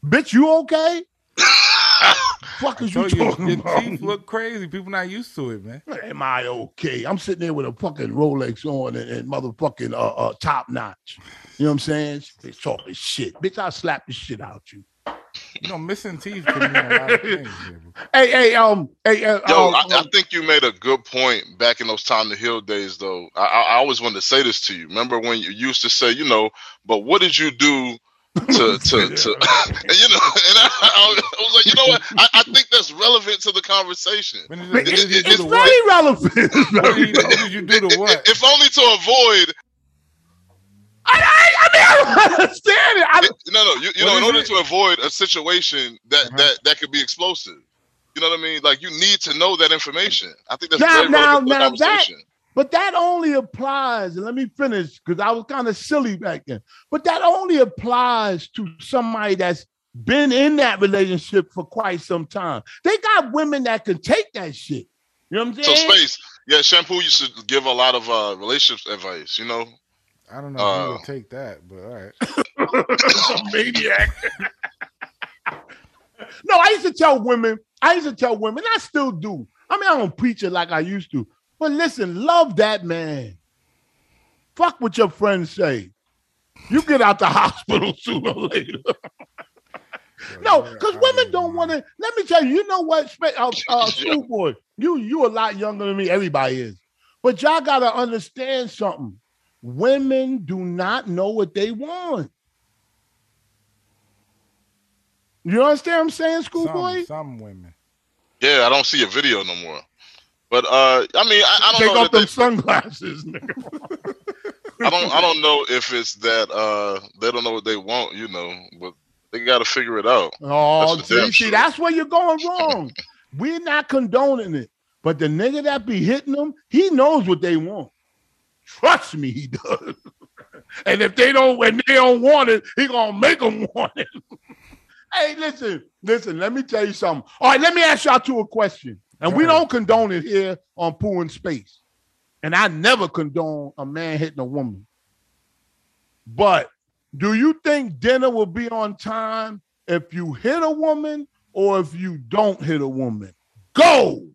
Bitch, you okay? fuck
I
is you
told you,
talking
your
about?
teeth look crazy. People not used to it, man.
Am I okay? I'm sitting there with a fucking Rolex on and, and motherfucking uh, uh, top notch. You know what I'm saying? They talking shit, bitch. I slap the shit out you.
You know, missing teeth can mean a lot of things. Here, bro.
Hey, hey, um, hey, uh,
Oh,
Yo,
um,
I, I think you made a good point back in those time to heal days, though. I, I I always wanted to say this to you. Remember when you used to say, you know, but what did you do to to to? and, you know, and I, I was like, you know what? I, I think that's relevant to the conversation.
When did-
But
when did you
it-
do
it's
the what?
very relevant.
When did you- when did you do the what?
If only to avoid.
I, I, I mean, I don't understand it. I,
No, no, you, you
What
know, in
is
order
it?
to avoid a situation that
Uh-huh.
that that could be explosive. You know what I mean? Like you need to know that information. I think that's
Now-
very
now-
relevant to the
now that-
conversation.
But that only applies, and let me finish because I was kind of silly back then. But that only applies to somebody that's been in that relationship for quite some time. They got women that can take that shit. You know what I'm
So
saying?
space, yeah. Shampoo used to give a lot of uh relationships advice. You know,
I don't know if you
Uh,
would take that, but all right.
maniac. no, I used to tell women, I used to tell women, I still do. I mean, I don't preach it like I used to, but listen, love that man. Fuck what your friends say. You get out the hospital sooner or later.
So
No,
you're
because
out of
women
your
don't want
mind.
to. Let me tell you, you know what, Sp- uh, uh,
Yeah.
schoolboy, you you a lot younger than me. Everybody is, but y'all gotta understand something. Women do not know what they want. You understand what I'm saying,
Some,
schoolboy?
some women.
yeah. I don't see a video no more. But uh, I mean, I, I
Take
don't know.
off
That they,
them sunglasses, nigga.
I don't. I don't know if it's that uh, they don't know what they want. You know, but they got to figure it out.
Oh,
That's the
see,
damn
see,
truth.
that's where you're going wrong. We're not condoning it, but the nigga that be hitting them, he knows what they want. Trust me, he does. and if they don't, when they don't want it, he gonna make them want it. hey, listen, listen. Let me tell you something. All right, let me ask y'all two a question, and we
Go ahead.
don't condone it here on Pooh and Space, and I never condone a man hitting a woman. But do you think dinner will be on time if you hit a woman or if you don't hit a woman? Go.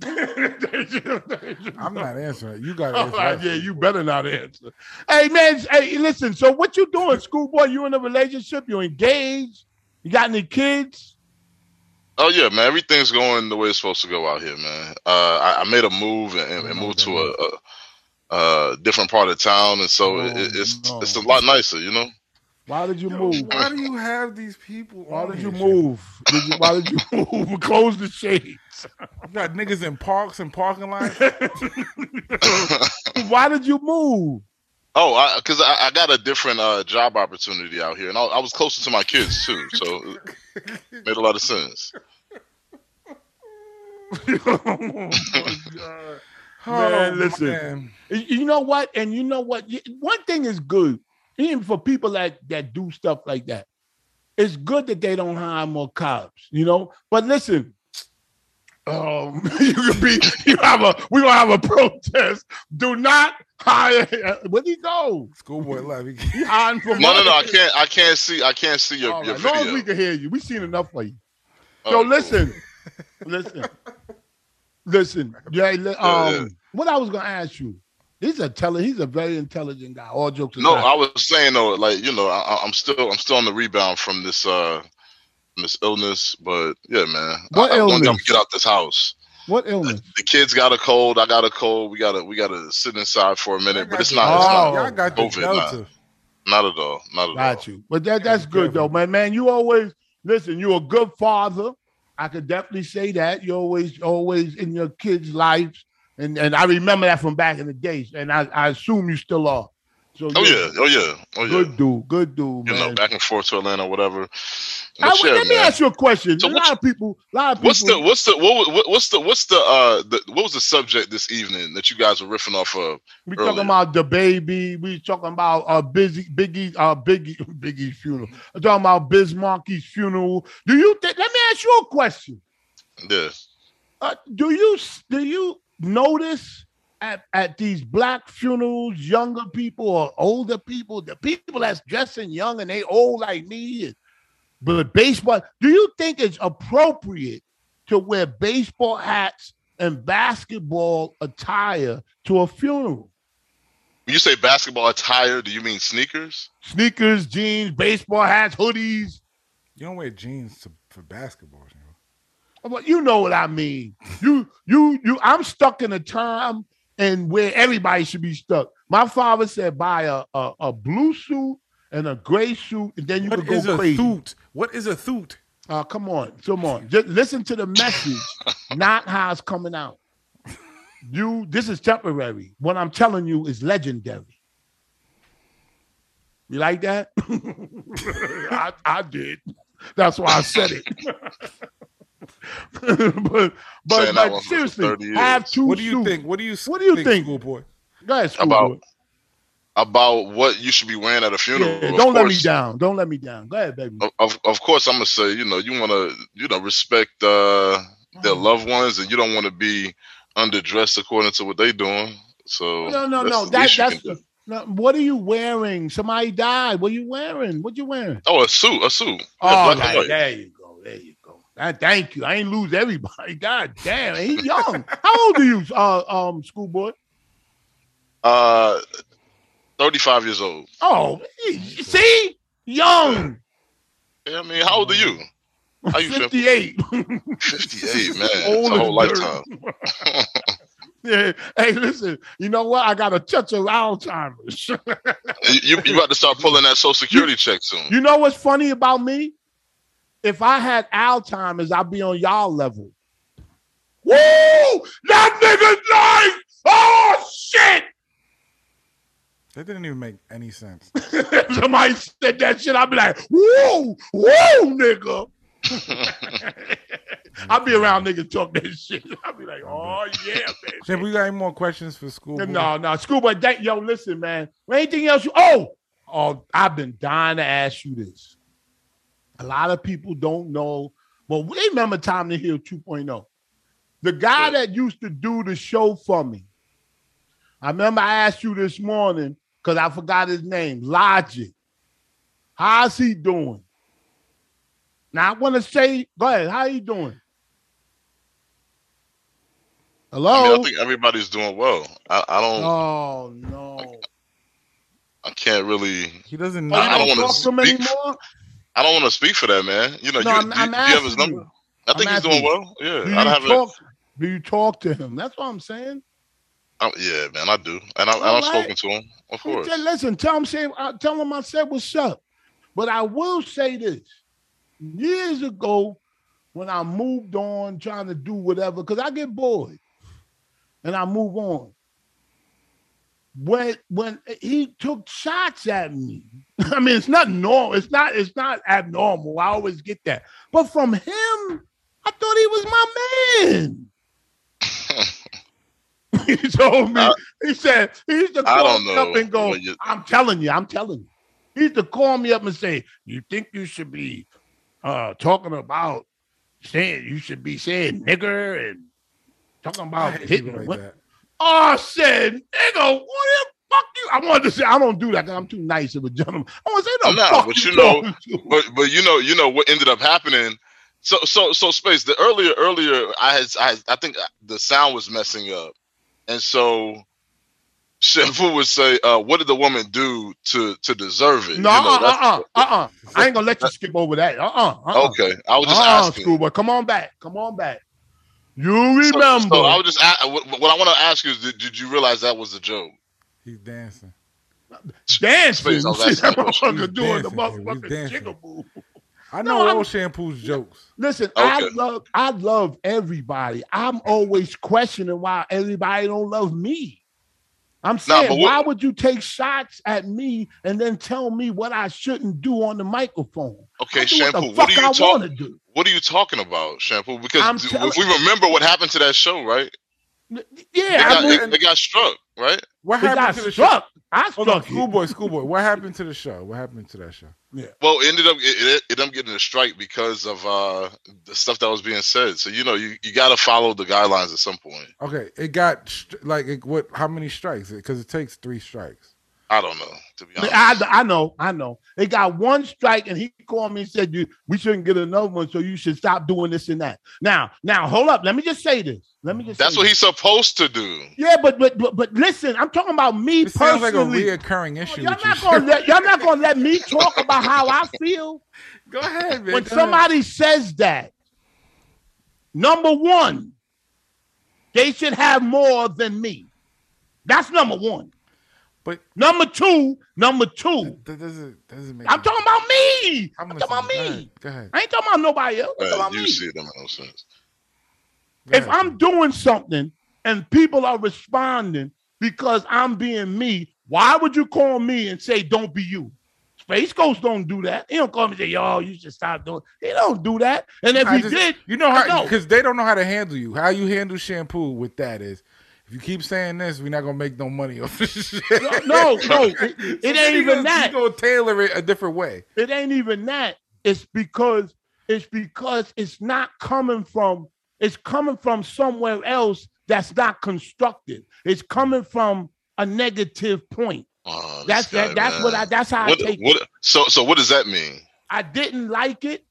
I'm not answering it. You got to
All
answer.
right,
that
yeah,
shit.
you better not answer. Hey man, hey, listen. So what you doing, schoolboy? You in a relationship? You engaged? You got any kids?
Oh yeah, man. Everything's going the way it's supposed to go out here, man. Uh, I, I made a move and, and, and moved to a, a, a different part of town, and so it, it's
no.
it's a lot nicer, you know.
Why did you
Yo,
move?
Why do you have these people?
Why
on
did you
here,
move? Did you, why did you move? Close the shades.
shit? You got niggas in parks and parking lots.
Why did you move?
Oh, because I, I, got a different uh, job opportunity out here, and I, I was closer to my kids too, so it made a lot of sense.
Man, listen. You- You know what? And you know what? You- One thing is good, even for people that that do stuff like that. It's good that they don't hire more cops, you know. But listen, um, you could be you have a we gonna have a protest. Do not hire. Where do you go?
Schoolboy love. He-
You hiring for
No, no, no. I can't. I can't see. I can't see your,
All
your
right, long as
video.
we can hear you, we seen enough of you.
Oh,
So
cool.
listen, listen, listen. Yeah, li- um,
yeah.
what I was gonna ask you. He's a teller. He's a very intelligent guy. All jokes aside.
No, I was saying though, like you know, I, I- I'm still I'm still on the rebound from this uh from this illness, but yeah, man,
What
I, I, one day I'm
illness?
gonna get out this house.
what illness?
The kids got a cold, I got a cold. We gotta we gotta sit inside for a minute, but it's not it's
Oh.
not
Y'all got the
COVID, nah.
Delta.
not at all, not at all.
Got you. But that that's good though, man. Man, you always listen. You're a good father. I could definitely say that. You're always always in your kids' lives, and and I remember that from back in the days. And I, I assume you still are. So
Oh
you're
yeah, oh yeah, oh yeah.
good dude, good dude,
you
man.
know, back and forth to Atlanta, whatever. But
I,
yeah,
let me
man.
ask you a question.
So
a
what's-
lot of people, a lot of people.
What's the what's the what, wa- what what's the what's the uh the, what was the subject this evening that you guys were riffing off of?
We
earlier.
talking about the baby. We talking about uh busy Biggie uh Biggie Biggie's funeral. I'm talking about Bismarck's funeral. Do you think? Let me ask you a question.
Yeah,
Uh, do you do you notice at, at these black funerals, younger people or older people, the people that's dressing young and they old like me, and- but baseball? Do you think it's appropriate to wear baseball hats and basketball attire to a funeral?
When you say basketball attire, do you mean sneakers?
Sneakers, jeans, baseball hats, hoodies.
You don't wear jeans to, for basketball. You know?
I'm like, You know what I mean. You, you, you. I'm stuck in a time and where everybody should be stuck. My father said, buy a a, a blue suit and a gray suit, and then you
What
could
is
go
a
crazy.
suit? What is a suit?
Uh, come on, come on. Just listen to the message, not how it's coming out. You, this is temporary. What I'm telling you is legendary. You like that? I, I did. That's why I said it. but but,
Saying that
but
one for
seriously,
30 years.
have two
What do you
suits.
think? What do you
What do you think?
schoolboy?
Go ahead, school
About-
boy.
About what you should be wearing at a funeral.
Yeah,
of
don't let me
course.
down. Don't let me down. Go ahead, baby.
Of- Of, of course, I'm gonna say you know you want to you know respect uh,
Oh.
their loved ones, and you don't want to be underdressed according to what they doing. So
No, no,
that's
no.
the
That,
least you
that's
can do.
no, what are you wearing? Somebody died. What are you wearing? What you wearing?
oh a suit, a suit. Yeah,
Oh,
black and
like,
white.
there you go. There you go. Ah, thank you. I ain't lose everybody. God damn, he's young. How old are you, uh, um, schoolboy?
Uh, 35 years old.
Oh, you see, young,
Yeah, I mean, how old are you? How you feel?
fifty-eight.
58, man. It's
Old
a
as
whole
dirt.
lifetime.
yeah. Hey, listen. You know what? I got a touch of Alzheimer's.
You, you, you about to start pulling that social security check soon.
You know what's funny about me? If I had Alzheimer's, I'd be on y'all level. Woo! That nigga's life! Oh shit!
That didn't even make any sense.
if somebody said that shit, I'd be like, whoa, whoa, nigga. I'd be around niggas talk that shit. I'd be like, oh yeah,
Chip,
baby.
we got any more questions for schoolboy?
No, no, schoolboy. That, yo, listen, man. Anything else? You, oh, oh, I've been dying to ask you this. A lot of people don't know. Well, they remember Tom the Hill 2.0. The guy
Yeah.
that used to do the show for me. I remember I asked you this morning because I forgot his name. Logic. How's he doing? Now I want to say, go ahead. How you doing? Hello.
I mean, I think everybody's doing well. I, I don't,
Oh no!
I can't really,
He doesn't know.
Oh, you
I don't
don't
wanna
talk to him
speak-
anymore.
I don't want to speak for that man. You know,
No,
you,
I'm,
do,
I'm
you have his
asking
number.
you.
I think
I'm
he's doing
asking
well. Yeah,
Do
I
you
don't have it.
talk? Do you talk to him? That's what I'm saying.
I- Yeah, man, I do, and I, and
All
I've
right.
spoken to him, of
Well,
course.
then listen, tell him say, I- tell him I said what's up. But I will say this: years ago, when I moved on, trying to do whatever, because I get bored, and I move on. When when he took shots at me, I mean it's not normal. It's not it's not abnormal. I always get that, but from him, I thought he was my man. he told me.
I-
he said he used to
Uh, I
call
don't
me up
know
and go.
what you-
I'm telling you. I'm telling you. He used to call me up and say, "You think you should be uh talking about saying you should be saying nigger and talking
I
about
hate
hitting
people like
wo-
that.
Oh, I said, nigga, what the fuck you? I wanted to say I don't do that because I'm too nice of a gentleman. I want to say no,
Nah,
fuck
but
you,
you know-
talking to?"
but but you know you know what ended up happening. So so so space. The earlier earlier I had I, had- I think the sound was messing up, and so Shampoo would say, uh, "What did the woman do to to deserve it?"
No,
You
uh,
know, that's-
uh, uh, uh, uh, I ain't gonna let you skip over that. Uh, uh, uh,
Okay, I was just
uh,
asking.
schoolboy, come on back, come on back. You remember?
So- So, I was just a- what, what I want to ask you is, did, did you realize that was a joke?
He's dancing.
dancing.
Space, I was
See
asking
that
that question.
motherfucker
He's
doing the
dancing, yeah, he's
motherfucking
dancing.
jigaboo.
I
No,
know
I'm-
all Shampoo's jokes.
Listen, I
Okay.
love I love everybody. I'm always questioning why everybody don't love me. I'm saying,
but what-
why would you take shots at me and then tell me what I shouldn't do on the microphone? I
Okay,
do
Shampoo,
what
what
the
are
fuck
you
I
talking?
want to do.
What are you talking about, Shampoo? Because
I'm
d-
telling-
we remember what happened to that show, right? They
Yeah,
got,
I
I'm-
mean,
they- they got struck, right?
What
it got
happened to the show?
struck. I
Hold on,
struck you.
schoolboy, schoolboy. What happened to the show? What happened to that show?
Well, it ended up it, it ended up getting a strike because of uh the stuff that was being said. So you know you, you got to follow the guidelines at some point.
Okay, it got str- like it, what? How many strikes? Because it takes three strikes.
I don't know. To be honest,
I, I know, I know. They got one strike, and he called me and said, "You, we shouldn't get another one, so you should stop doing this and that." Now, now, hold up. Let me just say this. Let me just.
that's
say
what
this.
he's supposed to do.
Yeah, but but but, but listen, I'm talking about me
This sounds like a
personally.
reoccurring issue.
y'all
with
not
you.
gonna let y'all not gonna let me talk about how I feel
Go ahead, man.
when
Go ahead.
somebody says that. Number one, they should have more than me. That's number one.
But-
number two, number two.
that doesn't doesn't make.
I'm talking about me.
I'm
I'm talking about
listening.
me.
Go ahead. Go ahead.
I ain't talking about nobody else. I'm talking
Uh,
about
you
me.
see it that makes no sense.
Go
If
ahead.
I'm doing something and people are responding because I'm being me, why would you call me and say, don't be you? Space Ghost don't do that. He don't call me and say, yo, you should stop doing He don't do that. And if
I
he
just-
did,
you know
I
how
know.
because they don't know how to handle you. How you handle shampoo with that is, if you keep saying this, we're not gonna make no money off this shit.
no, no, it, it ain't even that.
You gonna tailor it a different way.
It ain't even that. It's because it's because it's not coming from it's coming from somewhere else that's not constructive. It's coming from a negative point.
Oh, this
That's
guy,
that, that's what I
man.
that's how
What,
I take it.
what, so so what does that mean?
I didn't like it.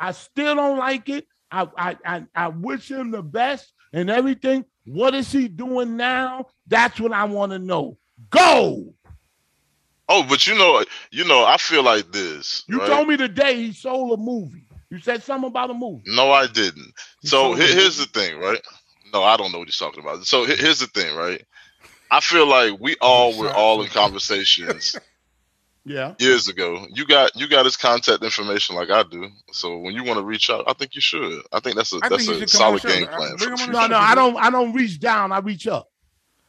I still don't like it. I, I I I wish him the best and everything. What is he doing now? That's what I want to know. Go.
Oh, but you know, you know, I feel like this.
You
right?
told me today he sold a movie. You said something about a movie.
No, I didn't.
You
So
sold
he-
it.
here's the thing, right? No, I don't know what he's talking about. So he- here's the thing, right? I feel like we all were all in conversations
Yeah.
years ago. You got you got his contact information like I do. So when you want to reach out, I think you should. I think that's a
I think
that's
you
a
should come on the
solid
show.
game
I-
plan.
bring
for
him
the
on the
future.
No, no, I don't. I don't reach down. I reach up.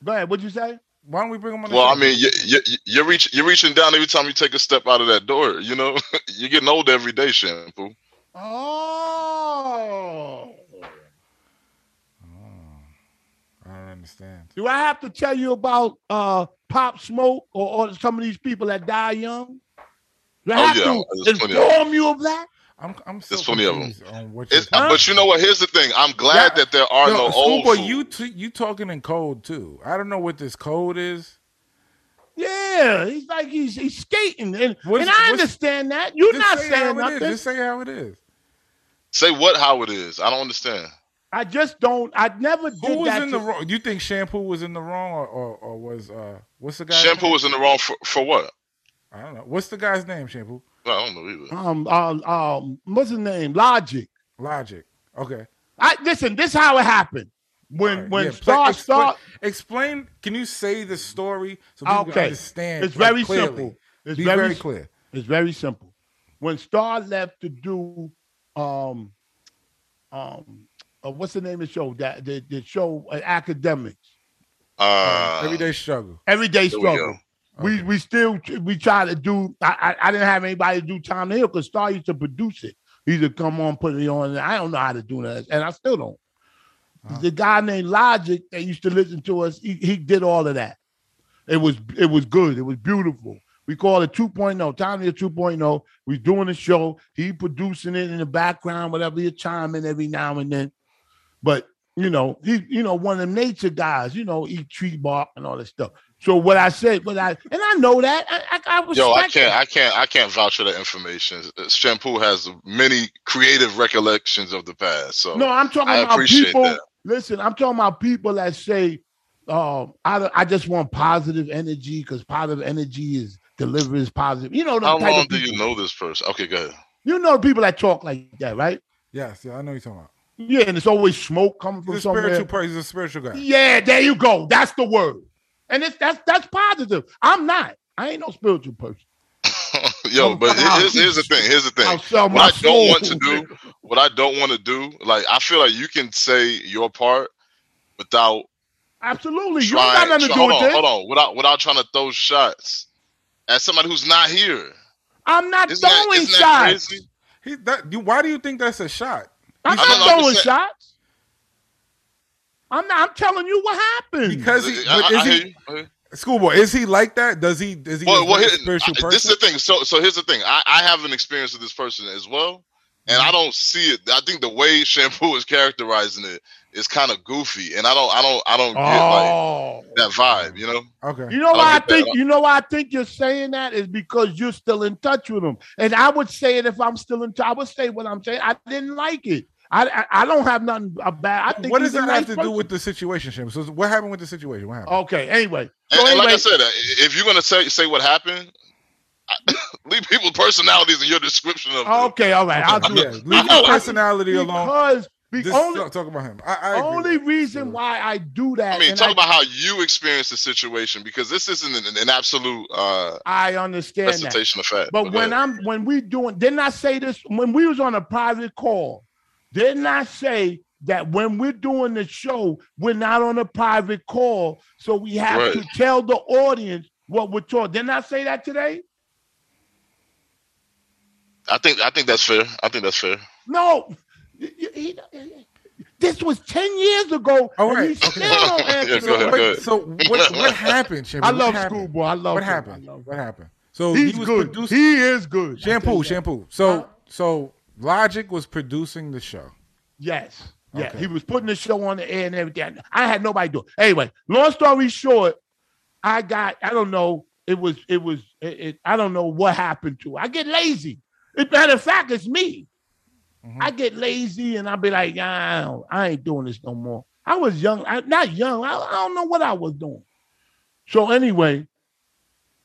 Go ahead. What'd you say?
Why don't we bring him on? The
Well, I
show?
mean, you, you, you're reach, you're reaching down every time you take a step out of that door. You know, you're getting old every day, shampoo.
Oh.
Oh, I don't understand.
Do I have to tell you about uh Pop Smoke or, or some of these people that die young? Do I
Oh,
have
yeah,
to
there's plenty of
inform you of that?
I'm I'm so
There's plenty of 'em.
confused on what you're
It's,
talking
But you know what? Here's the thing. I'm glad
Yeah.
that there are no,
No,
old.
schoolboy,
fools.
you t- you talking in code too. I don't know what this code is.
Yeah, he's like he's he's skating, and,
What's-
and I
what's-
understand that. You're
Just
not
say how
saying
it is.
nothing.
Just say how it is.
Say what? How it is? I don't understand.
I just don't. I never did
Who was
that.
in
to-
the wrong? You think Shampoo was in the wrong, or or, or was uh what's the guy?
Shampoo was in the wrong for, for what?
I don't know. What's the guy's name? Shampoo.
Well, I don't know either.
um um um what's his name? Logic.
Logic. Okay.
I listen. This how it happened. When
All right.
when
Yeah,
Star
pla- expla-
Star
Explain. Can you say the story so people can
Okay.
understand?
It's
like,
very
clearly?
simple. It's
Be
very,
very,
s-
clear.
It's very simple. When Star left to do um um uh, what's the name of the show that the, the show uh, academics
Uh,
Everyday struggle.
everyday
There we go.
struggle. We, we,
Okay.
still we try to do. I, I I didn't have anybody to do Tom Hill because Star used to produce it. He used to come on, put it on. And I don't know how to do that, and I still don't.
Uh-huh.
The guy named Logic that used to listen to us, he, he did all of that. It was it was good. It was beautiful. We called it 2.0, Tom Hill 2.0. We doing the show. He producing it in the background, whatever. He chime in every now and then, but you know he you know one of them nature guys. You know eat tree bark and all that stuff. So what I said, but I and I know that I I, I respect.
Yo, I can't,
that.
I can't, I can't vouch for that information. Uh, Shampoo has many creative recollections of the past. So
no, I'm talking
I
about
appreciate
people.
that.
Listen, I'm talking about people that say, um, I don't- I just want positive energy because positive energy is delivers positive. You know
how
them type
long
of
do
people.
you know this person? Okay, go ahead.
You know people that talk like that, right?
Yes. Yeah. I know you're talking about.
Yeah, and it's always smoke coming from
He's a
somewhere.
spiritual person. He's a spiritual guy.
Yeah, there you go. That's the word. And it's that's that's positive. I'm not. I ain't no spiritual person.
Yo, but
I'll-
here's, here's the thing. Here's the thing.
I'll sell
What
my
I don't want
soul.
to do, what I don't want to do, like I feel like you can say your part without
Absolutely. You don't got
trying.
nothing to
try-
do
hold
with
on,
this.
hold on. Without without trying to throw shots at somebody who's not here.
I'm not
Isn't that-
throwing
isn't that
shots.
crazy?
He, that, you, why do you think that's a shot?
I'm
I don't
not
know, I'm
throwing
just saying-
shots. I'm not. I'm telling you what happened.
Because he,
Hmm. I-
but
I-
is
I hear
he
you. I hear you.
schoolboy? Is he like that? Does he? Is he
Well,
a
well,
very
here,
spiritual
I-
person?
this is the thing. So, so here's the thing. I, I have an experience with this person as well, and
Mm-hmm.
I don't see it. I think the way Shampoo is characterizing it is kind of goofy, and I don't, I don't, I don't
Oh,
get like that vibe. You know?
Okay.
you know
I
why I
don't get that.
think you know why I think you're saying that is because you're still in touch with them. And I would say it if I'm still in touch. I would say what I'm saying. I didn't like it. I I, I don't have nothing about. I think
What
he's
does
a
that
nice
have to do
person. Oh,
with the situation, Shim? So what happened with the situation? What happened?
Okay. Anyway. So
And, and like
anyway,
I said, uh, if you're gonna say say what happened, I, leave people's personalities in your description of them.
okay. All right. I'll do
yeah,
it.
leave
I-
your personality alone.
Because the
Just
only
talk, talk about him. I, I agree.
only reason
Sure.
why I do that.
I mean,
and
talk
I,
about how you experienced the situation because this isn't an, an absolute uh,
I understand that.
presentation of fact.
But when I'm when we doing, didn't I say this when we was on a private call? Didn't I say that when we're doing the show, we're not on a private call, so we have
Right.
to tell the audience what we're talking. Didn't I say that today?
I think I think that's fair. I think that's fair.
No. Y- y- he- this was ten years ago,
All
and
right.
he still
Okay.
don't answer.
Yeah,
the
go ahead,
Wait,
go ahead.
So what, what happened, Shampoo?
I
What
love
happened?
Schoolboy. I love
What
him. I
happened?
love him.
What happened? So
He's
he was
good.
producing
He is good. Shampoo.
shampoo, shampoo. So
Huh?
so Logic was producing the show.
Yes. Yeah,
Okay.
he was putting the show on the air and everything. I had nobody do it. Anyway, long story short, I got I don't know. It was it was it, it- I don't know what happened to. it. I get lazy. As matter of fact, it's me.
Mhm.
I get lazy and I'll be like, I, don't, I ain't doing this no more. I was young, I, not young. I, I don't know what I was doing. So anyway,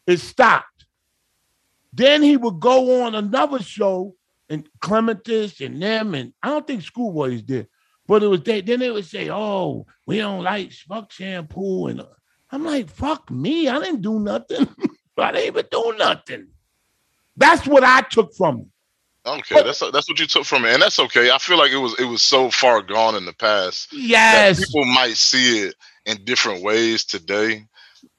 it stopped. Then he would go on another show and Clementis and them, and I don't think Schoolboys did, but it was they. Then they would say, "Oh, we don't like fuck shampoo," and uh, I'm like, "Fuck me, I didn't do nothing. I didn't even do nothing." That's what I took from it.
Okay, that's that's what you took from it, and that's okay. I feel like it was it was so far gone in the past that
Yes,
people might see it in different ways today.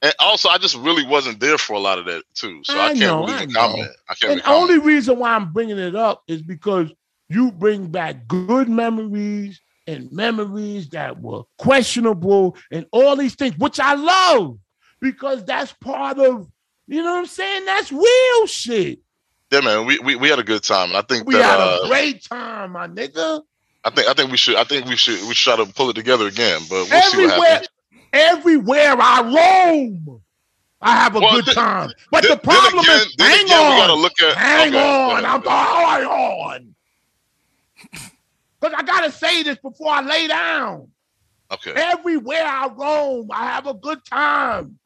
And also, I just really wasn't there for a lot of that too, so
I
I, can't
know,
really
I
even
know.
comment. I
and
can't. really comment.
only reason why I'm bringing it up is because you bring back good memories and memories that were questionable and all these things, which I love because that's part of, you know what I'm saying? That's real shit.
Yeah, man, we, we, we had a good time, and I think
We
that
had
uh,
a great time, my nigga.
I think I think we should I think we should we should try to pull it together again, but we'll see what
Everywhere,
happens.
everywhere I roam, I have a
Well,
good
th-
time. But
Then-
the problem
then again,
is,
then
hang
again, we gotta
on,
look at
hang
okay,
on,
yeah.
I'm going on. Because I gotta say this before I lay down.
okay.
Everywhere I roam, I have a good time.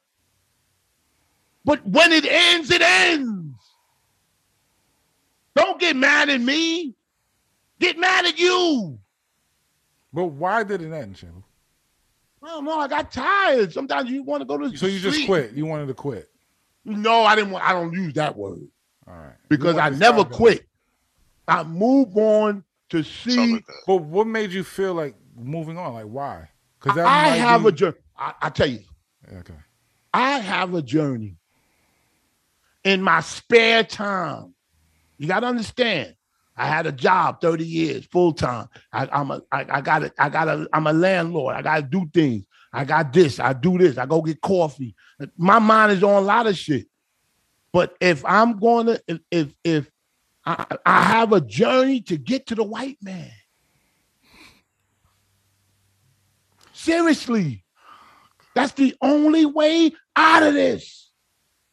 But when it ends, it ends. Don't get mad at me. Get mad at you.
But why did it end, Shampoo?
I don't know. I got tired. Sometimes you want to go to
So you just
sleep.
quit. You wanted to quit.
No, I didn't. Want, I don't use that word
All right. You
because I
wanted to
never
stop it.
quit. I move on to
Something
see.
like that.
But what made you feel like moving on? Like why? Because
I have a journey. I, I tell you,
okay.
I have a journey in my spare time. You got to understand. I had a job 30 years full time. I, I'm a, I, I got it. I got a, I'm a landlord. I got to do things. I got this. I do this. I go get coffee. My mind is on a lot of shit. But if I'm going to, if, if, if I, I have a journey to get to the white man. Seriously, that's the only way out of this.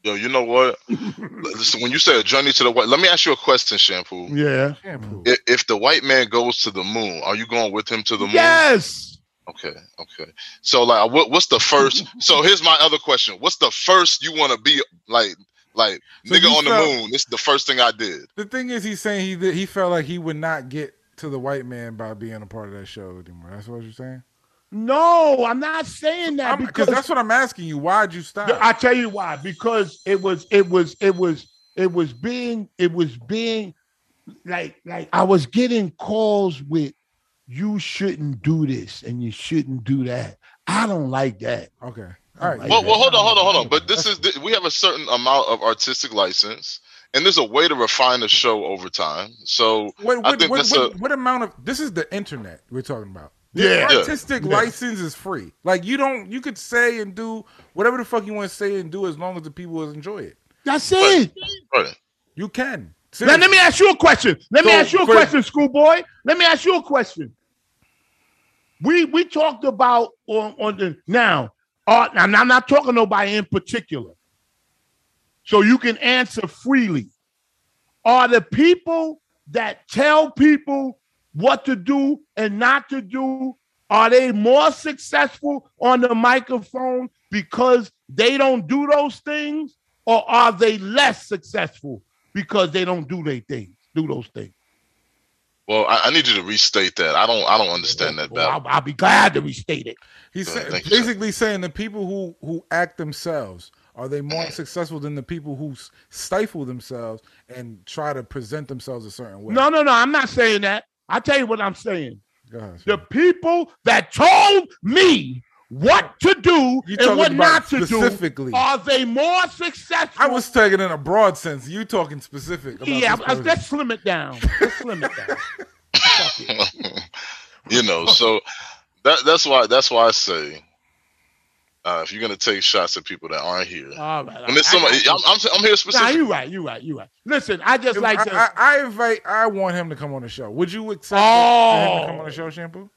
Yo, you know what? Listen, when you say a journey to the white, let me ask you a question, Shampoo.
Yeah.
Shampoo.
If, if the white man goes to the moon, are you going with him to the moon?
Yes.
Okay, okay. So like, what what's the first? so here's my other question: What's the first you want to be like? Like
So
nigga
you
on the
felt-
moon. This is the first thing I did.
The thing is, he's saying he did, he felt like he would not get to the white man by being a part of that show anymore. That's what you're saying.
No, I'm not saying that
Because
because
that's what I'm asking you. Why'd you stop?
I tell you why. Because it was it was it was it was being it was being like like I was getting calls with you shouldn't do this and you shouldn't do that. I don't like that.
okay. All right.
Well,
Yeah.
well, hold on, hold on, hold on. But this is the, we have a certain amount of artistic license, and there's a way to refine a show over time. So
What,
I
what,
think
what,
that's
what,
a-
what amount of this is the internet we're talking about? The
Yeah. Yeah.
artistic license is free. Like you don't, you could say and do whatever the fuck you want to say and do as long as the people enjoy it.
That's it.
right,
You can.
Now, let me ask you a question. Let me
So,
ask you a
for-
question, schoolboy. Let me ask you a question. We we talked about on, on the now, uh, and I'm not talking to nobody in particular. So you can answer freely. Are the people that tell people what to do and not to do, are they more successful on the microphone because they don't do those things? Or are they less successful because they don't do their things, do those things.
Well, I, I need you to restate that. I don't. I don't understand that
Well,
battle.
I'll, I'll be glad to restate it.
He's
Uh,
sa-
thank you, sir.
basically saying the people who who act themselves are they more successful than the people who s- stifle themselves and try to present themselves a certain way?
No, no, no. I'm not saying that. I tell you what I'm saying.
Go ahead.
The people that told me what to do
You
and
talking
what
about
not to do uh,
specifically?
are they more successful?
I was taking it in a broad sense. You talking specific? About
yeah. I-
this
I-
person.
let's slim it down. Let's slim it down. Fuck it.
you know, so that that's why that's why I say uh, if you're gonna take shots at people that aren't here,
All right.
when there's
Uh, I-
somebody,
I-
I'm, I'm, I'm here
Nah,
specifically.
you right. You right. You right. Listen, I just
If
like
I,
to.
I, I invite. I want him to come on the show. Would you accept that- for him to come on the
Oh.
show, Shampoo?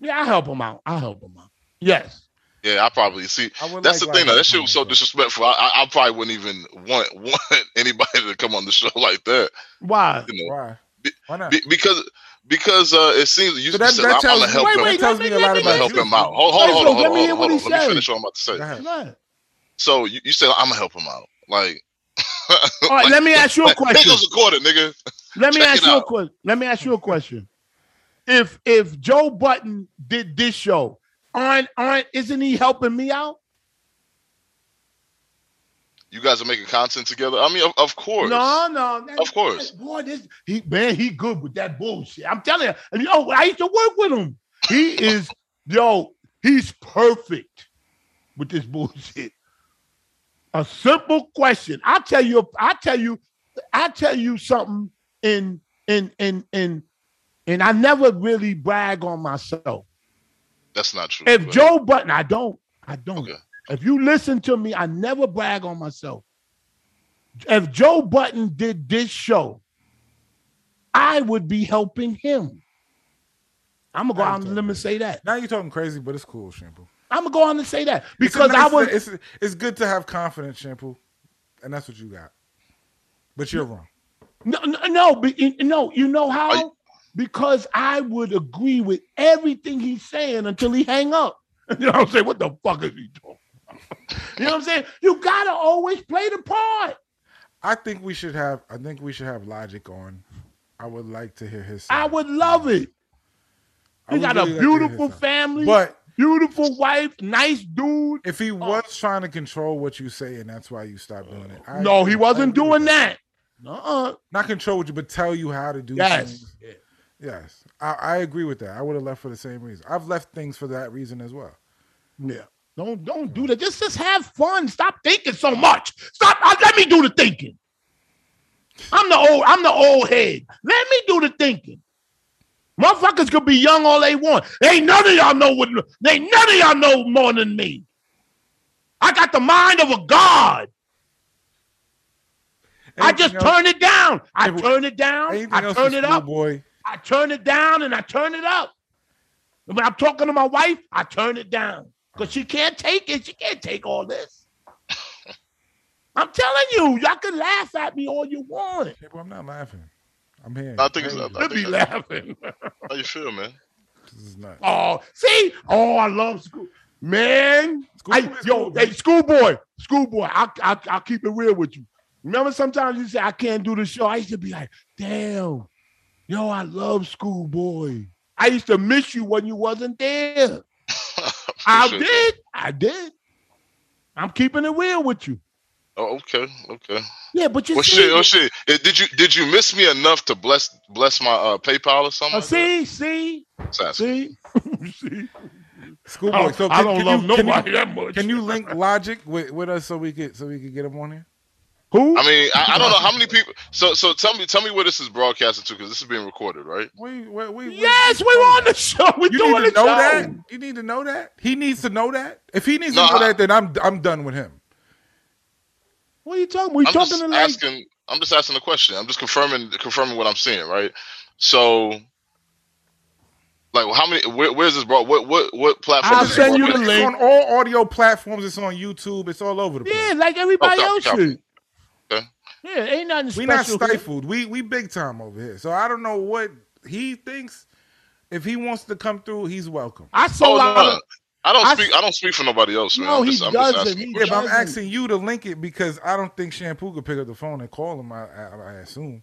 yeah, I help them out. I help them out. Yes.
yeah, I probably see.
I would
That's
like
the
Roger
thing. Though.
to
That shit
come
was
on
so
the show.
disrespectful. I, I, I probably wouldn't even want want anybody to come on the show like that.
Why?
You know,
Why? Why not?
Be- because because uh, it seems you
So that,
said
that
I'm
tells
gonna
me-
help
Wait,
him.
wait,
that tells me a
let
lot
me-
I'm gonna
about
help
you.
him out. Hold, hold,
Wait,
hold,
so
hold,
let
hold,
me hear
hold,
what
hold,
he
hold. Let me
said.
finish what I'm about to say.
Go ahead.
What?
So you, you said I'm gonna help him out. Like,
All right, let me ask you a
like
question.
Pickles recorded, nigga.
Let me
check
ask
it
you a
out.
question. Let me ask you a question. If if Joe Button did this show, aren't aren't isn't he helping me out?
You guys are making content together. I mean, of, of course.
No, no, that-
Of course.
Boy, this he man, he good with that bullshit. I'm telling you, and yo, I used to work with him. He is yo, he's perfect with this bullshit. A simple question. I tell you, I tell you, I tell you something in in in in and I never really brag on myself.
That's not true.
If
But-
Joe Button, I don't, I don't.
Okay.
If you listen to me, I never brag on myself. If Joe Button did this show, I would be helping him. I'm gonna go out and let me say that.
Now you're talking crazy, but it's cool, Shampoo.
I'm gonna go on and say that
It's a
because I
nice-
was
It's, it's good to have confidence, Shampoo, and that's what you got. But you're wrong.
no, no, no, but you- no. You know how?
Are you-
because I would agree with everything he's saying until he hang up. You know what I'm saying? What the fuck is he talking? About? You know what I'm saying? You gotta always play the part.
I think we should have. I think we should have logic on. I would like to hear his.
I
side.
would love it.
I
You
would
got a
really like to hear his
beautiful
side.
family.
But
beautiful wife, nice dude.
if he was trying to control what you say, and that's why you stopped doing it. I
no,
agree-
he
I
wasn't
agree with
doing that. Uh-uh.
Not control what you, but tell you how to do.
Yes.
things. Yes, I, I agree with that. I would have left for the same reason. I've left things for that reason as well.
Yeah. Don't don't do that. Just just have fun. Stop thinking so much. Stop. uh, let me do the thinking. I'm the old. I'm the old head. Let me do the thinking. Motherfuckers could be young all they want. Ain't none of y'all know what. Ain't none of y'all know more than me. I got the mind of a god. I
Anything
just
else-
turn it down. I
Anything
turn it down.
anything
I
else
turn
for
it up.
Schoolboy?
I turn it down and I turn it up. When I'm talking to my wife, I turn it down because she can't take it. She can't take all this. I'm telling you, y'all can laugh at me all you want.
Hey, boy, I'm not laughing. I'm here.
I think it's-
Hey,
I- I
Let me
think-
laughing.
How you feel, man?
this is nuts.
Oh, see? Oh, I love school. Man. I-
Schoolboy is
yo,
cool,
hey,
man.
schoolboy, schoolboy, I, I, I'll keep it real with you. Remember sometimes you say, I can't do the show. I used to be like, damn, yo, I love schoolboy. I used to miss you when you wasn't there. I
Appreciate that.
did. I did. I'm keeping it real with you.
Oh, okay, okay.
Yeah, but you
Well,
see,
shit, oh shit. Eh, Did you did you miss me enough to bless bless my uh, PayPal or something?
uh,
like
see,
that?
see,
Sassy.
see, see. I
Schoolboy.
don't,
So
I
can-
don't
can
love
you- can you-
nobody that much.
Can you link logic with, with us so we could so we could get him on here?
Who?
I mean, I, I don't know how many people. So, so tell me, tell me where this is broadcasted to, because this is being recorded, right?
We, we, we, we-
yes, we were on the show. We
You
doing
need to
the
know
show.
that. You need to know that. He needs to know that. If he needs
No,
to know
I-
that, then I'm I'm done with him.
What are you talking? We
I'm
talking
just
to like
asking. I'm just asking the question. I'm just confirming confirming what I'm seeing, right? So, like, how many? Where, where's this brought? What what what platform?
I'll
is this
send
brought
you the
with?
link.
It's on all audio platforms. It's on YouTube. It's all over the place.
Yeah, like everybody
Okay,
else
okay.
should.
Okay.
Yeah, ain't nothing
We
special.
not
here.
stifled. We we big time over here. So I don't know what he thinks. If he wants to come through, he's welcome.
I saw
Hold
a lot
on.
of,
Oh, I don't
I-
speak. I don't speak for nobody else, man.
No,
I'm
he
just, I'm just
doesn't.
asking
He
a
Yeah,
question.
but I'm
Doesn't-
asking you to link it because I don't think Shampoo could pick up the phone and call him. I, I, I assume.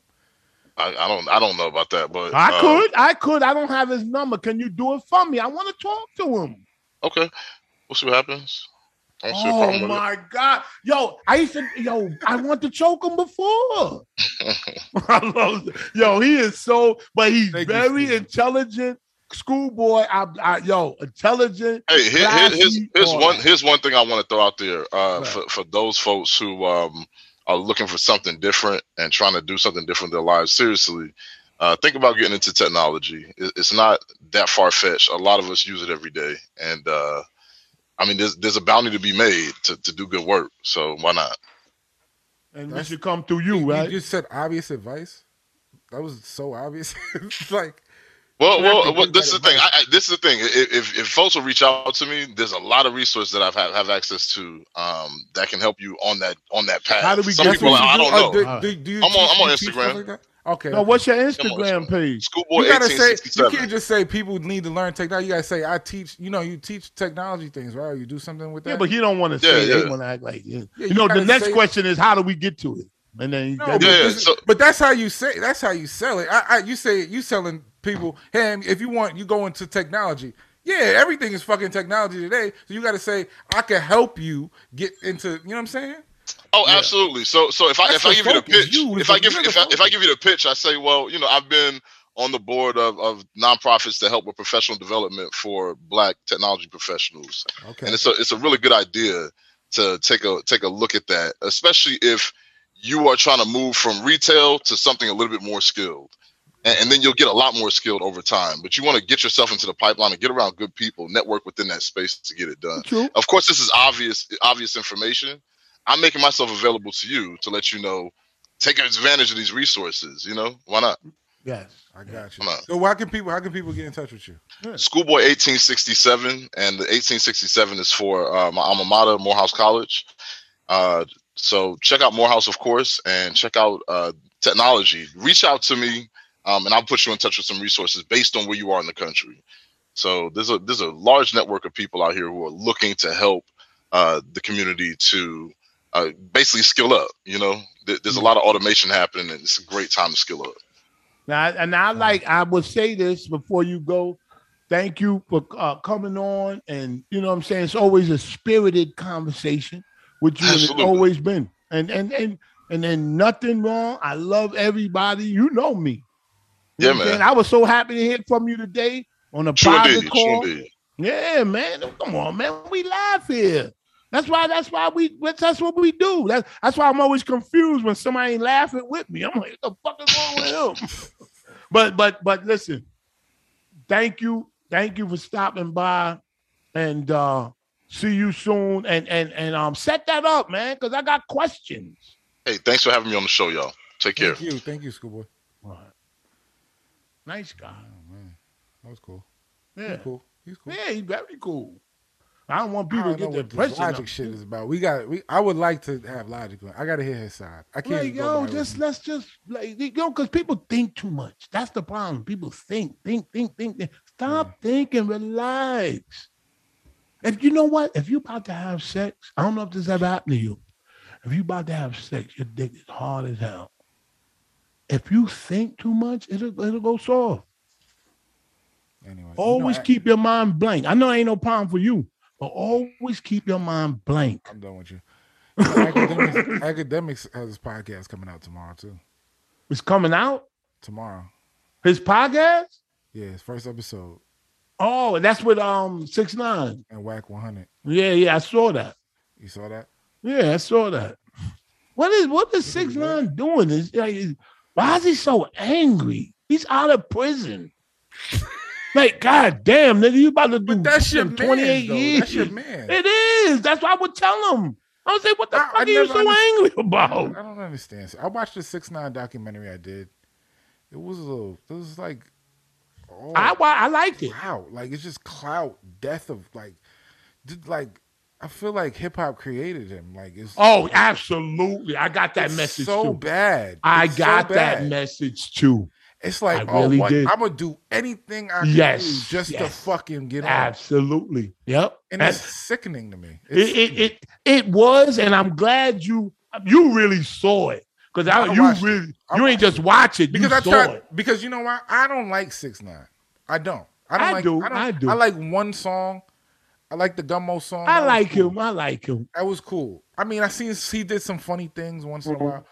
I, I don't. I don't know about that, but
I
uh,
could, I could. I don't have his number. Can you do it for me? I want to talk to him.
Okay, we'll see what happens. I don't see a
Oh
problem with it.
my god, yo! I used to, yo, I want to choke him before. I love, yo, he is so, but he's
Thank you,
very
Steve.
intelligent. Schoolboy, I, I, yo, intelligent.
Hey, here, here, here's,
classy,
here's
all
one
that.
here's one thing I want to throw out there uh,
Right.
for for those folks who um, are looking for something different and trying to do something different in their lives. Seriously, uh, think about getting into technology. It, it's not that far fetched. A lot of us use it every day, and uh, I mean, there's there's a bounty to be made to, to do good work. So why not?
and we
That's-
should come through you,
You
right?
just said obvious advice. That was so obvious. it's like
Well,
You have to
well, well
give
this is
that
the thing. I,
advice.
I, this is the thing. If, if if folks will reach out to me, there's a lot of resources that I've have, have access to um, that can help you on that on that path.
How do we
Some
get
people
to
are like, I
you
don't
do-
know.
uh,
know.
do- do- do you
I'm on-
teach-
I'm on
you teach stuff
Instagram.
like that? Okay.
No, what's your Instagram
let's
page?
Schoolboy
you gotta say you
1867.
can't just say people need to learn technology. You gotta say I teach. You know, you teach technology things, right? Or you do something with that.
Yeah, but he don't want to
Yeah,
say. that.
yeah.
He want to act like yeah. you
Yeah, you
know. The
gotta
next
say-
question is how do we get to it? And then you
No,
gotta-
but,
Yeah,
this is-
so-
but that's how you say. That's how you sell it. I, I you say you selling people. Hey, if you want, you go into technology. Yeah, everything is fucking technology today. So you got to say, I can help you get into. You know what I'm saying?
Oh, absolutely. So, so if I
That's
if I
the
give you the
focus.
pitch,
You is
if I
the-
give
you're the
if I, if I
focus.
give you the pitch, I say, well, you know, I've been on the board of, of nonprofits to help with professional development for Black technology professionals, and
Okay.
it's a it's a really good idea to take a take a look at that, especially if you are trying to move from retail to something a little bit more skilled, and, and then you'll get a lot more skilled over time. But you want to get yourself into the pipeline and get around good people, network within that space to get it done.
True.
Of course, this is obvious obvious information. I'm making myself available to you to let you know. Take advantage of these resources. You know why not?
Yes.
I got you.
Come on.
So why can people? How can people get in touch with you?
Schoolboy 1867, and the 1867 is for uh, my alma mater, Morehouse College. Uh, so check out Morehouse, of course, and check out uh, technology. Reach out to me, um, and I'll put you in touch with some resources based on where you are in the country. So there's a there's a large network of people out here who are looking to help uh, the community to uh, basically skill up. You know, There- there's a lot of automation happening, and it's a great time to skill up.
Now, and I like I would say this before you go. Thank you for uh, coming on, and you know what I'm saying it's always a spirited conversation with you, and it's
Absolutely.
always been. And and and and then nothing wrong. I love everybody. You know me. You know
Yeah,
what I'm
man.
saying? I was so happy to hear from you today on a
True
private
indeed,
call.
true indeed.
Yeah, man. Come on, man. We laugh here. That's why. That's why we. That's, that's what we do. That, that's why I'm always confused when somebody ain't laughing with me. I'm like, what the fuck is wrong with him? but but but listen. Thank you, thank you for stopping by, and uh see you soon. And and and um, set that up, man, because I got questions.
Hey, thanks for having me on the show, y'all. Take care.
Thank you. Thank you, schoolboy.
Nice guy.
Oh man, that was cool.
Yeah,
He's cool. He's cool.
yeah, he's very cool. I don't want
I
people to
don't
get
know
the
what this
impression.
logic shit is about. We got. We. I would like to have logic. on- I got to hear his side. I can't.
Like,
go
yo,
by what
just
he-
let's just like you know, because people think too much. That's the problem. People think, think, think, think. think. Stop thinking, relax. If you know what, if you're about to have sex, I don't know if this ever happened to you. If you're about to have sex, your dick is hard as hell. If you think too much, it'll, it'll go soft.
anyway. you know,
Always
I-
keep your mind blank. I know it ain't no problem for you, but always keep your mind blank.
I'm done with you. You know, academics, academics has his podcast coming out tomorrow too.
It's coming out.
Tomorrow,
His podcast.
yeah, his first episode
Oh, and that's with um six nine.
and Whack 100.
Yeah, yeah, I saw that.
You saw that?
Yeah, I saw that. What is what is six
Mm-hmm.
nine doing? Is like, is- why is he so angry? He's out of prison. like, god damn, nigga, you about to do
But that's your
fucking
man.
28
though.
years.
That's your man.
It is. That's why I would tell him. I was like, what the
I-
fuck
I
are you
never
so
underst-
angry about?
I don't understand. I watched the six nine documentary. I did. It was a little. It was like. Oh,
I wa- I liked it.
clout. Like it's just clout. Death of like, did, like I feel like hip hop created him. Like it's
Oh, absolutely. I got that
it's
message
so
too.
bad.
I
It's so
got that
bad.
message too.
It's like
I
oh,
really
what?
did.
I'm gonna do anything I can
Yes,
do just to
yes.
fucking get on.
Absolutely. Yep.
And it's sickening to me.
it, it it it was, and I'm glad you you really saw it because I,
I
you
watched it.
really
I
you ain't
watched
just watch it.
because
you
I
saw
tried.
it.
Because you know why? I don't like six nine. I don't. I don't
I
like.
do,
I, don't,
I do.
I like one song. I like the Gummo song. That
I
was
like
cool.
him. I like him.
That was cool. I mean, I seen he did some funny things once in a
Mhm.
while,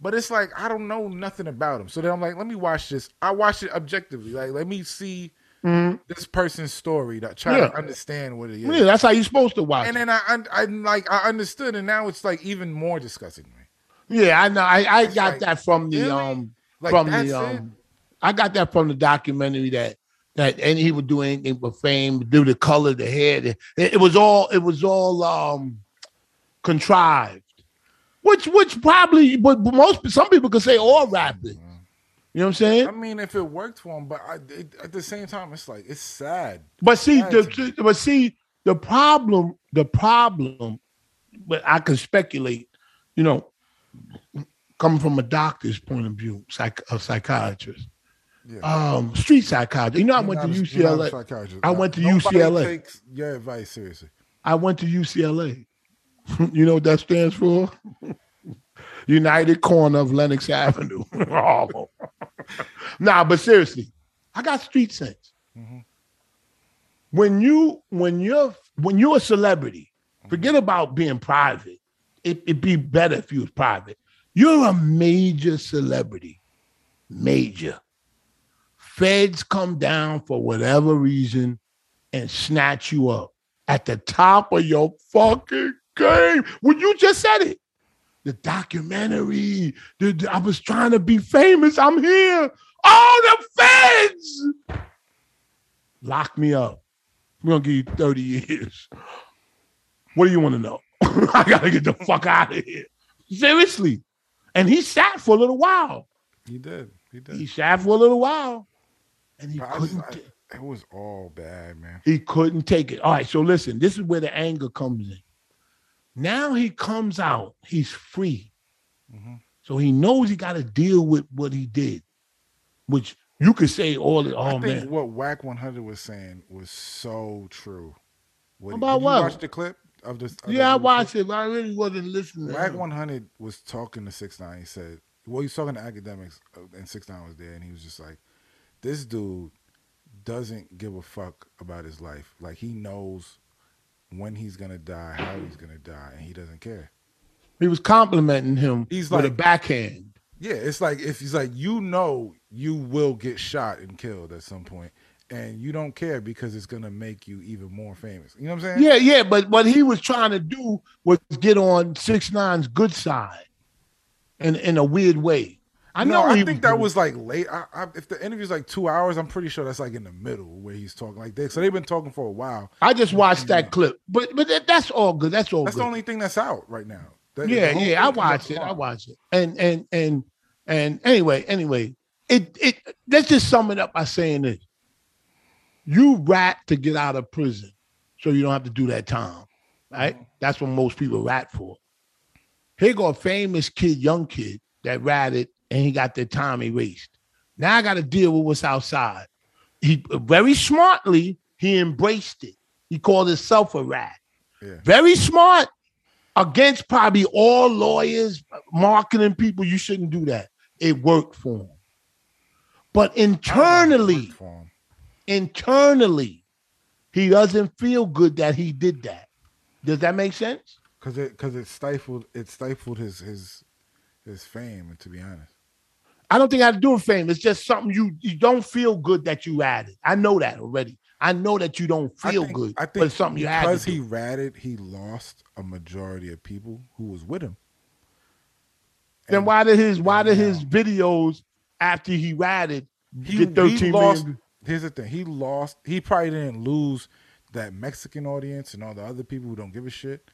but it's like I don't know nothing about him. So then I'm like, let me watch this. I watched it objectively. Like, let me see this person's story. That try
Mm-hmm. Yeah.
to understand what it is.
Yeah, that's how you're supposed to watch.
And
it.
then I, I, I like I understood, and now it's like even more disgusting to me.
Yeah, I know. I, I
It's
got
like,
that from the
really?
um
Like
from
that's
the
it.
um I got that from the documentary that that and he would do anything but fame, do the color, the hair. the- it, it was all it was all um contrived. Which which probably but most some people could say all rapping.
Mm-hmm.
You know what I'm saying?
I mean, if it worked for him, but I, it, at the same time, it's like it's sad.
But see, the,
Right.
the- but see, the problem, the problem, but I can speculate, you know, coming from a doctor's point of view, psych, a psychiatrist,
Yeah.
um, street psychiatrist. You know, I went to
You're not a- you're not a
UCLA.
psychiatrist.
I went to
Nobody
UCLA.
Takes your advice seriously.
I went to UCLA. you know what that stands for? United Corner of Lenox Avenue. Oh. nah, but seriously, I got street sense.
Mhm.
When you when you're when you're a celebrity, forget about being private. It, it'd be better if you was private. You're a major celebrity, major. Feds come down for whatever reason and snatch you up at the top of your fucking game. Well, you just said it. The documentary. the- the- I was trying to be famous. I'm here. Oh, the feds lock me up. We're gonna give you 30 years. What do you want to know? I gotta get the fuck out of here. Seriously. And he sat for a little while.
He did. He did.
He sat for a little while. And he
But I just-
couldn't.
I-
t-
it was all bad, man.
He couldn't take it. All right, so listen, this is where the anger comes in. Now he comes out, he's free.
Mhm.
So he knows he got to deal with what he did, which you could say all the
I
oh
think
man.
what Whack 100 was saying was so true. What he-
About
did you
what?
watch the clip of this? of that
Yeah, I
little
watched it, but I really wasn't listening.
clip? Whack 100 was talking to Six Nine. He said, "Well, he's talking to academics, uh, and Six Nine was there, and he was just like, this dude doesn't give a fuck about his life. Like he knows when he's gonna die, how he's gonna die, and he doesn't care."
He was complimenting him
He's
with a
like-
backhand.
Yeah, it's like if he's like, you know, you will get shot and killed at some point, and you don't care because it's gonna make you even more famous. You know what I'm saying?
Yeah, yeah, but what he was trying to do was get on six nine's good side, in in a weird way. I
no,
know.
I
he
think that
doing-
was like late. I, I, if the interview's like two hours, I'm pretty sure that's like in the middle where he's talking like this. So they've been talking for a while.
I just watched that clip, but but that, that's all good. That's all
Mm-hmm. That's
good.
the only thing that's out right now. That-
Oh, yeah,
the whole
yeah, I
thing comes out
watched it. I
tomorrow.
watched it. And and and and anyway, anyway, it it let's just sum it up by saying this. You rat to get out of prison so you don't have to do that time. Right?
Mm-hmm.
That's what most people rat for. Here go a famous kid, young kid that ratted and he got their time erased. Now I gotta deal with what's outside. He very smartly he embraced it. He called himself a rat.
Yeah.
Very smart against probably all lawyers, marketing people. You shouldn't do that. It worked for him. But
I don't know if it
internally,
worked for him.
internally, he doesn't feel good that he did that. Does that make sense?
Cause it, cause it stifled, it stifled his his his fame. To be honest,
I don't think I do it fame. It's just something you you don't feel good that you added. I know that already. I know that you don't
I
feel
think-
good.
I think
but it's something you had
because
to
he
do.
ratted, he lost a majority of people who was with him.
Then why did his why did his
Wow.
videos after he ratted
he,
get 13
he
million
lost.
views?
Here's the thing: he lost. He probably didn't lose that Mexican audience and all the other people who don't give a shit,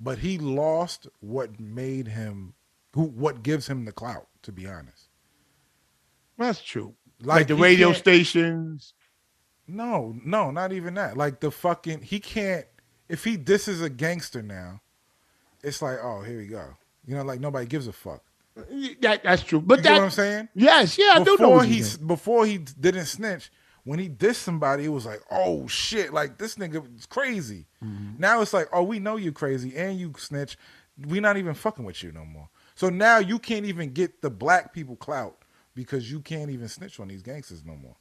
but he lost what made him who what gives him the clout to be honest
That's true. Like,
like
the
he
radio
can't-
stations.
no no not even that like the fucking he can't if he disses a gangster now it's like oh here we go you know like nobody gives a fuck
That, that's true. But
you
that
know what i'm saying
yes, yeah, I do know.
before
what you
he
mean.
before he didn't snitch, when he dissed somebody, it was like, oh shit, like this nigga is crazy.
Mm-hmm.
Now it's like, oh, we know you crazy and you snitch. we not even fucking with you no more. So now you can't even get the black people clout because you can't even snitch on these gangsters no more.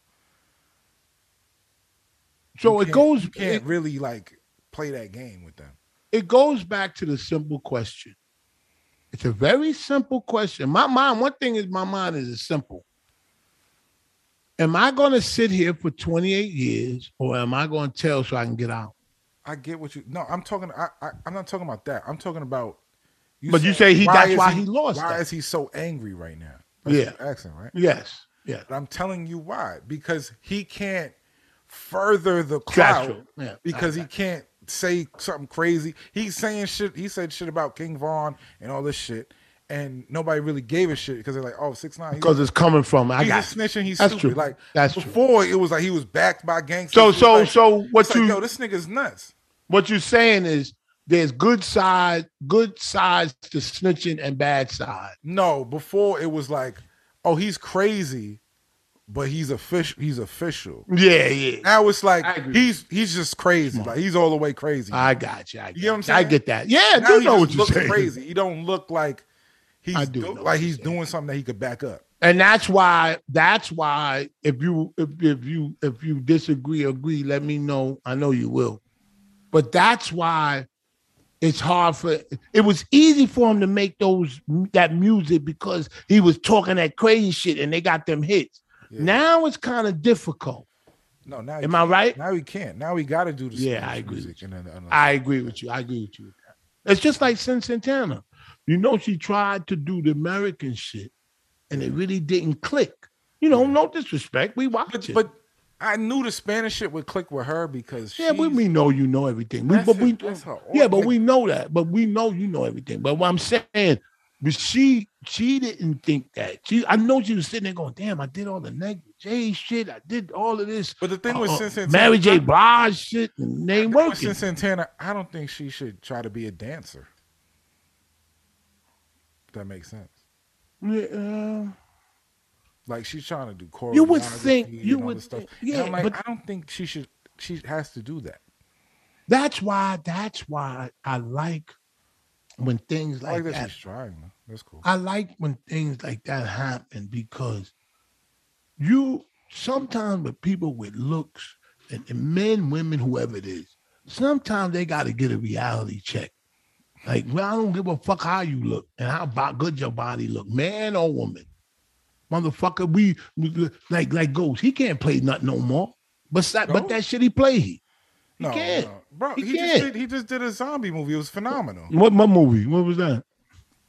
so
You
it
can't-
goes
You can't
it-
really like play that game with them.
it goes back to the simple question. It's a very simple question. My mind, one thing is my mind is simple. Am I going to sit here for 28 years or am I going to tell so I can get out?
I get what you. No, I'm talking. I, I I'm not talking about that. I'm talking about.
But you say he- that's
is
why he lost
Why
that.
is he so angry right now? That's
Yeah.
your accent, right?
Yes. Yeah.
But I'm telling you why. Because he can't further the
That's
cloud
true. Yeah.
because he can't say something crazy. He's saying shit. He said shit about King Vaughn and all this shit. And nobody really gave a shit because they're like, oh, six nine.
Because it's coming from, I
he's
got
just snitching. He's
That's
stupid.
true.
Like
That's true.
before, it was like he was backed by gangsters.
So,
It was
so,
like-
so what
it's
you,
like, yo, this nigga's nuts.
what you're saying is there's good side, good sides to snitching and bad side.
No, before it was like, oh, he's crazy, but he's official. He's official.
Yeah. Yeah.
Now it's like
I agree.
he's he's just crazy. Like he's all the way crazy.
I got you. I, got
You know what
you.
I'm
I
saying?
get that. Yeah. I
now
do
he
know
just
what you're
looks
saying.
crazy. He don't look like
I
he's
do
do
know what
like he's
you're saying.
doing something that he could back up.
and that's why that's why if you if, if you if you disagree or agree let me know i know you will but that's why it's hard for it was easy for him to make those that music because he was talking that crazy shit and they got them hits
Yeah.
now it's kind of difficult
No, now he
am i right
now he can't. Now he got to do the
Yeah,
Spanish
I agree
music and then, uh, and-
i agree with you i agree with you it's just like sin santana you know she tried to do the american shit and it really didn't click you know no disrespect we watch
but,
it
but I knew the Spanish shit would click with her because
Yeah, we,
she's-
we know you know everything. We,
That's
but
her-
we
that's her
yeah, but
organ.
we know that. But we know you know everything. But what I'm saying, but she she didn't think that. She I know she was sitting there going, "Damn, I did all the negligee shit. I did all of this."
But the thing with
uh,
Sin Santana,
Mary J. Blige shit, and they ain't
I, with
working.
Sin Santana, I don't think she should try to be a dancer. If that makes sense.
Yeah, uh,
Like she's trying to do choreography.
You would think-
and
you
all
would
this stuff.
think- yeah,
and I'm like,
but-
I don't think she should. She has to do that.
that's why. That's why I like when things
I
like
like that,
that Uh,
she's trying. though. That's cool.
I like when things like that happen because you sometimes with people with looks and, and men, women, whoever it is, sometimes they got to get a reality check. Like, well, I don't give a fuck how you look and how bo- good your body look, man or woman. Motherfucker, we we- like like Ghost. He can't play nothing no more. But that, but
Ghost?
that shit he play he.
No,
can't.
no. bro.
He
He,
can't.
just did, he just did a zombie movie. It was phenomenal.
What my movie? What was that?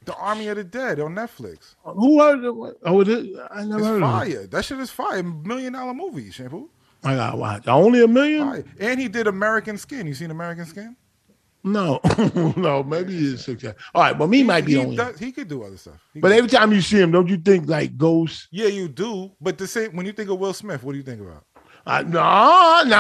The Army of the Dead on Netflix.
Who heard of it? Oh, it is, I never
It's
heard of it.
fire. That shit is fire. Million dollar movie, shampoo.
I gotta watch. Only a million?
Fire. And he did American Skin. You seen American Skin?
No, no, maybe it's success. All right, but me might be
he,
on.
does- he could do other stuff. He
But
could-
every time you see him, don't you think like ghosts?
yeah, you do. But the same when you think of Will Smith, what do you think about?
Uh, no, no,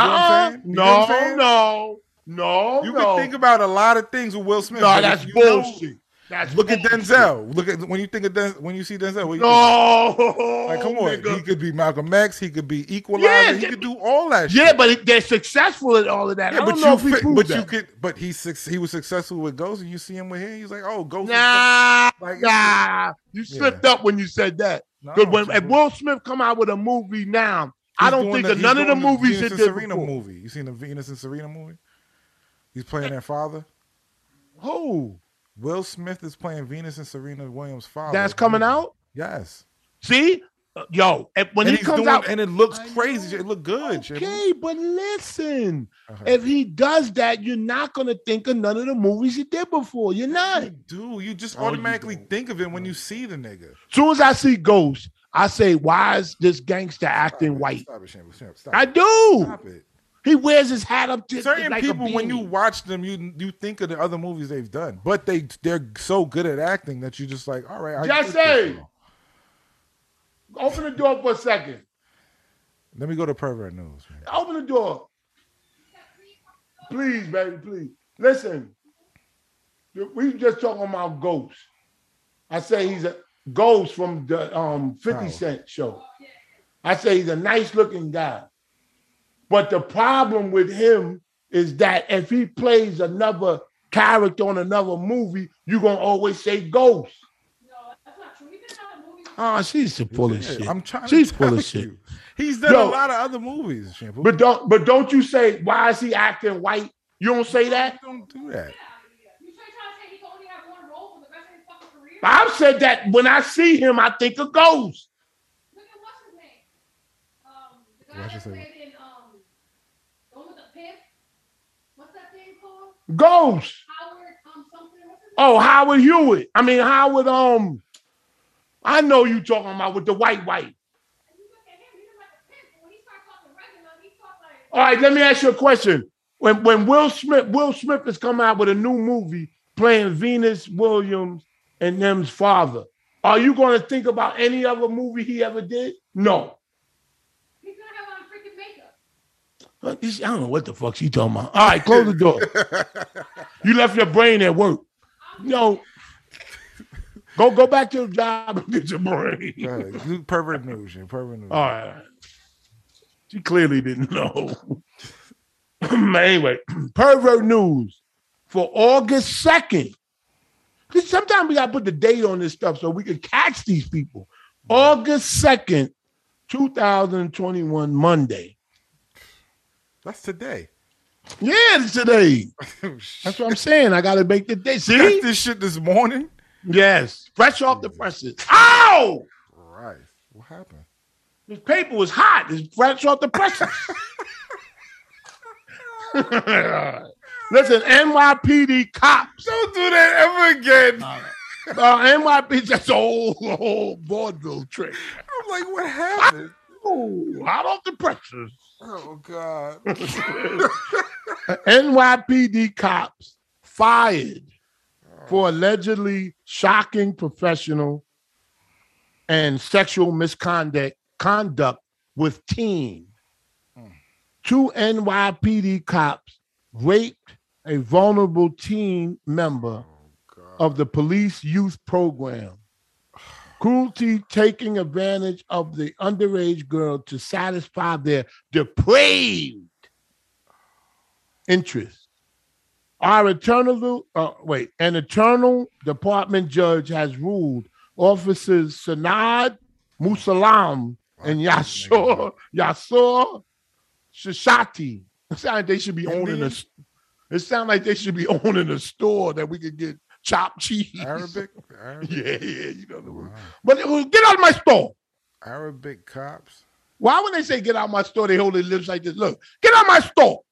I'm saying? You know
no,
what I'm saying?
no, no,
You
Oh, no.
can think about a lot of things with Will Smith.
no,
but
that's
if you know-
bullshit. that's
look at
bullshit.
Denzel. Look at when you think of Denzel, when you see Denzel. What do you think?
No,
Like, come on,
nigga.
he could be Malcolm X. He could be Equalizer.
Yeah,
he
that-
could do all that. shit.
yeah, but it, they're successful at all of that.
Yeah,
I
but
don't know
you,
if we
fit-
proved
but
that.
you could, but he suc- he was successful with Ghost, and you see him with him. He's like, oh, Ghost. is
nah,
Like-
nah, you
Yeah.
slipped up when you said that.
No,
Because when
he's
if Will Smith come out with a movie now, I don't
doing
think
the-
of
he's
none of the
doing
movies
Venus
that
and
did
Serena
before.
movie. You seen the Venus and Serena movie? He's playing their father.
Who?
Will Smith is playing Venus and Serena Williams' father.
That's coming out.
Yes.
See, Uh, yo, and when
and
he
he's
comes
doing-
out,
and it looks
I
crazy.
know.
It looked good. Jimmy. Uh-huh.
okay, but listen,
Okay.
if he does that, you're not gonna think of none of the movies he did before. You're not.
You do you just
Oh, you
automatically
don't.
think of him when you see the nigga?
Soon as I see Ghost, I say, why is this gangster acting
Stop it.
white?
Stop it, Shambo. Stop it.
I do.
Stop it.
He wears his hat up to
Certain
like a
people, when you
beanie.
watch them, you you think of the other movies they've done, but they they're so good at acting that you're just like, all right, I get this
Jesse!
now.
open the door for a second.
Let me go to pervert news. man.
Open the door. Please, baby, please. Listen, we just talking about Ghost. I say he's a Ghost from the um, 50
Oh.
Cent show. I say he's a nice looking guy. But the problem with him is that if he plays another character on another movie, you're going to always say Ghost. Oh, she's full of shit.
I'm trying.
She's
to
full
tell
of shit.
you. He's done
Yo.
a lot of other movies. Shampoo.
But don't but don't you say why is he acting white? You don't say that.
don't do that.
I've said that when I see him, I think of ghosts.
Watch this thing.
Ghosts. Oh, Howard Hewitt. I mean Howard. Um, I know you talking about with the white white. All right, let me ask you a question. When when Will Smith Will Smith has come out with a new movie playing Venus Williams and them's father, are you going to think about any other movie he ever did? No. I don't know what the fuck she talking about. All right, close the door. You left your brain at work. No. Go go back to your job and get your brain.
Go ahead. Do pervert news. Shampoo. Pervert news.
All right. She clearly didn't know. anyway, pervert news for August 2nd. 'Cause Sometimes we gotta put the date on this stuff so we can catch these people. August 2nd, 2021, Monday.
That's today.
Yeah, it's today. That's what I'm saying. I gotta make the date. See?
Got this shit this morning.
Yes. Fresh off the presses. Ow!
Right. What happened?
This paper was hot. It's fresh off the presses. Listen, NYPD cops.
Don't do that ever again.
Uh, NYPD, that's a whole, whole vaudeville trick.
I'm like, what happened?
Ooh, hot off the presses.
Oh God.
NYPD cops fired for allegedly shocking professional and sexual misconduct conduct with teen. Two NYPD cops raped a vulnerable teen member of the police youth program. Cruelty taking advantage of the underage girl to satisfy their depraved interest. Our eternal, uh, wait, an eternal department judge has ruled officers Sanad Musalam and Yasor Yasor Shishati. It sounds like they should be owning a. s- It sounds like they should be owning a store that we could get chopped cheese.
Arabic, Arabic,
Yeah, yeah, you know the word.
Wow.
But it was, get out of my store.
Arabic cops.
Why when they say get out my store, they hold their lips like this? Look, get out my store.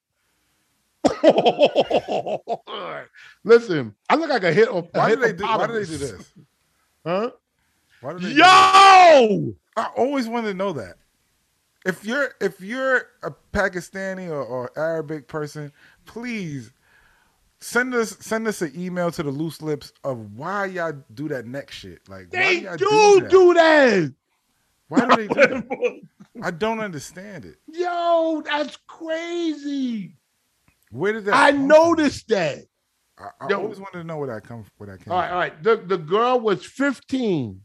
Listen, I look like a hit. a
Why do they do? Why do they do
hippopotamus.
this?
Huh?
Why do they? do that?
Yo,
I always wanted to know that. If you're if you're a Pakistani or, or Arabic person, please send us send us an email to the loose lips of why y'all do that neck shit. Like
they
why y'all
do
that?
do that.
Why do they do that? I don't understand it.
Yo, that's crazy.
Where did that?
I
come
noticed that.
from? I, I
Yo.
always wanted to know where that come where that came.
All right, all
from.
right. The the girl was 15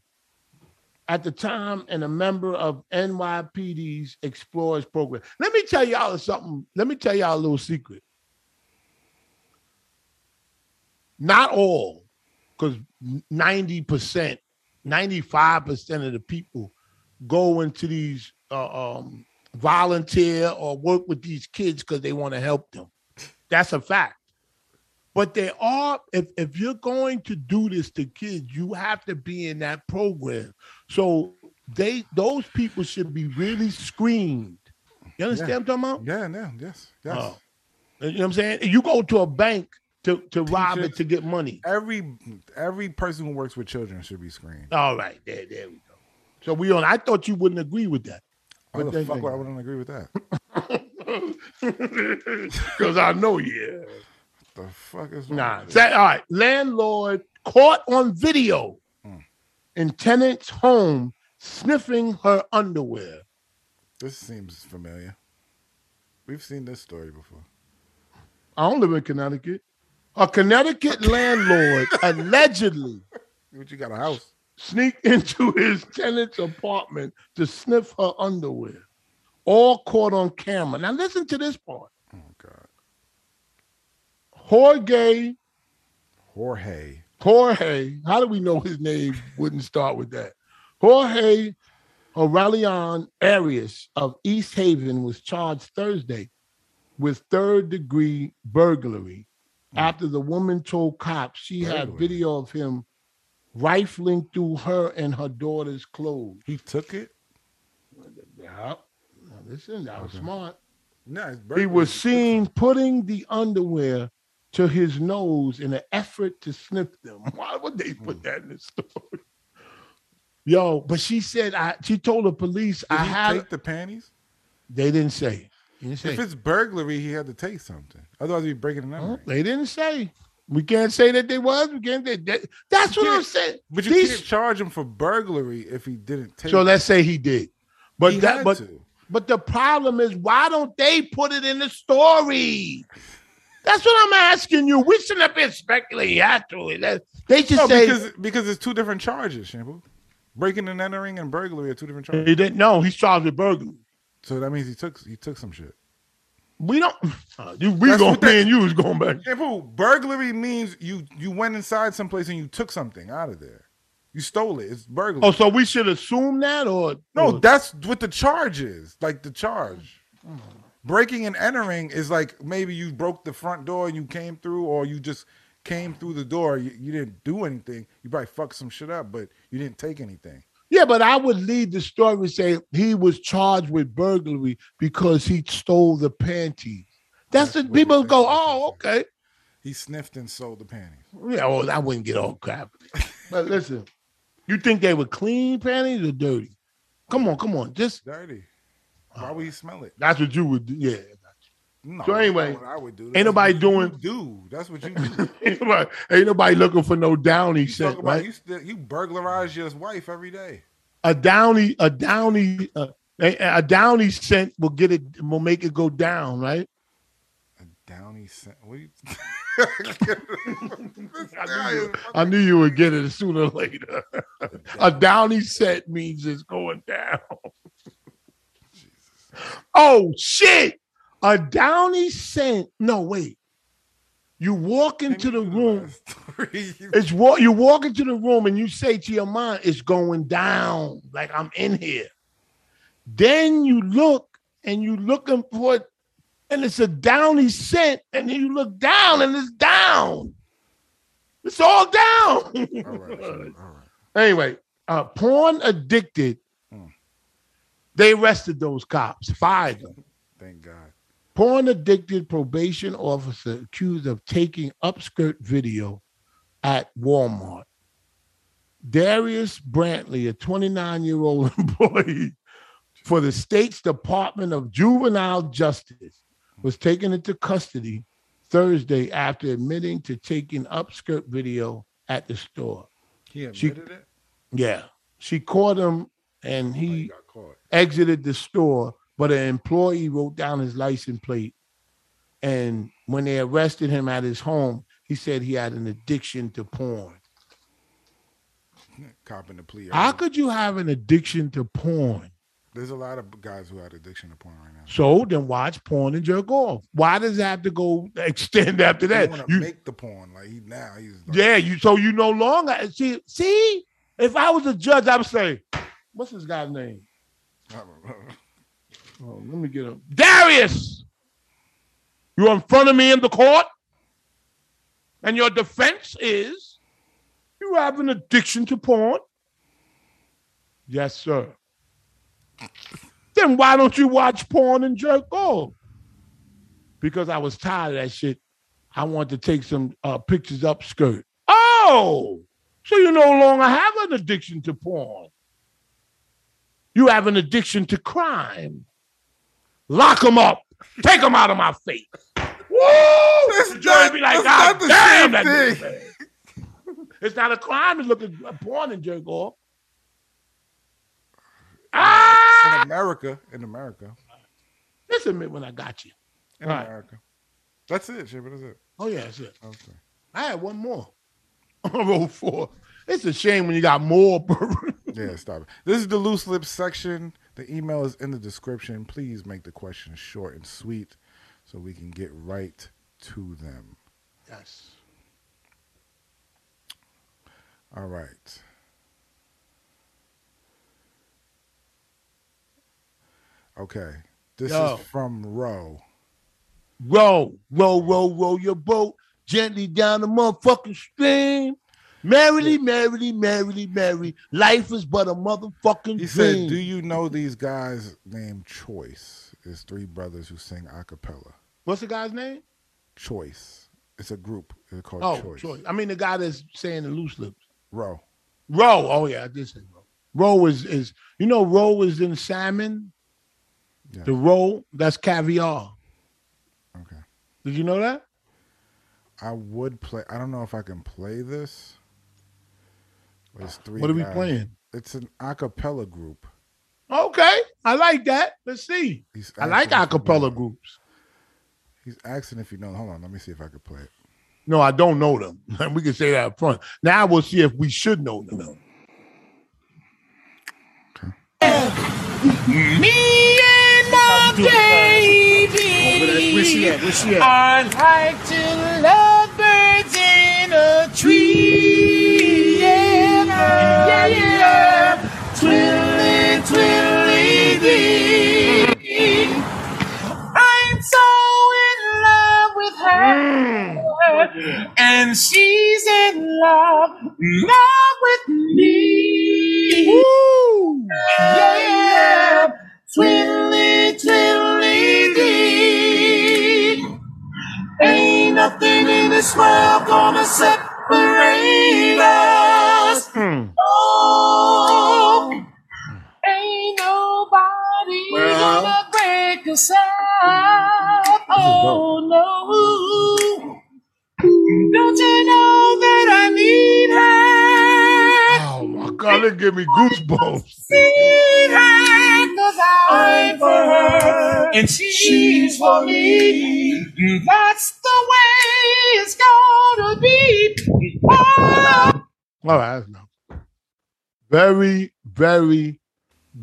at the time and a member of NYPD's Explorers program. Let me tell y'all something. Let me tell y'all a little secret. Not all, because 90%, 95% of the people go into these uh, um, volunteer or work with these kids because they want to help them. That's a fact. But they are, if, if you're going to do this to kids, you have to be in that program. So they those people should be really screened. You understand what I'm talking
Yeah, no, yes, yes.
about? Oh. You know what I'm saying? You go to a bank to, to rob it
Teachers.
to get money.
Every every person who works with children should be screened.
All right, there, there we go. So we on. I thought you wouldn't agree with that.
Why
What
the
they
fuck
think?
would I wouldn't agree with that?
Because I know you.
The fuck is wrong
Nah.
with
That, all right. Landlord caught on video in tenant's home sniffing her underwear.
This seems familiar. We've seen this story before.
I don't live in Connecticut. A Connecticut landlord allegedly
What you got a house?
sneaked into his tenant's apartment to sniff her underwear. All caught on camera. Now listen to this part.
Oh God,
Jorge,
Jorge.
Jorge, how do we know his name wouldn't start with that? Jorge Aurelian Arias of East Haven was charged Thursday with third degree burglary after the woman told cops she had
Burglary.
video of him rifling through her and her daughter's clothes.
He took it.
Yeah. Now listen, that was
Okay.
smart.
No, it's
He
burglary.
was seen putting the underwear to his nose in an effort to sniff them. Why would they
Hmm.
put that in the story? Yo, but she said I. She told the police
Did
I
he
had.
take the panties.
they didn't say. They didn't
If
say.
it's burglary, he had to take something. Otherwise, he'd be breaking an
Huh?
entering.
They didn't say. We can't say that they was. We can't. They, that- that's
You
what I'm
can't-
saying.
But you
These-
can't charge him for burglary if he didn't take.
so
it.
let's say he did. But
He
that.
had
But
to.
but the problem is why don't they put it in the story? That's what I'm asking you. We shouldn't have been speculating. had to. That- They just
no,
say
Oh, because because it's two different charges, Shampoo. Breaking and entering and burglary are two different charges.
He didn't know. He's charged with burglary.
So that means he took he took some shit.
We don't. Uh, you, we
That's
going
what that-
pay and you is going back.
Shampoo, burglary means you you went inside someplace and you took something out of there. You stole it. It's burglary.
Oh, so we should assume that or
No,
or-
that's what the charge is. Like the charge. Breaking and entering is like maybe you broke the front door and you came through, or you just came through the door. You, you didn't do anything. You probably fucked some shit up, but you didn't take anything.
yeah, but I would lead the story and say he was charged with burglary because he stole the panties. That's,
That's
the
what
people
it-
go.
that's
Oh,
what
okay.
He sniffed and sold the panties.
Yeah, well, I wouldn't get all crap. but listen, you think they were clean panties or dirty? Come on, come on. Just
Dirty. Why would he smell it?
that's what you would do. Yeah.
No.
So anyway,
that's not what I would do.
ain't nobody
what
doing-
you Do that's what you do.
ain't, nobody, ain't nobody looking for no downy
you talk
scent,
about
right?
you. St- you burglarize your wife every day.
a downy a downy uh, a, a downy scent will get it will make it go down right
A downy scent. What you?
I knew, you, I knew you would get it sooner or later a downy scent means it's going down oh shit a downy scent no wait you walk into the room it's what you walk into the room and you say to your mind, it's going down, like I'm in here. Then you look and you looking for it, and it's a downy scent, and then you look down and it's down. It's all down.
All right, all right.
anyway, uh, porn addicted.
Hmm.
They arrested those cops, fired them.
Thank God.
Porn addicted probation officer accused of taking upskirt video at Walmart. Darius Brantley, a 29 year old employee for the state's Department of Juvenile Justice, was taken into custody Thursday after admitting to taking upskirt video at the store.
He
She-
admitted it.
Yeah. She caught him and
Oh, he
he
got caught.
exited the store, but an employee wrote down his license plate. And when they arrested him at his home, he said he had an addiction to porn.
Copping the plea.
How could you have an addiction to porn?
There's a lot of guys who had addiction to porn right now.
So then watch porn and jerk off. Why does it have to go extend after
They
that?
want to
You,
make the porn like he now he's like,
yeah, you so you no longer see see if I was a judge, I would say, what's this guy's name?
I don't know.
Oh, let me get him. Darius, you're in front of me in the court, and your defense is you have an addiction to porn. Yes, sir. then why don't you watch porn and jerk off? Because I was tired of that shit. I wanted to take some uh, pictures up skirt. Oh, so you no longer have an addiction to porn. You have an addiction to crime. Lock them up. Take him out of my face. Woo!
That's
The jury
not-
be like,
that's
God
not the
damn,
same
that nigga bad." It's not a crime to look at porn and jerk off.
In
Ah!
America, in America,
Listen, man, when I got you.
in
Right.
America. That's it, Shipper. That's it.
Oh yeah, that's it.
Okay.
I had one more. I rolled four. It's a shame when you got more.
Yeah, stop it. This is the loose lips section. The email is in the description. Please make the questions short and sweet so we can get right to them.
yes.
All right. Okay. This
Yo.
is from Roe.
Row, row, row, row your boat gently down the motherfucking stream. Merrily, merrily, merrily, merrily. Life is but a motherfucking
He
dream.
said, Do you know these guys named Choice? It's three brothers who sing a cappella.
What's the guy's name?
Choice. It's a group It's called
Oh,
Choice.
Troy. I mean, the guy that's saying the loose lips.
Roe.
Row. Oh, yeah, I did say row. Row is, is you know, row is in salmon.
Yeah.
The row, that's caviar.
Okay.
Did you know that?
I would play. I don't know if I can play this. But it's three.
What are we
guys.
playing?
It's an a cappella group.
Okay, I like that. Let's see.
He's
I like a
asking if you know
cappella
them.
groups.
He's asking if you know. Hold on, let me see if I can play it.
No, I don't know them. we can say that up front. Now we'll see if we should know them.
Me and my baby. Where she at? Where she at? I like to love birds in a tree. Yeah, yeah, yeah. Twiddly, twiddly dee. I'm so in love with her. And she's in love, love with me.
Woo!
Yeah, twiddly, twiddly dee. Ain't nothing in this world gonna separate us. Oh, ain't nobody gonna break us up. Oh no. Don't you know that I need her?
Oh my god, that give me goosebumps.
I'm for her and she's for me. That's the way it's gonna be. Oh,
All right, that's enough. Very, very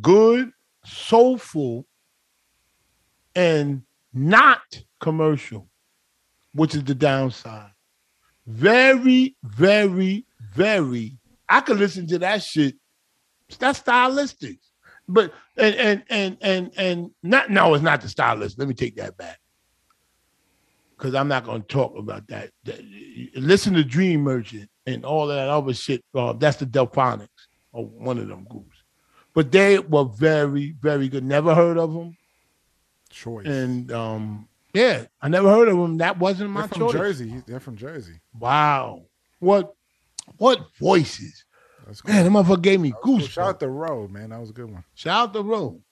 good, soulful, and not commercial, which is the downside. Very, very, very. I could listen to that shit. That's stylistic, but and and and and and not. No, it's not the stylist. Let me take that back. because I'm not going to talk about that. That- Listen to Dream Merchant and all that other shit. Uh, that's the Delphonics or one of them groups. But they were very, very good. Never heard of them.
Choice.
And um, yeah, I never heard of them. That wasn't
they're
my
from
choice.
Jersey. He- They're from Jersey.
Wow. What what voices?
That's cool.
Man, that motherfucker gave me
Cool.
goosebumps.
Shout out to Roe, man. That was a good one.
Shout out the road.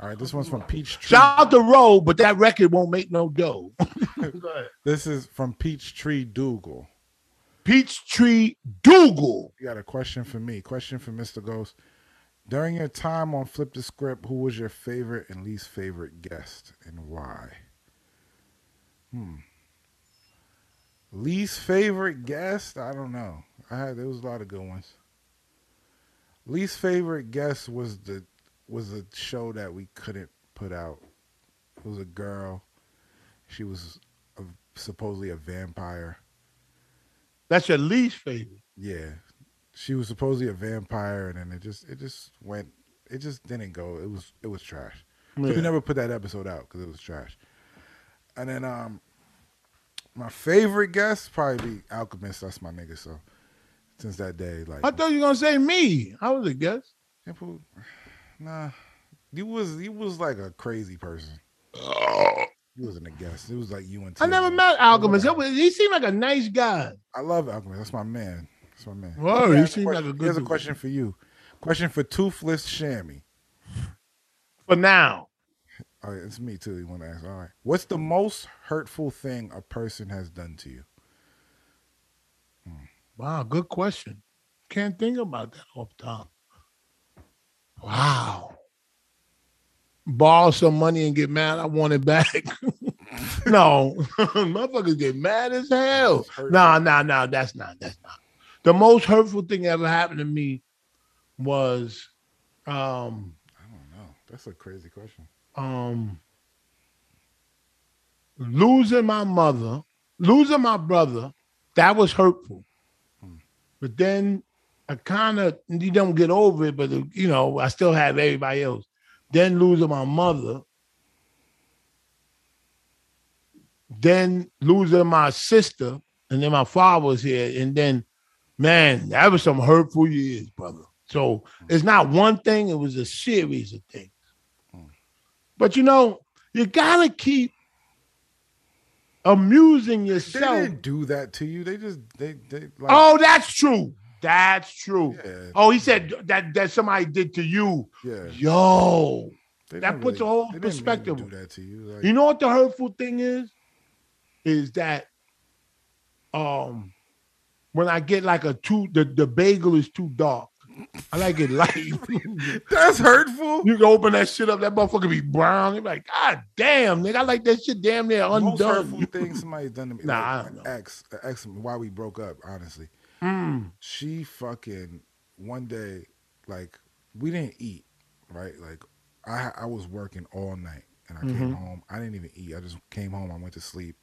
All right, this one's from Peach Tree.
Shout out the road, but that record won't make no dough. Go ahead.
This is from Peach Tree Dougal.
Peachtree Dougal.
You got a question for me. Question for Mr. Ghost. During your time on Flip the Script, who was your favorite and least favorite guest and why? Hmm. Least favorite guest? I don't know. I had there was a lot of good ones. Least favorite guest was the was a show that we couldn't put out. It was a girl. She was a, supposedly a vampire.
That's your least favorite.
Yeah, she was supposedly a vampire, and then it just it just went. It just didn't go. It was it was trash. So we
Yeah.
never put that episode out because it was trash. And then um, my favorite guest probably be Alchemist. That's my nigga. So since that day, like
I thought you were gonna say me. I was a guess.
Yeah, Pooh, nah, you was you was like a crazy person. You wasn't a guest. It was like you and
I
Tim.
never met Alchemist. That was- he seemed like a nice guy.
I love Alchemist. That's my man. That's my man.
Whoa,
Here's
he
a
seemed
question-
like a good
Here's a
dude.
question for you. Question for Toothless Shammy.
For now,
All right, it's me too. You want to ask? All right. What's the most hurtful thing a person has done to you?
Wow, good question. Can't think about that off top. Wow. Borrow some money and get mad. I want it back. no, motherfuckers get mad as hell.
It's hurtful.
Nah, nah, nah. That's not. That's not. The most hurtful thing that ever happened to me was, um,
I don't know. That's a crazy question.
um, losing my mother, losing my brother, that was hurtful. But then I kind of you don't get over it, but you know I still have everybody else. Then losing my mother, then losing my sister, and then my father was here, and then man, that was some hurtful years, brother. So it's not one thing; it was a series of things. But you know, you gotta keep amusing
They
yourself.
didn't do that to you. They just they they like
Oh, that's true. That's true.
yeah
Oh, he said that that somebody did to you.
yeah.
Yo,
They
that
didn't
puts a whole
they didn't mean to
perspective.
Do that to you. Like,
you know what the hurtful thing is? Is that um when I get like a too the, the bagel is too dark. I like it light. you
that's hurtful.
can open that shit up, that motherfucker be brown. You're like, God damn, nigga, I like that shit damn near
Most hurtful
undone.
thing somebody's done to me.
Nah,
like,
I don't
my
know.
Ex, the ex, why we broke up. Honestly,
Mm,
she fucking one day like we didn't eat right. Like I I was working all night and I came
Mhm.
home. I didn't even eat. I just came home. I went to sleep,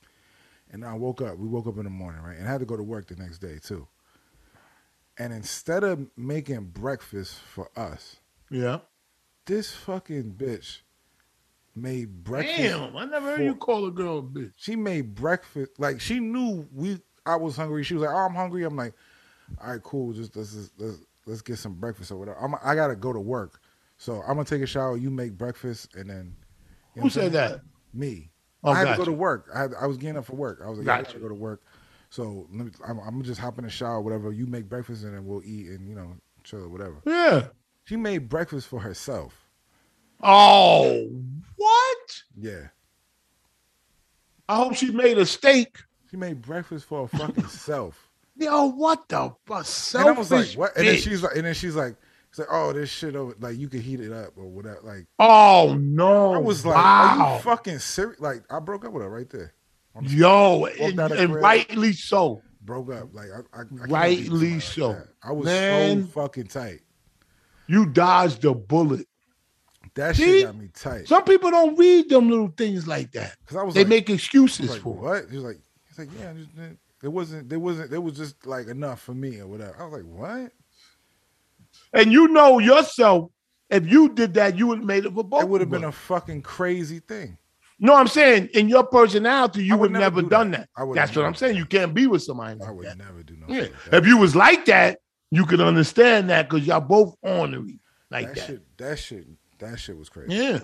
and I woke up. We woke up in the morning right, and I had to go to work the next day too. And instead of making breakfast for us,
yeah.
this fucking bitch made breakfast.
Damn, I never heard you call a girl a bitch.
She made breakfast. Like she knew we. I was hungry. She was like, "Oh, I'm hungry." I'm like, "All right, cool. Just let's just- let's let's get some breakfast or whatever." I'm, I gotta go to work, so I'm gonna take a shower. You make breakfast, and then
Who
you know what I'm
said
saying?
that?
Me.
Oh,
I had to
gotcha.
go to work. I, had, I was getting up for work. I was like, I gotta
Gotcha.
go to work. So let me, I'm, I'm gonna just hop in the shower, whatever. You make breakfast, and then we'll eat and you know chill or whatever.
Yeah.
She made breakfast for herself.
Oh, what?
Yeah,
I hope she made a steak.
she made breakfast for her fucking self.
Yo, what the fuck?
and I was
Selfish
like, what? And then
bitch.
she's like, and then she's like, she's like, oh, this shit over, like you can heat it up or whatever. Like
oh no!
I was like, are
wow.
you fucking serious? Like I broke up with her right there.
Yo, and,
out of
and
crib.
rightly so.
Broke up. Like I, I, I can't be with
Rightly
somebody like
so.
that. I was
Man.
so fucking tight.
You dodged a bullet.
That
See?
shit got me tight.
Some people don't read them little things like that.
Cause I was
They
like,
make
I was
excuses
like,
for. it.
what? He was like, he's like, yeah, I just didn't- it wasn't, there wasn't, there was just like enough for me or whatever. I was like, what?
And you know yourself. If you did that, you would have made it for both.
It would have
of
been
us.
a fucking crazy thing.
No, I'm saying in your personality, you
I
would
would never
never
do
done
that.
that.
I would
That's what
never
I'm
do
saying.
that.
You can't be with somebody
I
like
would
that.
never do no
Yeah.
shit like that.
If you was like that, you could understand that because y'all both ornery like
that
that.
shit, that shit, that shit was crazy.
Yeah.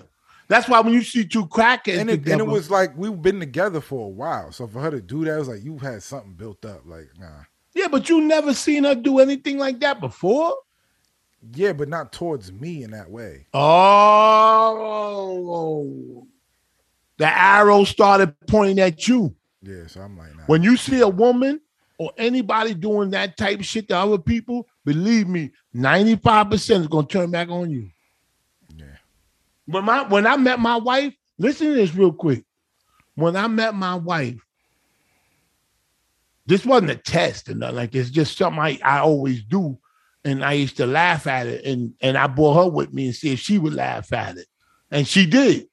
That's why when you see two crackheads
and it, and
together,
it was like we've been together for a while. So for her to do that, it was like you had something built up. Like, nah.
yeah, but you never seen her do anything like that before.
Yeah, but not towards me in that way.
Oh, the arrow started pointing at you.
Yeah, so I'm like, nah.
When you see a woman or anybody doing that type of shit to other people, believe me, 95% is gonna turn back on you.
yeah.
when my when I met my wife, listen to this real quick. When I met my wife, this wasn't a test or nothing like this. Just something I, I always do, and I used to laugh at it. And and I brought her with me and see if she would laugh at it, and she did.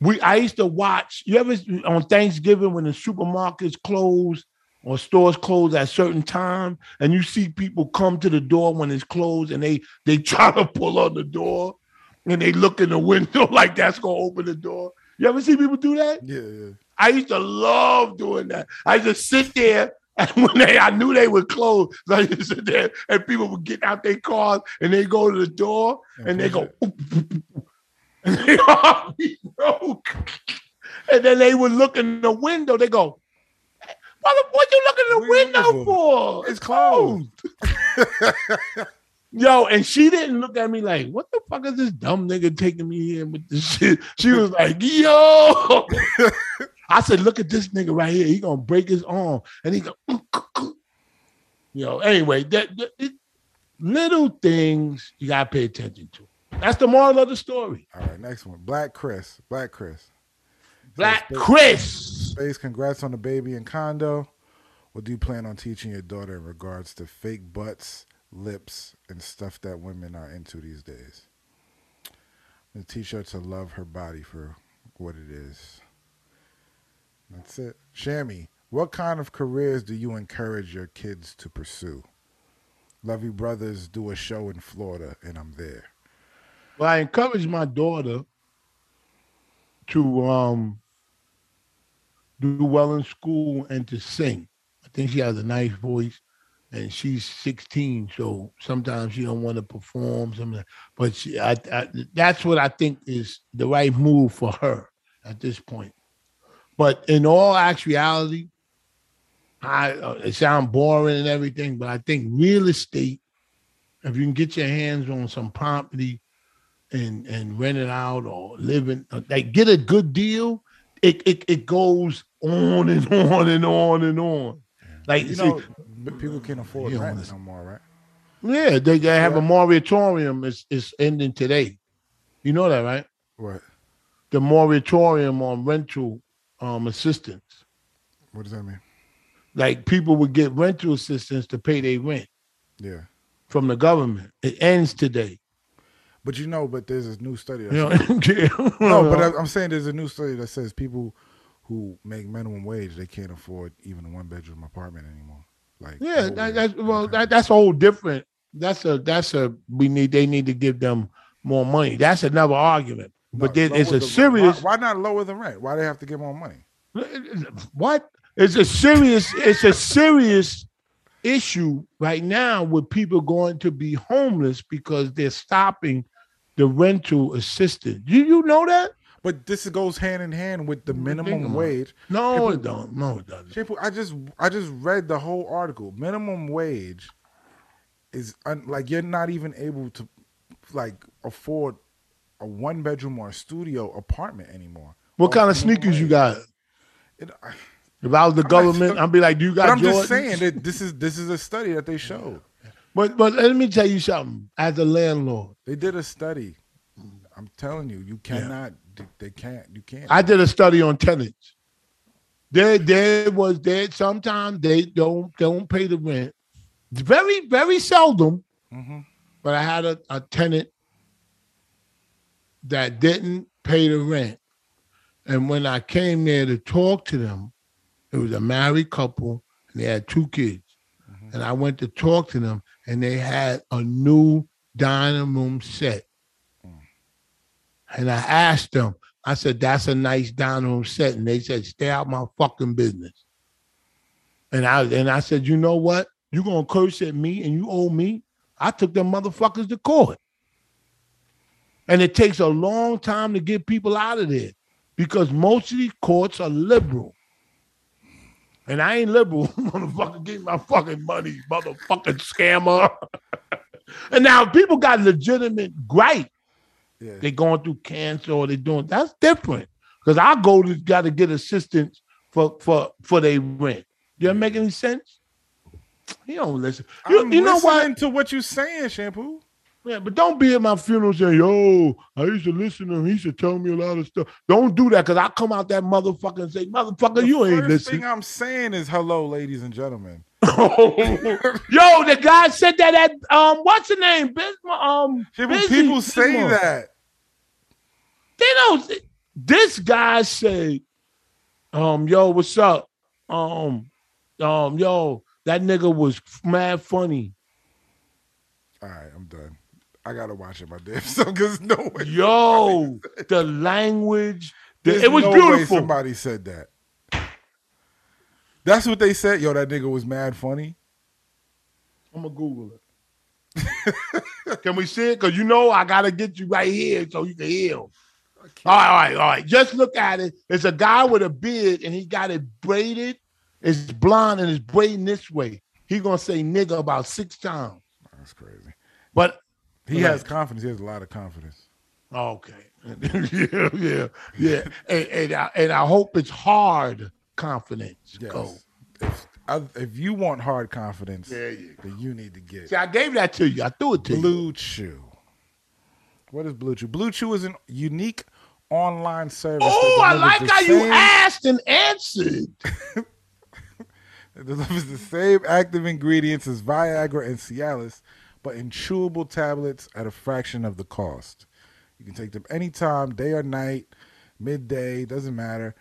We I used to watch. You ever on Thanksgiving when the supermarkets close or stores close at a certain time, and you see people come to the door when it's closed, and they they try to pull on the door and they look in the window like that's gonna open the door. You ever see people do that?
Yeah, yeah.
I used to love doing that. I used to sit there and when they I knew they would close, so I used to sit there and people would get out their cars and they go to the door and, they
push
go
it.
and they all be broke. And then they would look in the window, they go, Mother, what you looking in the
What you looking
window
for?
for?
It's closed.
Yo, and she didn't look at me like, what the fuck is this dumb nigga taking me in with this shit? She was like, yo. I said, look at this nigga right here. He gonna break his arm. And he go, yo, anyway, that, that- it- little things you gotta pay attention to. That's the moral of the story.
All right, next one. Black Chris. Black Chris.
Black Chris.
Space, congrats on the baby and condo. What do you plan on teaching your daughter in regards to fake butts, lips, and stuff that women are into these days? I'm gonna teach her to love her body for what it is. That's it. Shammy, what kind of careers do you encourage your kids to pursue? Lovey Brothers do a show in Florida, and I'm there.
Well, I encourage my daughter to um do well in school and to sing. I think she has a nice voice, and she's 16, so sometimes she don't want to perform. Something, but she, I, I, that's what I think is the right move for her at this point. But in all actuality, I uh, it sounds boring and everything, but I think real estate. If you can get your hands on some property and and rent it out or live in uh, like get a good deal, it it, it goes on and on and on and on. Like
You
see,
know, but people can't afford
You don't
rent no
understand.
more, right?
yeah, they, they have
Yeah.
a moratorium. It's it's ending today. You know that, right?
What?
The moratorium on rental um assistance.
What does that mean?
Like people would get rental assistance to pay their rent
Yeah.
from the government. It ends today.
But you know, but there's this new study. That
You know?
says- no,
no,
but I, I'm saying there's a new study that says people who make minimum wage they can't afford even a one bedroom apartment anymore. Like
Yeah,
what
that,
was-
that's well,
okay.
that, that's a whole different. That's a that's a we need. They need to give them more money. That's another argument. But
No,
then it's
lower
a
the-
serious.
Why, why not lower the rent? Why they have to get more money?
What? It's a serious. It's a serious issue right now with people going to be homeless because they're stopping the rental assistance. Do you know that?
But this goes hand in hand with the
think
minimum
about it.
wage.
No, it don't. No, it doesn't.
Shampoo, I just I just read the whole article. Minimum wage is un, like you're not even able to like afford a one bedroom or a studio apartment anymore.
What
Or
kind of
minimum
sneakers you
wage.
got?
It-
uh, If I was the government, I'd be like, "Do you
But
got?"
I'm just
Jordans?
saying that this is this is a study that they showed.
But but let me tell you something. As a landlord,
They did a study. I'm telling you, you cannot. They can't. You can't.
I did a study on tenants. There there was there sometimes they don't don't pay the rent. Very very seldom.
Mhm.
But I had a, a tenant that didn't pay the rent, and when I came there to talk to them, it was a married couple and they had two kids. And I went to talk to them, and they had a new dining room set. And I asked them, I said, that's a nice dining room set. And they said, stay out my fucking business. And I and I said, you know what? you gonna curse at me and you owe me. I took them motherfuckers to court. And it takes a long time to get people out of there because most of these courts are liberal. And I ain't liberal, motherfucker. Get my fucking money, motherfucking scammer. and now people got legitimate right
Yeah.
they going through cancer or they doing that's different. Because our goal is got to get assistance for for for their rent. You that make any sense? You don't listen. You,
I'm
you know
listening
what?
To what you're saying, shampoo.
Yeah, but don't be at my funeral saying, "Yo, I used to listen to him. He used to tell me a lot of stuff." Don't do that, cause I come out that motherfucker and say, "Motherfucker,
The
you ain't
first thing
listening."
I'm saying is hello, ladies and gentlemen.
Oh. Yo, the guy said that at um, what's the name? Bismarck, um,
Shampoo,
Busy
people say
Bismarck.
that.
they don't. This guy said, "Um, yo, what's up? Um, um, yo, that nigga was mad funny.
All right, I'm done. I gotta watch it, my damn son, because no way.
Yo, the language, the,
There's
it was
no way
beautiful.
somebody said that. That's what they said. Yo, that nigga was mad funny.
I'm gonna Google it. can we see it? Cause you know I gotta get you right here so you can hear. 'em. All right, all right, all right. Just look at it. It's a guy with a beard and he got it braided. It's blonde and it's braiding this way. He gonna say nigga about six times.
That's crazy.
But
He has confidence. He has a lot of confidence.
Okay. yeah, yeah, yeah. And, and, I, and I hope it's hard confidence.
Yes.
Cole.
If, I, if you want hard confidence,
There you
then you need to get
See, I gave that to you. I threw it to you.
Blue Chew. What is Blue Chew? Blue Chew is an unique online service. that
Oh, I
delivers
like
the
how you
same-
asked and answered.
It delivers the same active ingredients as Viagra and Cialis, but in chewable tablets at a fraction of the cost. You can take them anytime, day or night, midday, doesn't matter.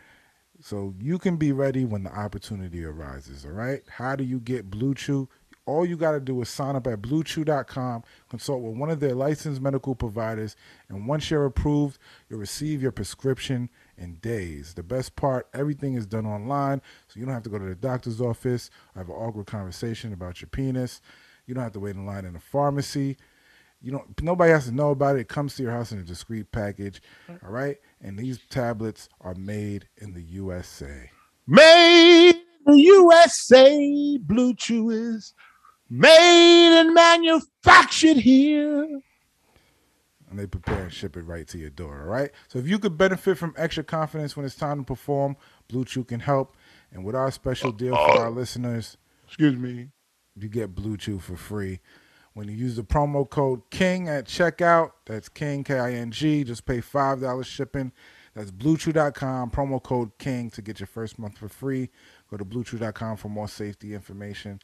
So you can be ready when the opportunity arises, all right? How do you get Blue Chew? All you got to do is sign up at bluechew.com, consult with one of their licensed medical providers, and once you're approved, you'll receive your prescription in days. The best part, everything is done online, so you don't have to go to the doctor's office, have an awkward conversation about your penis. You don't have to wait in line in a pharmacy you know nobody has to know about it. It comes to your house in a discreet package. All right. And these tablets are made in the USA.
Made in the USA, Blue Chew is made and manufactured here.
And they prepare and ship it right to your door. All right. So if you could benefit from extra confidence when it's time to perform, Blue Chew can help. And with our special deal for our listeners,
Excuse me.
you get Blue Chew for free. When you use the promo code KING at checkout, that's KING, K I N G, just pay $5 shipping. That's bluechew.com, promo code KING to get your first month for free. Go to bluechew.com for more safety information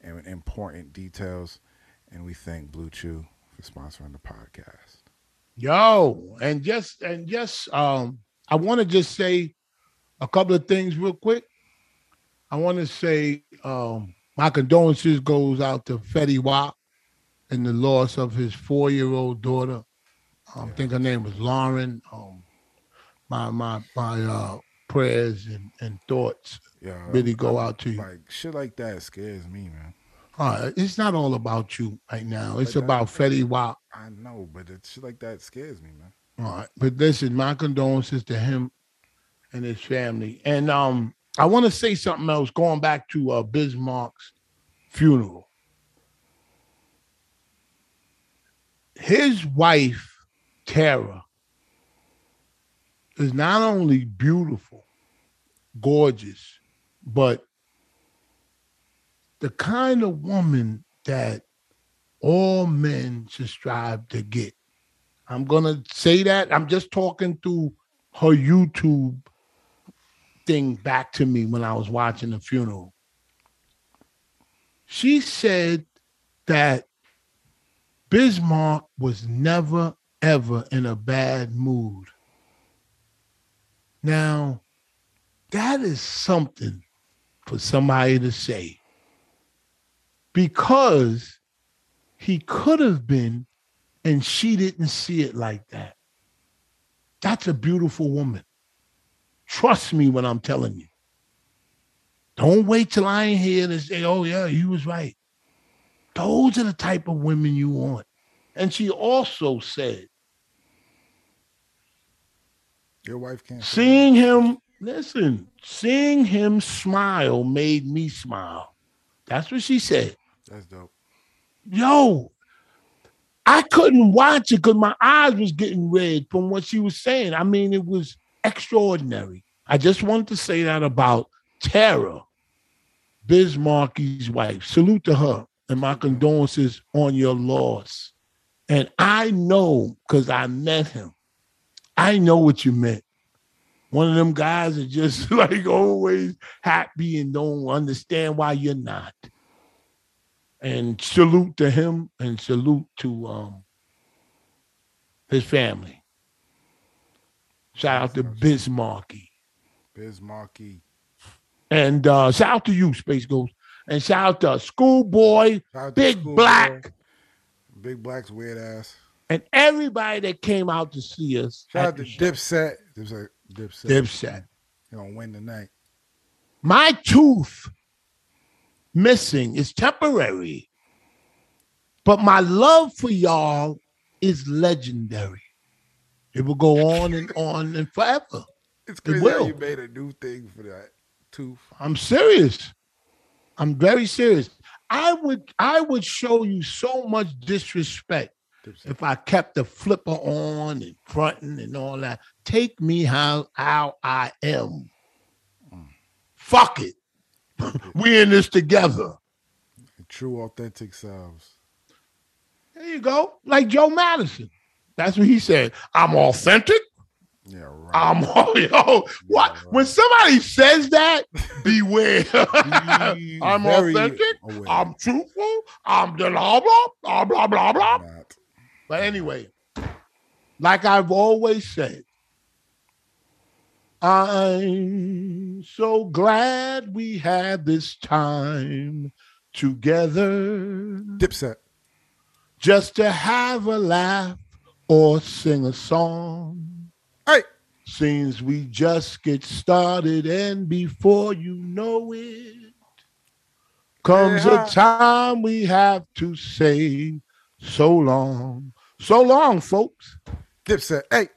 and important details. And we thank Blue Chew for sponsoring the podcast.
Yo, and just and just um, I want to just say a couple of things real quick. I want to say um, my condolences goes out to Fetty Wap and the loss of his four year old daughter. Um, I think her name was Lauren. Um, my my my uh, prayers and, and thoughts
Yeah,
really go out to you.
like shit like that scares me, man.
Uh, it's not all about you right now. It's
But I-
about Fetty Wap.
I know, but it's shit like that scares me, man.
All right. But listen, my condolences to him and his family. And um, I want to say something else going back to uh, Bismarck's funeral. His wife, Tara, is not only beautiful, gorgeous, but the kind of woman that all men should strive to get. I'm gonna say that. I'm just talking through her YouTube thing back to me when I was watching the funeral. She said that Bismarck was never ever in a bad mood. Now, that is something for somebody to say because he could have been and she didn't see it like that. That's a beautiful woman. Trust me when I'm telling you. Don't wait till I ain't here to say, oh, yeah, you was right. Those are the type of women you want. And she also said,
Your wife can't say that.
seeing him, listen, seeing him smile made me smile. That's what she said.
That's dope.
yo, I couldn't watch it because my eyes was getting red from what she was saying. I mean, it was extraordinary. I just wanted to say that about Tara, Bismarck's wife. Salute to her and my condolences on your loss. And I know because I met him. I know what you meant. One of them guys that just like always happy and don't understand why you're not and salute to him and salute to um his family. Shout out to Bismarcky.
Bismarcky.
And uh shout out to you, Space Ghost. And shout out to Schoolboy,
Shout out to
Big
Schoolboy.
Black,
Big Black's weird ass.
and everybody that came out to see us.
Shout
at
out to
the show.
Dipset. Dipset. Dipset.
Dipset.
You're gonna win tonight.
My tooth missing is temporary, but my love for y'all is legendary. It will go on and on and forever.
It's
It
crazy
will.
how you made a new thing for that tooth.
I'm serious. I'm very serious. I would I would show you so much disrespect if I kept the flipper on and fronting and all that. Take me how how I am.
Mm.
Fuck it. we in this together.
True, authentic selves.
There you go. Like Joe Madison. That's what he said. I'm authentic.
Yeah, right.
I'm yo. What when somebody says that, beware.
Be
I'm
very
authentic.
aware.
I'm truthful. I'm the blah blah blah blah blah blah.
Not.
But anyway, like I've always said, I'm so glad we had this time together
Dipset.
just to have a laugh or sing a song.
Hey.
Seems we just get started, and before you know it, comes
Yeah.
a time we have to say so long. So long, folks.
Dipset. Hey.